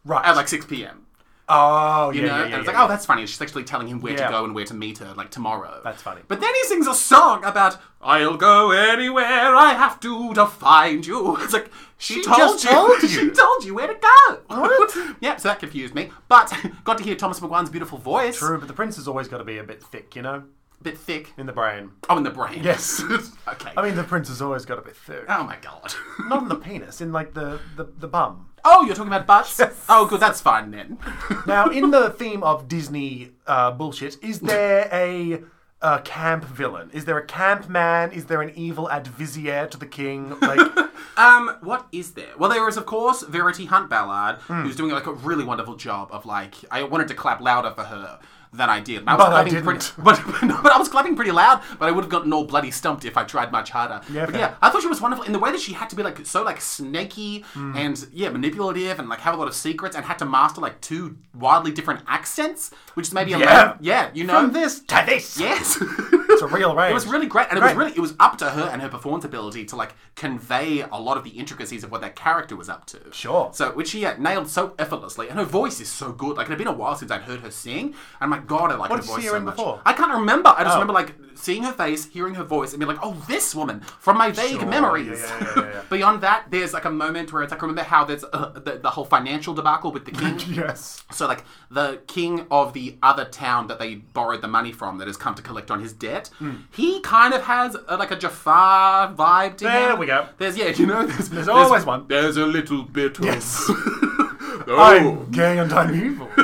Speaker 2: Right.
Speaker 1: at like six p.m."
Speaker 2: oh, yeah,
Speaker 1: You know?
Speaker 2: yeah, yeah,
Speaker 1: and it's
Speaker 2: yeah,
Speaker 1: like, "Oh, that's funny." She's actually telling him where
Speaker 2: Yeah.
Speaker 1: to go and where to meet her, like tomorrow.
Speaker 2: That's funny.
Speaker 1: But then he sings a song about "I'll go anywhere I have to to find you." It's like she, told
Speaker 2: just
Speaker 1: you,
Speaker 2: told
Speaker 1: she
Speaker 2: you.
Speaker 1: told you where to go.
Speaker 2: What?
Speaker 1: yeah, so that confused me. But got to hear Thomas McGowan's beautiful voice,
Speaker 2: oh, True, but the prince has always got to be a bit thick, you know,
Speaker 1: bit thick.
Speaker 2: in the brain.
Speaker 1: Oh, in the brain.
Speaker 2: Yes.
Speaker 1: okay.
Speaker 2: I mean, the prince has always got to be thick. Uh,
Speaker 1: oh my god.
Speaker 2: Not in the penis, in like the, the, the bum.
Speaker 1: Oh, you're talking about butts? Oh, good, that's fine then.
Speaker 2: Now, in the theme of Disney uh, bullshit, is there a, a camp villain? Is there a camp man? Is there an evil advisier to the king? Like,
Speaker 1: um, what is there? Well, there is, of course, Verity Hunt Ballard,
Speaker 2: Hmm.
Speaker 1: who's doing like a really wonderful job of like. I wanted to clap louder for her than I did. I was
Speaker 2: But I
Speaker 1: clapping
Speaker 2: didn't.
Speaker 1: Pretty, but, but, no, but I was clapping pretty loud, but I would have gotten all bloody stumped if I tried much harder.
Speaker 2: Yeah,
Speaker 1: but
Speaker 2: fair.
Speaker 1: yeah, I thought she was wonderful in the way that she had to be like so like snaky
Speaker 2: Hmm.
Speaker 1: and yeah manipulative and like have a lot of secrets and had to master like two wildly different accents, which is maybe a
Speaker 2: Yeah.
Speaker 1: lack- yeah you know
Speaker 2: from this to this!
Speaker 1: yes.
Speaker 2: It's a real range.
Speaker 1: It was really great, and it was
Speaker 2: Great.
Speaker 1: really it was up to her and her performance ability to like convey a lot of the intricacies of what that character was up to.
Speaker 2: Sure.
Speaker 1: So which she uh, nailed so effortlessly, and her voice is so good. Like it had been a while since I'd heard her sing, and my god, I like her
Speaker 2: did you
Speaker 1: voice
Speaker 2: see her
Speaker 1: so
Speaker 2: in
Speaker 1: much.
Speaker 2: before? Oh.
Speaker 1: I can't remember. I just remember like seeing her face, hearing her voice, and being like, "Oh, this woman from my vague
Speaker 2: Sure.
Speaker 1: memories."
Speaker 2: Yeah, yeah, yeah, yeah, yeah.
Speaker 1: Beyond that, there's like a moment where it's like remember how there's uh, the, the whole financial debacle with the king.
Speaker 2: Yes.
Speaker 1: So, like, the king of the other town that they borrowed the money from that has come to collect on his debt,
Speaker 2: Hmm.
Speaker 1: he kind of has a, like a Jafar vibe to him.
Speaker 2: There we go.
Speaker 1: There's, yeah, you know, there's,
Speaker 2: always one.
Speaker 1: There's a little bit of.
Speaker 2: Yes.
Speaker 1: oh,
Speaker 2: I'm gay and I'm evil.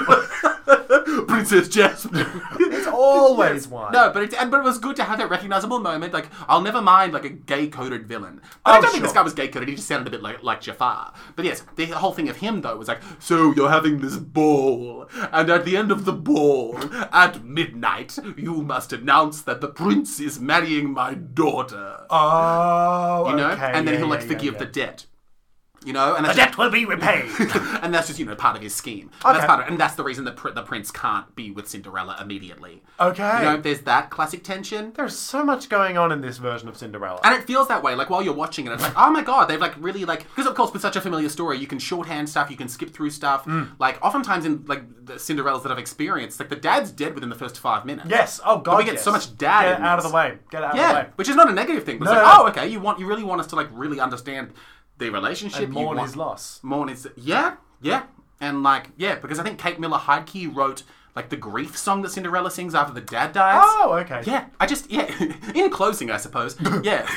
Speaker 1: Princess Jasmine.
Speaker 2: There's always one.
Speaker 1: No, but it, and, but it was good to have that recognizable moment. Like, I'll never mind like a gay coded villain. But I
Speaker 2: Oh,
Speaker 1: don't think this
Speaker 2: sure.
Speaker 1: guy was gay coded. He just sounded a bit like like Jafar. But yes, the whole thing of him though was like, so you're having this ball, and at the end of the ball, at midnight, you must announce that the prince is marrying my daughter.
Speaker 2: Oh,
Speaker 1: you know,
Speaker 2: okay,
Speaker 1: and then
Speaker 2: yeah,
Speaker 1: he'll like
Speaker 2: yeah,
Speaker 1: forgive
Speaker 2: yeah,
Speaker 1: the debt. You know, and
Speaker 2: yeah.
Speaker 1: that's
Speaker 2: The debt will be repaid.
Speaker 1: and that's just you know part of his scheme. And That's
Speaker 2: Okay.
Speaker 1: part of, and that's the reason that pr- the prince can't be with Cinderella immediately.
Speaker 2: Okay.
Speaker 1: you know there's that classic tension,
Speaker 2: There's so much going on in this version of Cinderella.
Speaker 1: and it feels that way. Like while you're watching it, it's like oh my god, they've like really like because of course with such a familiar story, you can shorthand stuff, you can skip through stuff.
Speaker 2: Mm.
Speaker 1: Like oftentimes in like the Cinderellas that I've experienced, like the dad's dead within the first five minutes.
Speaker 2: yes. Oh God.
Speaker 1: we get
Speaker 2: yes.
Speaker 1: so much dad
Speaker 2: Get
Speaker 1: in
Speaker 2: it out of
Speaker 1: this.
Speaker 2: the way. Get it out
Speaker 1: Yeah,
Speaker 2: of the way.
Speaker 1: which is not a negative thing. But it's
Speaker 2: No,
Speaker 1: like,
Speaker 2: no,
Speaker 1: oh, okay, you want you really want us to like really understand the relationship.
Speaker 2: And mourn
Speaker 1: you want,
Speaker 2: his loss.
Speaker 1: Mourn his yeah, yeah, and like yeah, because I think Kate Miller Heidke wrote like the grief song that Cinderella sings after the dad dies.
Speaker 2: Oh, okay.
Speaker 1: Yeah, I just yeah. In closing, I suppose. Yeah,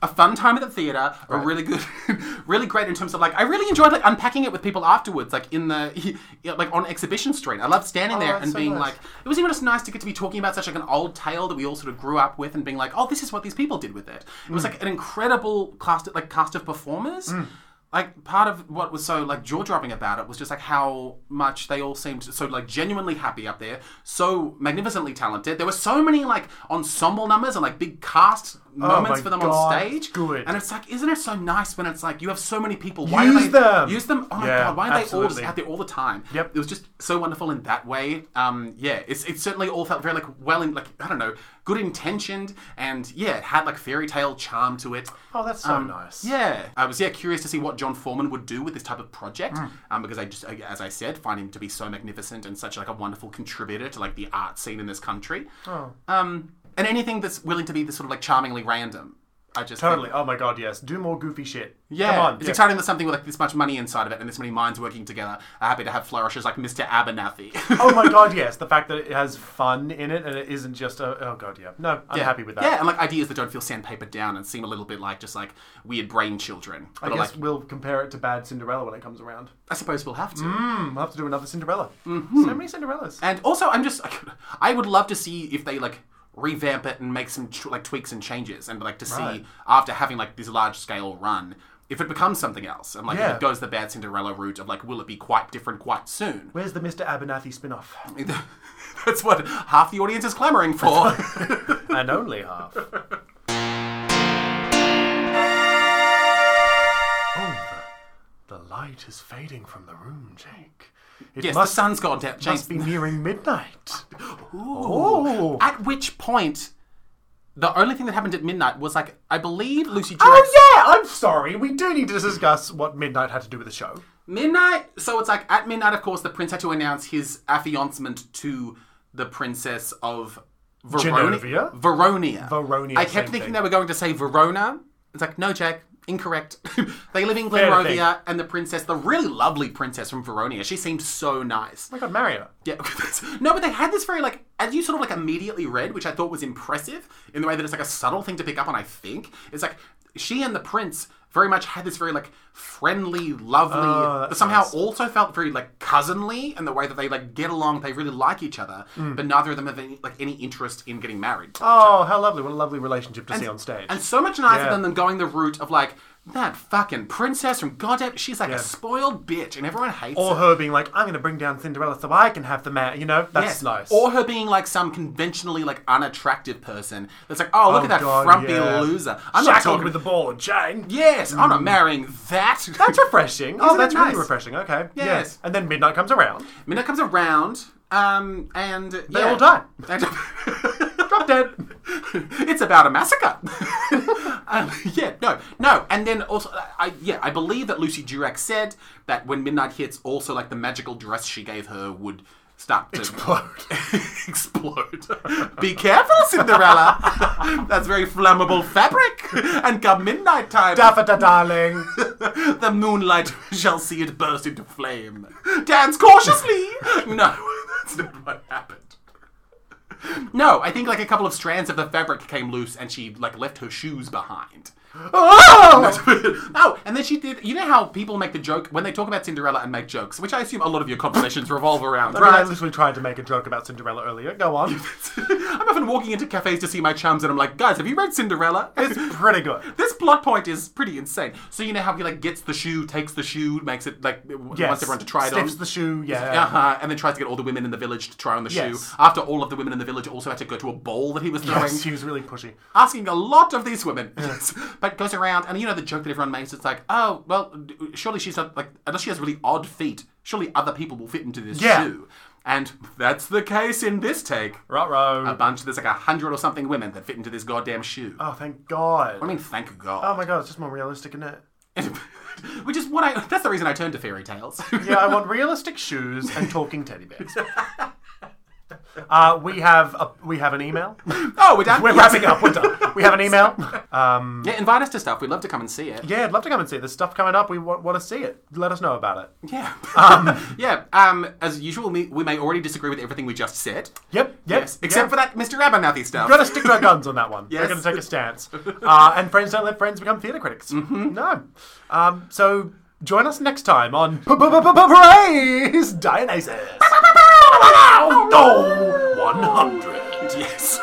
Speaker 1: a fun time at the theater. A really good, really great in terms of like I really enjoyed like unpacking it with people afterwards, like in the yeah, like on exhibition street. I loved standing there
Speaker 2: Oh, that's
Speaker 1: and
Speaker 2: so
Speaker 1: being
Speaker 2: nice.
Speaker 1: like, it was even just nice to get to be talking about such like an old tale that we all sort of grew up with, and being like, oh, this is what these people did with it. It
Speaker 2: Mm.
Speaker 1: was like an incredible cast, like cast of performers. Like part of what was so like jaw dropping about it was just like how much they all seemed so like genuinely happy up there, so magnificently talented. There were so many like ensemble numbers and like big cast moments
Speaker 2: Oh my
Speaker 1: for them
Speaker 2: God,
Speaker 1: on stage.
Speaker 2: good.
Speaker 1: and it's like, isn't it so nice when it's like you have so many people? Why are
Speaker 2: Use
Speaker 1: they,
Speaker 2: them.
Speaker 1: Use them. Oh my
Speaker 2: Yeah,
Speaker 1: God! Why are they all just
Speaker 2: absolutely.
Speaker 1: out there all the time?
Speaker 2: Yep.
Speaker 1: It was just so wonderful in that way. Um, yeah, it's it certainly all felt very like well in like I don't know, good intentioned and yeah, it had like fairy tale charm to it.
Speaker 2: Oh, that's so nice.
Speaker 1: Um, Yeah, I was yeah curious to see what John Foreman would do with this type of project,
Speaker 2: Hmm.
Speaker 1: um, because I just I- as I said find him to be so magnificent and such like a wonderful contributor to like the art scene in this country.
Speaker 2: Oh.
Speaker 1: Um, and anything that's willing to be this sort of like charmingly random, I just think-
Speaker 2: Totally. Oh my God. Yes. Do more goofy shit.
Speaker 1: yeah,
Speaker 2: Come on.
Speaker 1: it's
Speaker 2: yeah.
Speaker 1: exciting that something with like this much money inside of it and this many minds working together are happy to have flourishes like Mr. Abernathy.
Speaker 2: oh my God. Yes. The fact that it has fun in it and it isn't just a. Oh God. Yeah. No. I'm
Speaker 1: Yeah.
Speaker 2: happy with that.
Speaker 1: Yeah, and like ideas that don't feel sandpapered down and seem a little bit like just like weird brain children.
Speaker 2: I
Speaker 1: But
Speaker 2: guess
Speaker 1: like,
Speaker 2: we'll compare it to Bad Cinderella when it comes around.
Speaker 1: I suppose we'll have to.
Speaker 2: Hmm. I'll have to do another Cinderella.
Speaker 1: Mm-hmm.
Speaker 2: So many Cinderellas.
Speaker 1: And also, I'm just, I would love to see if they like revamp it and make some tw- like tweaks and changes, and like to see
Speaker 2: Right.
Speaker 1: after having like this large scale run. If it becomes something else, and like if
Speaker 2: Yeah.
Speaker 1: it goes the bad Cinderella route of like, will it be quite different quite soon?
Speaker 2: Where's the Mr. Abernathy spin-off?
Speaker 1: That's what half the audience is clamoring for.
Speaker 2: and only half. oh, the, the light is fading from the room, Jake. It
Speaker 1: yes, the
Speaker 2: must,
Speaker 1: sun's gone down. James.
Speaker 2: must be nearing midnight.
Speaker 1: Ooh. At which point the only thing that happened at midnight was like I believe Lucy Jurek's
Speaker 2: Oh yeah, I'm sorry. We do need to discuss what Midnight had to do with the show.
Speaker 1: midnight. So it's like at midnight, of course, the prince had to announce his affiancement to the princess of Verona.
Speaker 2: Genovia?
Speaker 1: Veronia.
Speaker 2: Veronia,
Speaker 1: I
Speaker 2: same
Speaker 1: kept thinking
Speaker 2: thing.
Speaker 1: they were going to say Verona. It's like no, Jack. Incorrect. they live in
Speaker 2: Fair thing.
Speaker 1: Glenrovia, and the princess, the really lovely princess from Veronia, she seemed so nice.
Speaker 2: Oh my god, marry her.
Speaker 1: Yeah, that's- no, but they had this very like, as you sort of like immediately read, which I thought was impressive in the way that it's like a subtle thing to pick up on. I think it's like she and the prince very much had this very like friendly, lovely,
Speaker 2: Oh, that's
Speaker 1: but somehow
Speaker 2: nice.
Speaker 1: also felt very like cousinly in the way that they like get along. They really like each other,
Speaker 2: Mm.
Speaker 1: but neither of them have any, like any interest in getting married. to each other.
Speaker 2: Oh, how lovely! What a lovely relationship to see on stage.
Speaker 1: And so much nicer
Speaker 2: Yeah.
Speaker 1: than them going the route of like that fucking princess from goddamn. She's like a spoiled bitch, and everyone hates her.
Speaker 2: or her being like, "I'm going to bring down Cinderella so I can have the man." You know, that's
Speaker 1: Yes.
Speaker 2: nice.
Speaker 1: Or her being like some conventionally like unattractive person that's like, oh look at that
Speaker 2: God,
Speaker 1: frumpy
Speaker 2: yeah.
Speaker 1: loser. I'm not
Speaker 2: shackled
Speaker 1: talking.
Speaker 2: with the ball and chain.
Speaker 1: yes, I'm not marrying that.
Speaker 2: That's refreshing. oh,
Speaker 1: Isn't
Speaker 2: that's
Speaker 1: it
Speaker 2: really
Speaker 1: nice?
Speaker 2: refreshing. Okay.
Speaker 1: Yes.
Speaker 2: Yeah. And then midnight comes around.
Speaker 1: Minna comes around, um, and they
Speaker 2: all die.
Speaker 1: Drop dead. It's about a massacre. um, yeah, no, no, and then also, I yeah, I believe that Lucy Durack said that when midnight hits, also like the magical dress she gave her would start to
Speaker 2: Explode.
Speaker 1: explode. Be careful, Cinderella. That's very flammable fabric. And come midnight time,
Speaker 2: Daffodil, darling.
Speaker 1: the moonlight shall see it burst into flame. Dance cautiously. No, that's not what happened. No, I think like a couple of strands of the fabric came loose, and she like left her shoes behind.
Speaker 2: oh!
Speaker 1: oh, and then she did. You know how people make the joke when they talk about Cinderella and make jokes, which I assume a lot of your conversations revolve around,
Speaker 2: I mean, I
Speaker 1: right?
Speaker 2: literally tried to make a joke about Cinderella earlier. Go on.
Speaker 1: I'm often walking into cafes to see my chums, and I'm like, guys, have you read Cinderella?
Speaker 2: It's pretty good.
Speaker 1: this plot point is pretty insane. So you know how he like gets the shoe, takes the shoe, makes it like w-
Speaker 2: Yes.
Speaker 1: wants everyone to try it
Speaker 2: Sniffs
Speaker 1: on.
Speaker 2: the shoe. Yeah.
Speaker 1: uh-huh, and then tries to get all the women in the village to try on the
Speaker 2: Yes.
Speaker 1: shoe. After all of the women in the village also had to go to a ball that he was throwing,
Speaker 2: Yes, She was really pushy.
Speaker 1: asking a lot of these women. but goes around, and you know the joke that everyone makes. It's like, oh well, d- surely she's not like unless she has really odd feet. Surely other people will fit into this
Speaker 2: Yeah.
Speaker 1: shoe. And that's the case in this take.
Speaker 2: Ruh-roh.
Speaker 1: A bunch, there's like a hundred or something women that fit into this goddamn shoe.
Speaker 2: oh, thank God.
Speaker 1: I mean, thank God.
Speaker 2: Oh my God, it's just more realistic, isn't it?
Speaker 1: Which is what I. That's the reason I turned to fairy tales.
Speaker 2: Yeah, I want realistic shoes and talking teddy bears. Uh, we have a, we have an email.
Speaker 1: oh, we're done.
Speaker 2: We're wrapping up. We're done. We have an email. Um,
Speaker 1: Yeah, invite us to stuff. We'd love to come and see it.
Speaker 2: yeah, I'd love to come and see it. There's stuff coming up. We want, want to see it. Let us know about it.
Speaker 1: Yeah. Um, yeah. Um, as usual, we, we may already disagree with everything we just said.
Speaker 2: Yep. Yep.
Speaker 1: Yes. Except for that Mr. Abernathy stuff.
Speaker 2: Gotta stick to our guns on that one. We're
Speaker 1: Yes.
Speaker 2: gonna take a stance. Uh, and friends don't let friends become theatre critics. No. Um, so join us next time on Praise Dionysus. No, 100.
Speaker 1: Yes.